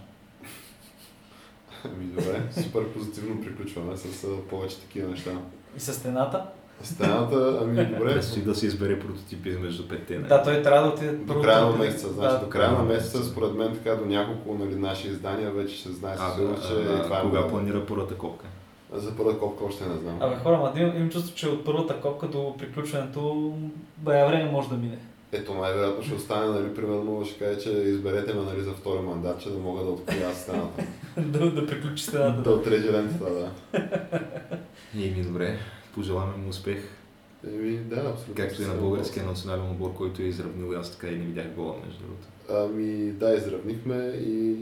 [SPEAKER 10] Ами добре, супер позитивно приключваме с а, повече такива неща.
[SPEAKER 4] И с стената.
[SPEAKER 10] Стената, ами добре,
[SPEAKER 2] Предстои да се избере прототипи между петте. нали?
[SPEAKER 4] Да, той трябва да отиде
[SPEAKER 10] Е, до
[SPEAKER 4] първо
[SPEAKER 10] края
[SPEAKER 4] да
[SPEAKER 10] на
[SPEAKER 4] отиде-
[SPEAKER 10] месеца, значи
[SPEAKER 4] да,
[SPEAKER 10] до края на
[SPEAKER 2] да.
[SPEAKER 10] месеца, според мен така до няколко нали, наши издания вече ще знае със
[SPEAKER 2] А, да,
[SPEAKER 10] сигурност, че и това
[SPEAKER 2] а,
[SPEAKER 10] е
[SPEAKER 2] кога
[SPEAKER 10] много.
[SPEAKER 2] планира първата копка?
[SPEAKER 10] За първа копка още не знам.
[SPEAKER 4] Абе хора, ма да им- имам чувство, че от първата копка до приключването бая време може да мине.
[SPEAKER 10] Ето най-вероятно ще остане, нали, примерно ще каже, че изберете ме нали, за втори мандат, че да мога да открия аз стената.
[SPEAKER 4] да, да приключи стената.
[SPEAKER 10] да отрежи лентата, да.
[SPEAKER 2] Еми, добре. Пожелаваме му успех.
[SPEAKER 10] Еми, да, абсолютно.
[SPEAKER 2] Както и на
[SPEAKER 10] Със
[SPEAKER 2] българския национален отбор, който е изравнил, аз така и не видях гола, между другото.
[SPEAKER 10] Ами да, изравнихме и...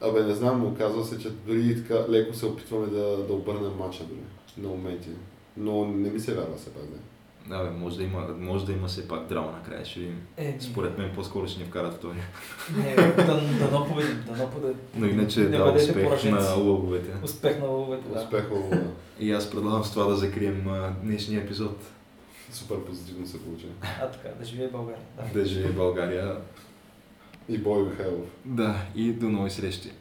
[SPEAKER 10] Абе, не знам, оказва се, че дори и така леко се опитваме да, да обърнем мача дори на моменти. Но не ми се вярва все пак, да.
[SPEAKER 2] Да, бе, може да има, може да има все пак драма накрая, ще видим.
[SPEAKER 4] Е,
[SPEAKER 2] Според мен по-скоро ще ни вкарат втори.
[SPEAKER 4] Не, дано дано победим, дано победим.
[SPEAKER 2] Но иначе
[SPEAKER 4] Не
[SPEAKER 2] да,
[SPEAKER 4] бъдете
[SPEAKER 2] успех
[SPEAKER 4] пораженци.
[SPEAKER 2] на лъговете.
[SPEAKER 4] Успех на лъвовете, да.
[SPEAKER 10] Успех, да.
[SPEAKER 2] И аз предлагам с това да закрием а, днешния епизод.
[SPEAKER 10] Супер позитивно се получи.
[SPEAKER 4] А така, да живее България. Да.
[SPEAKER 2] Да живее България.
[SPEAKER 10] И Бой Михайлов.
[SPEAKER 2] Да, и до нови срещи.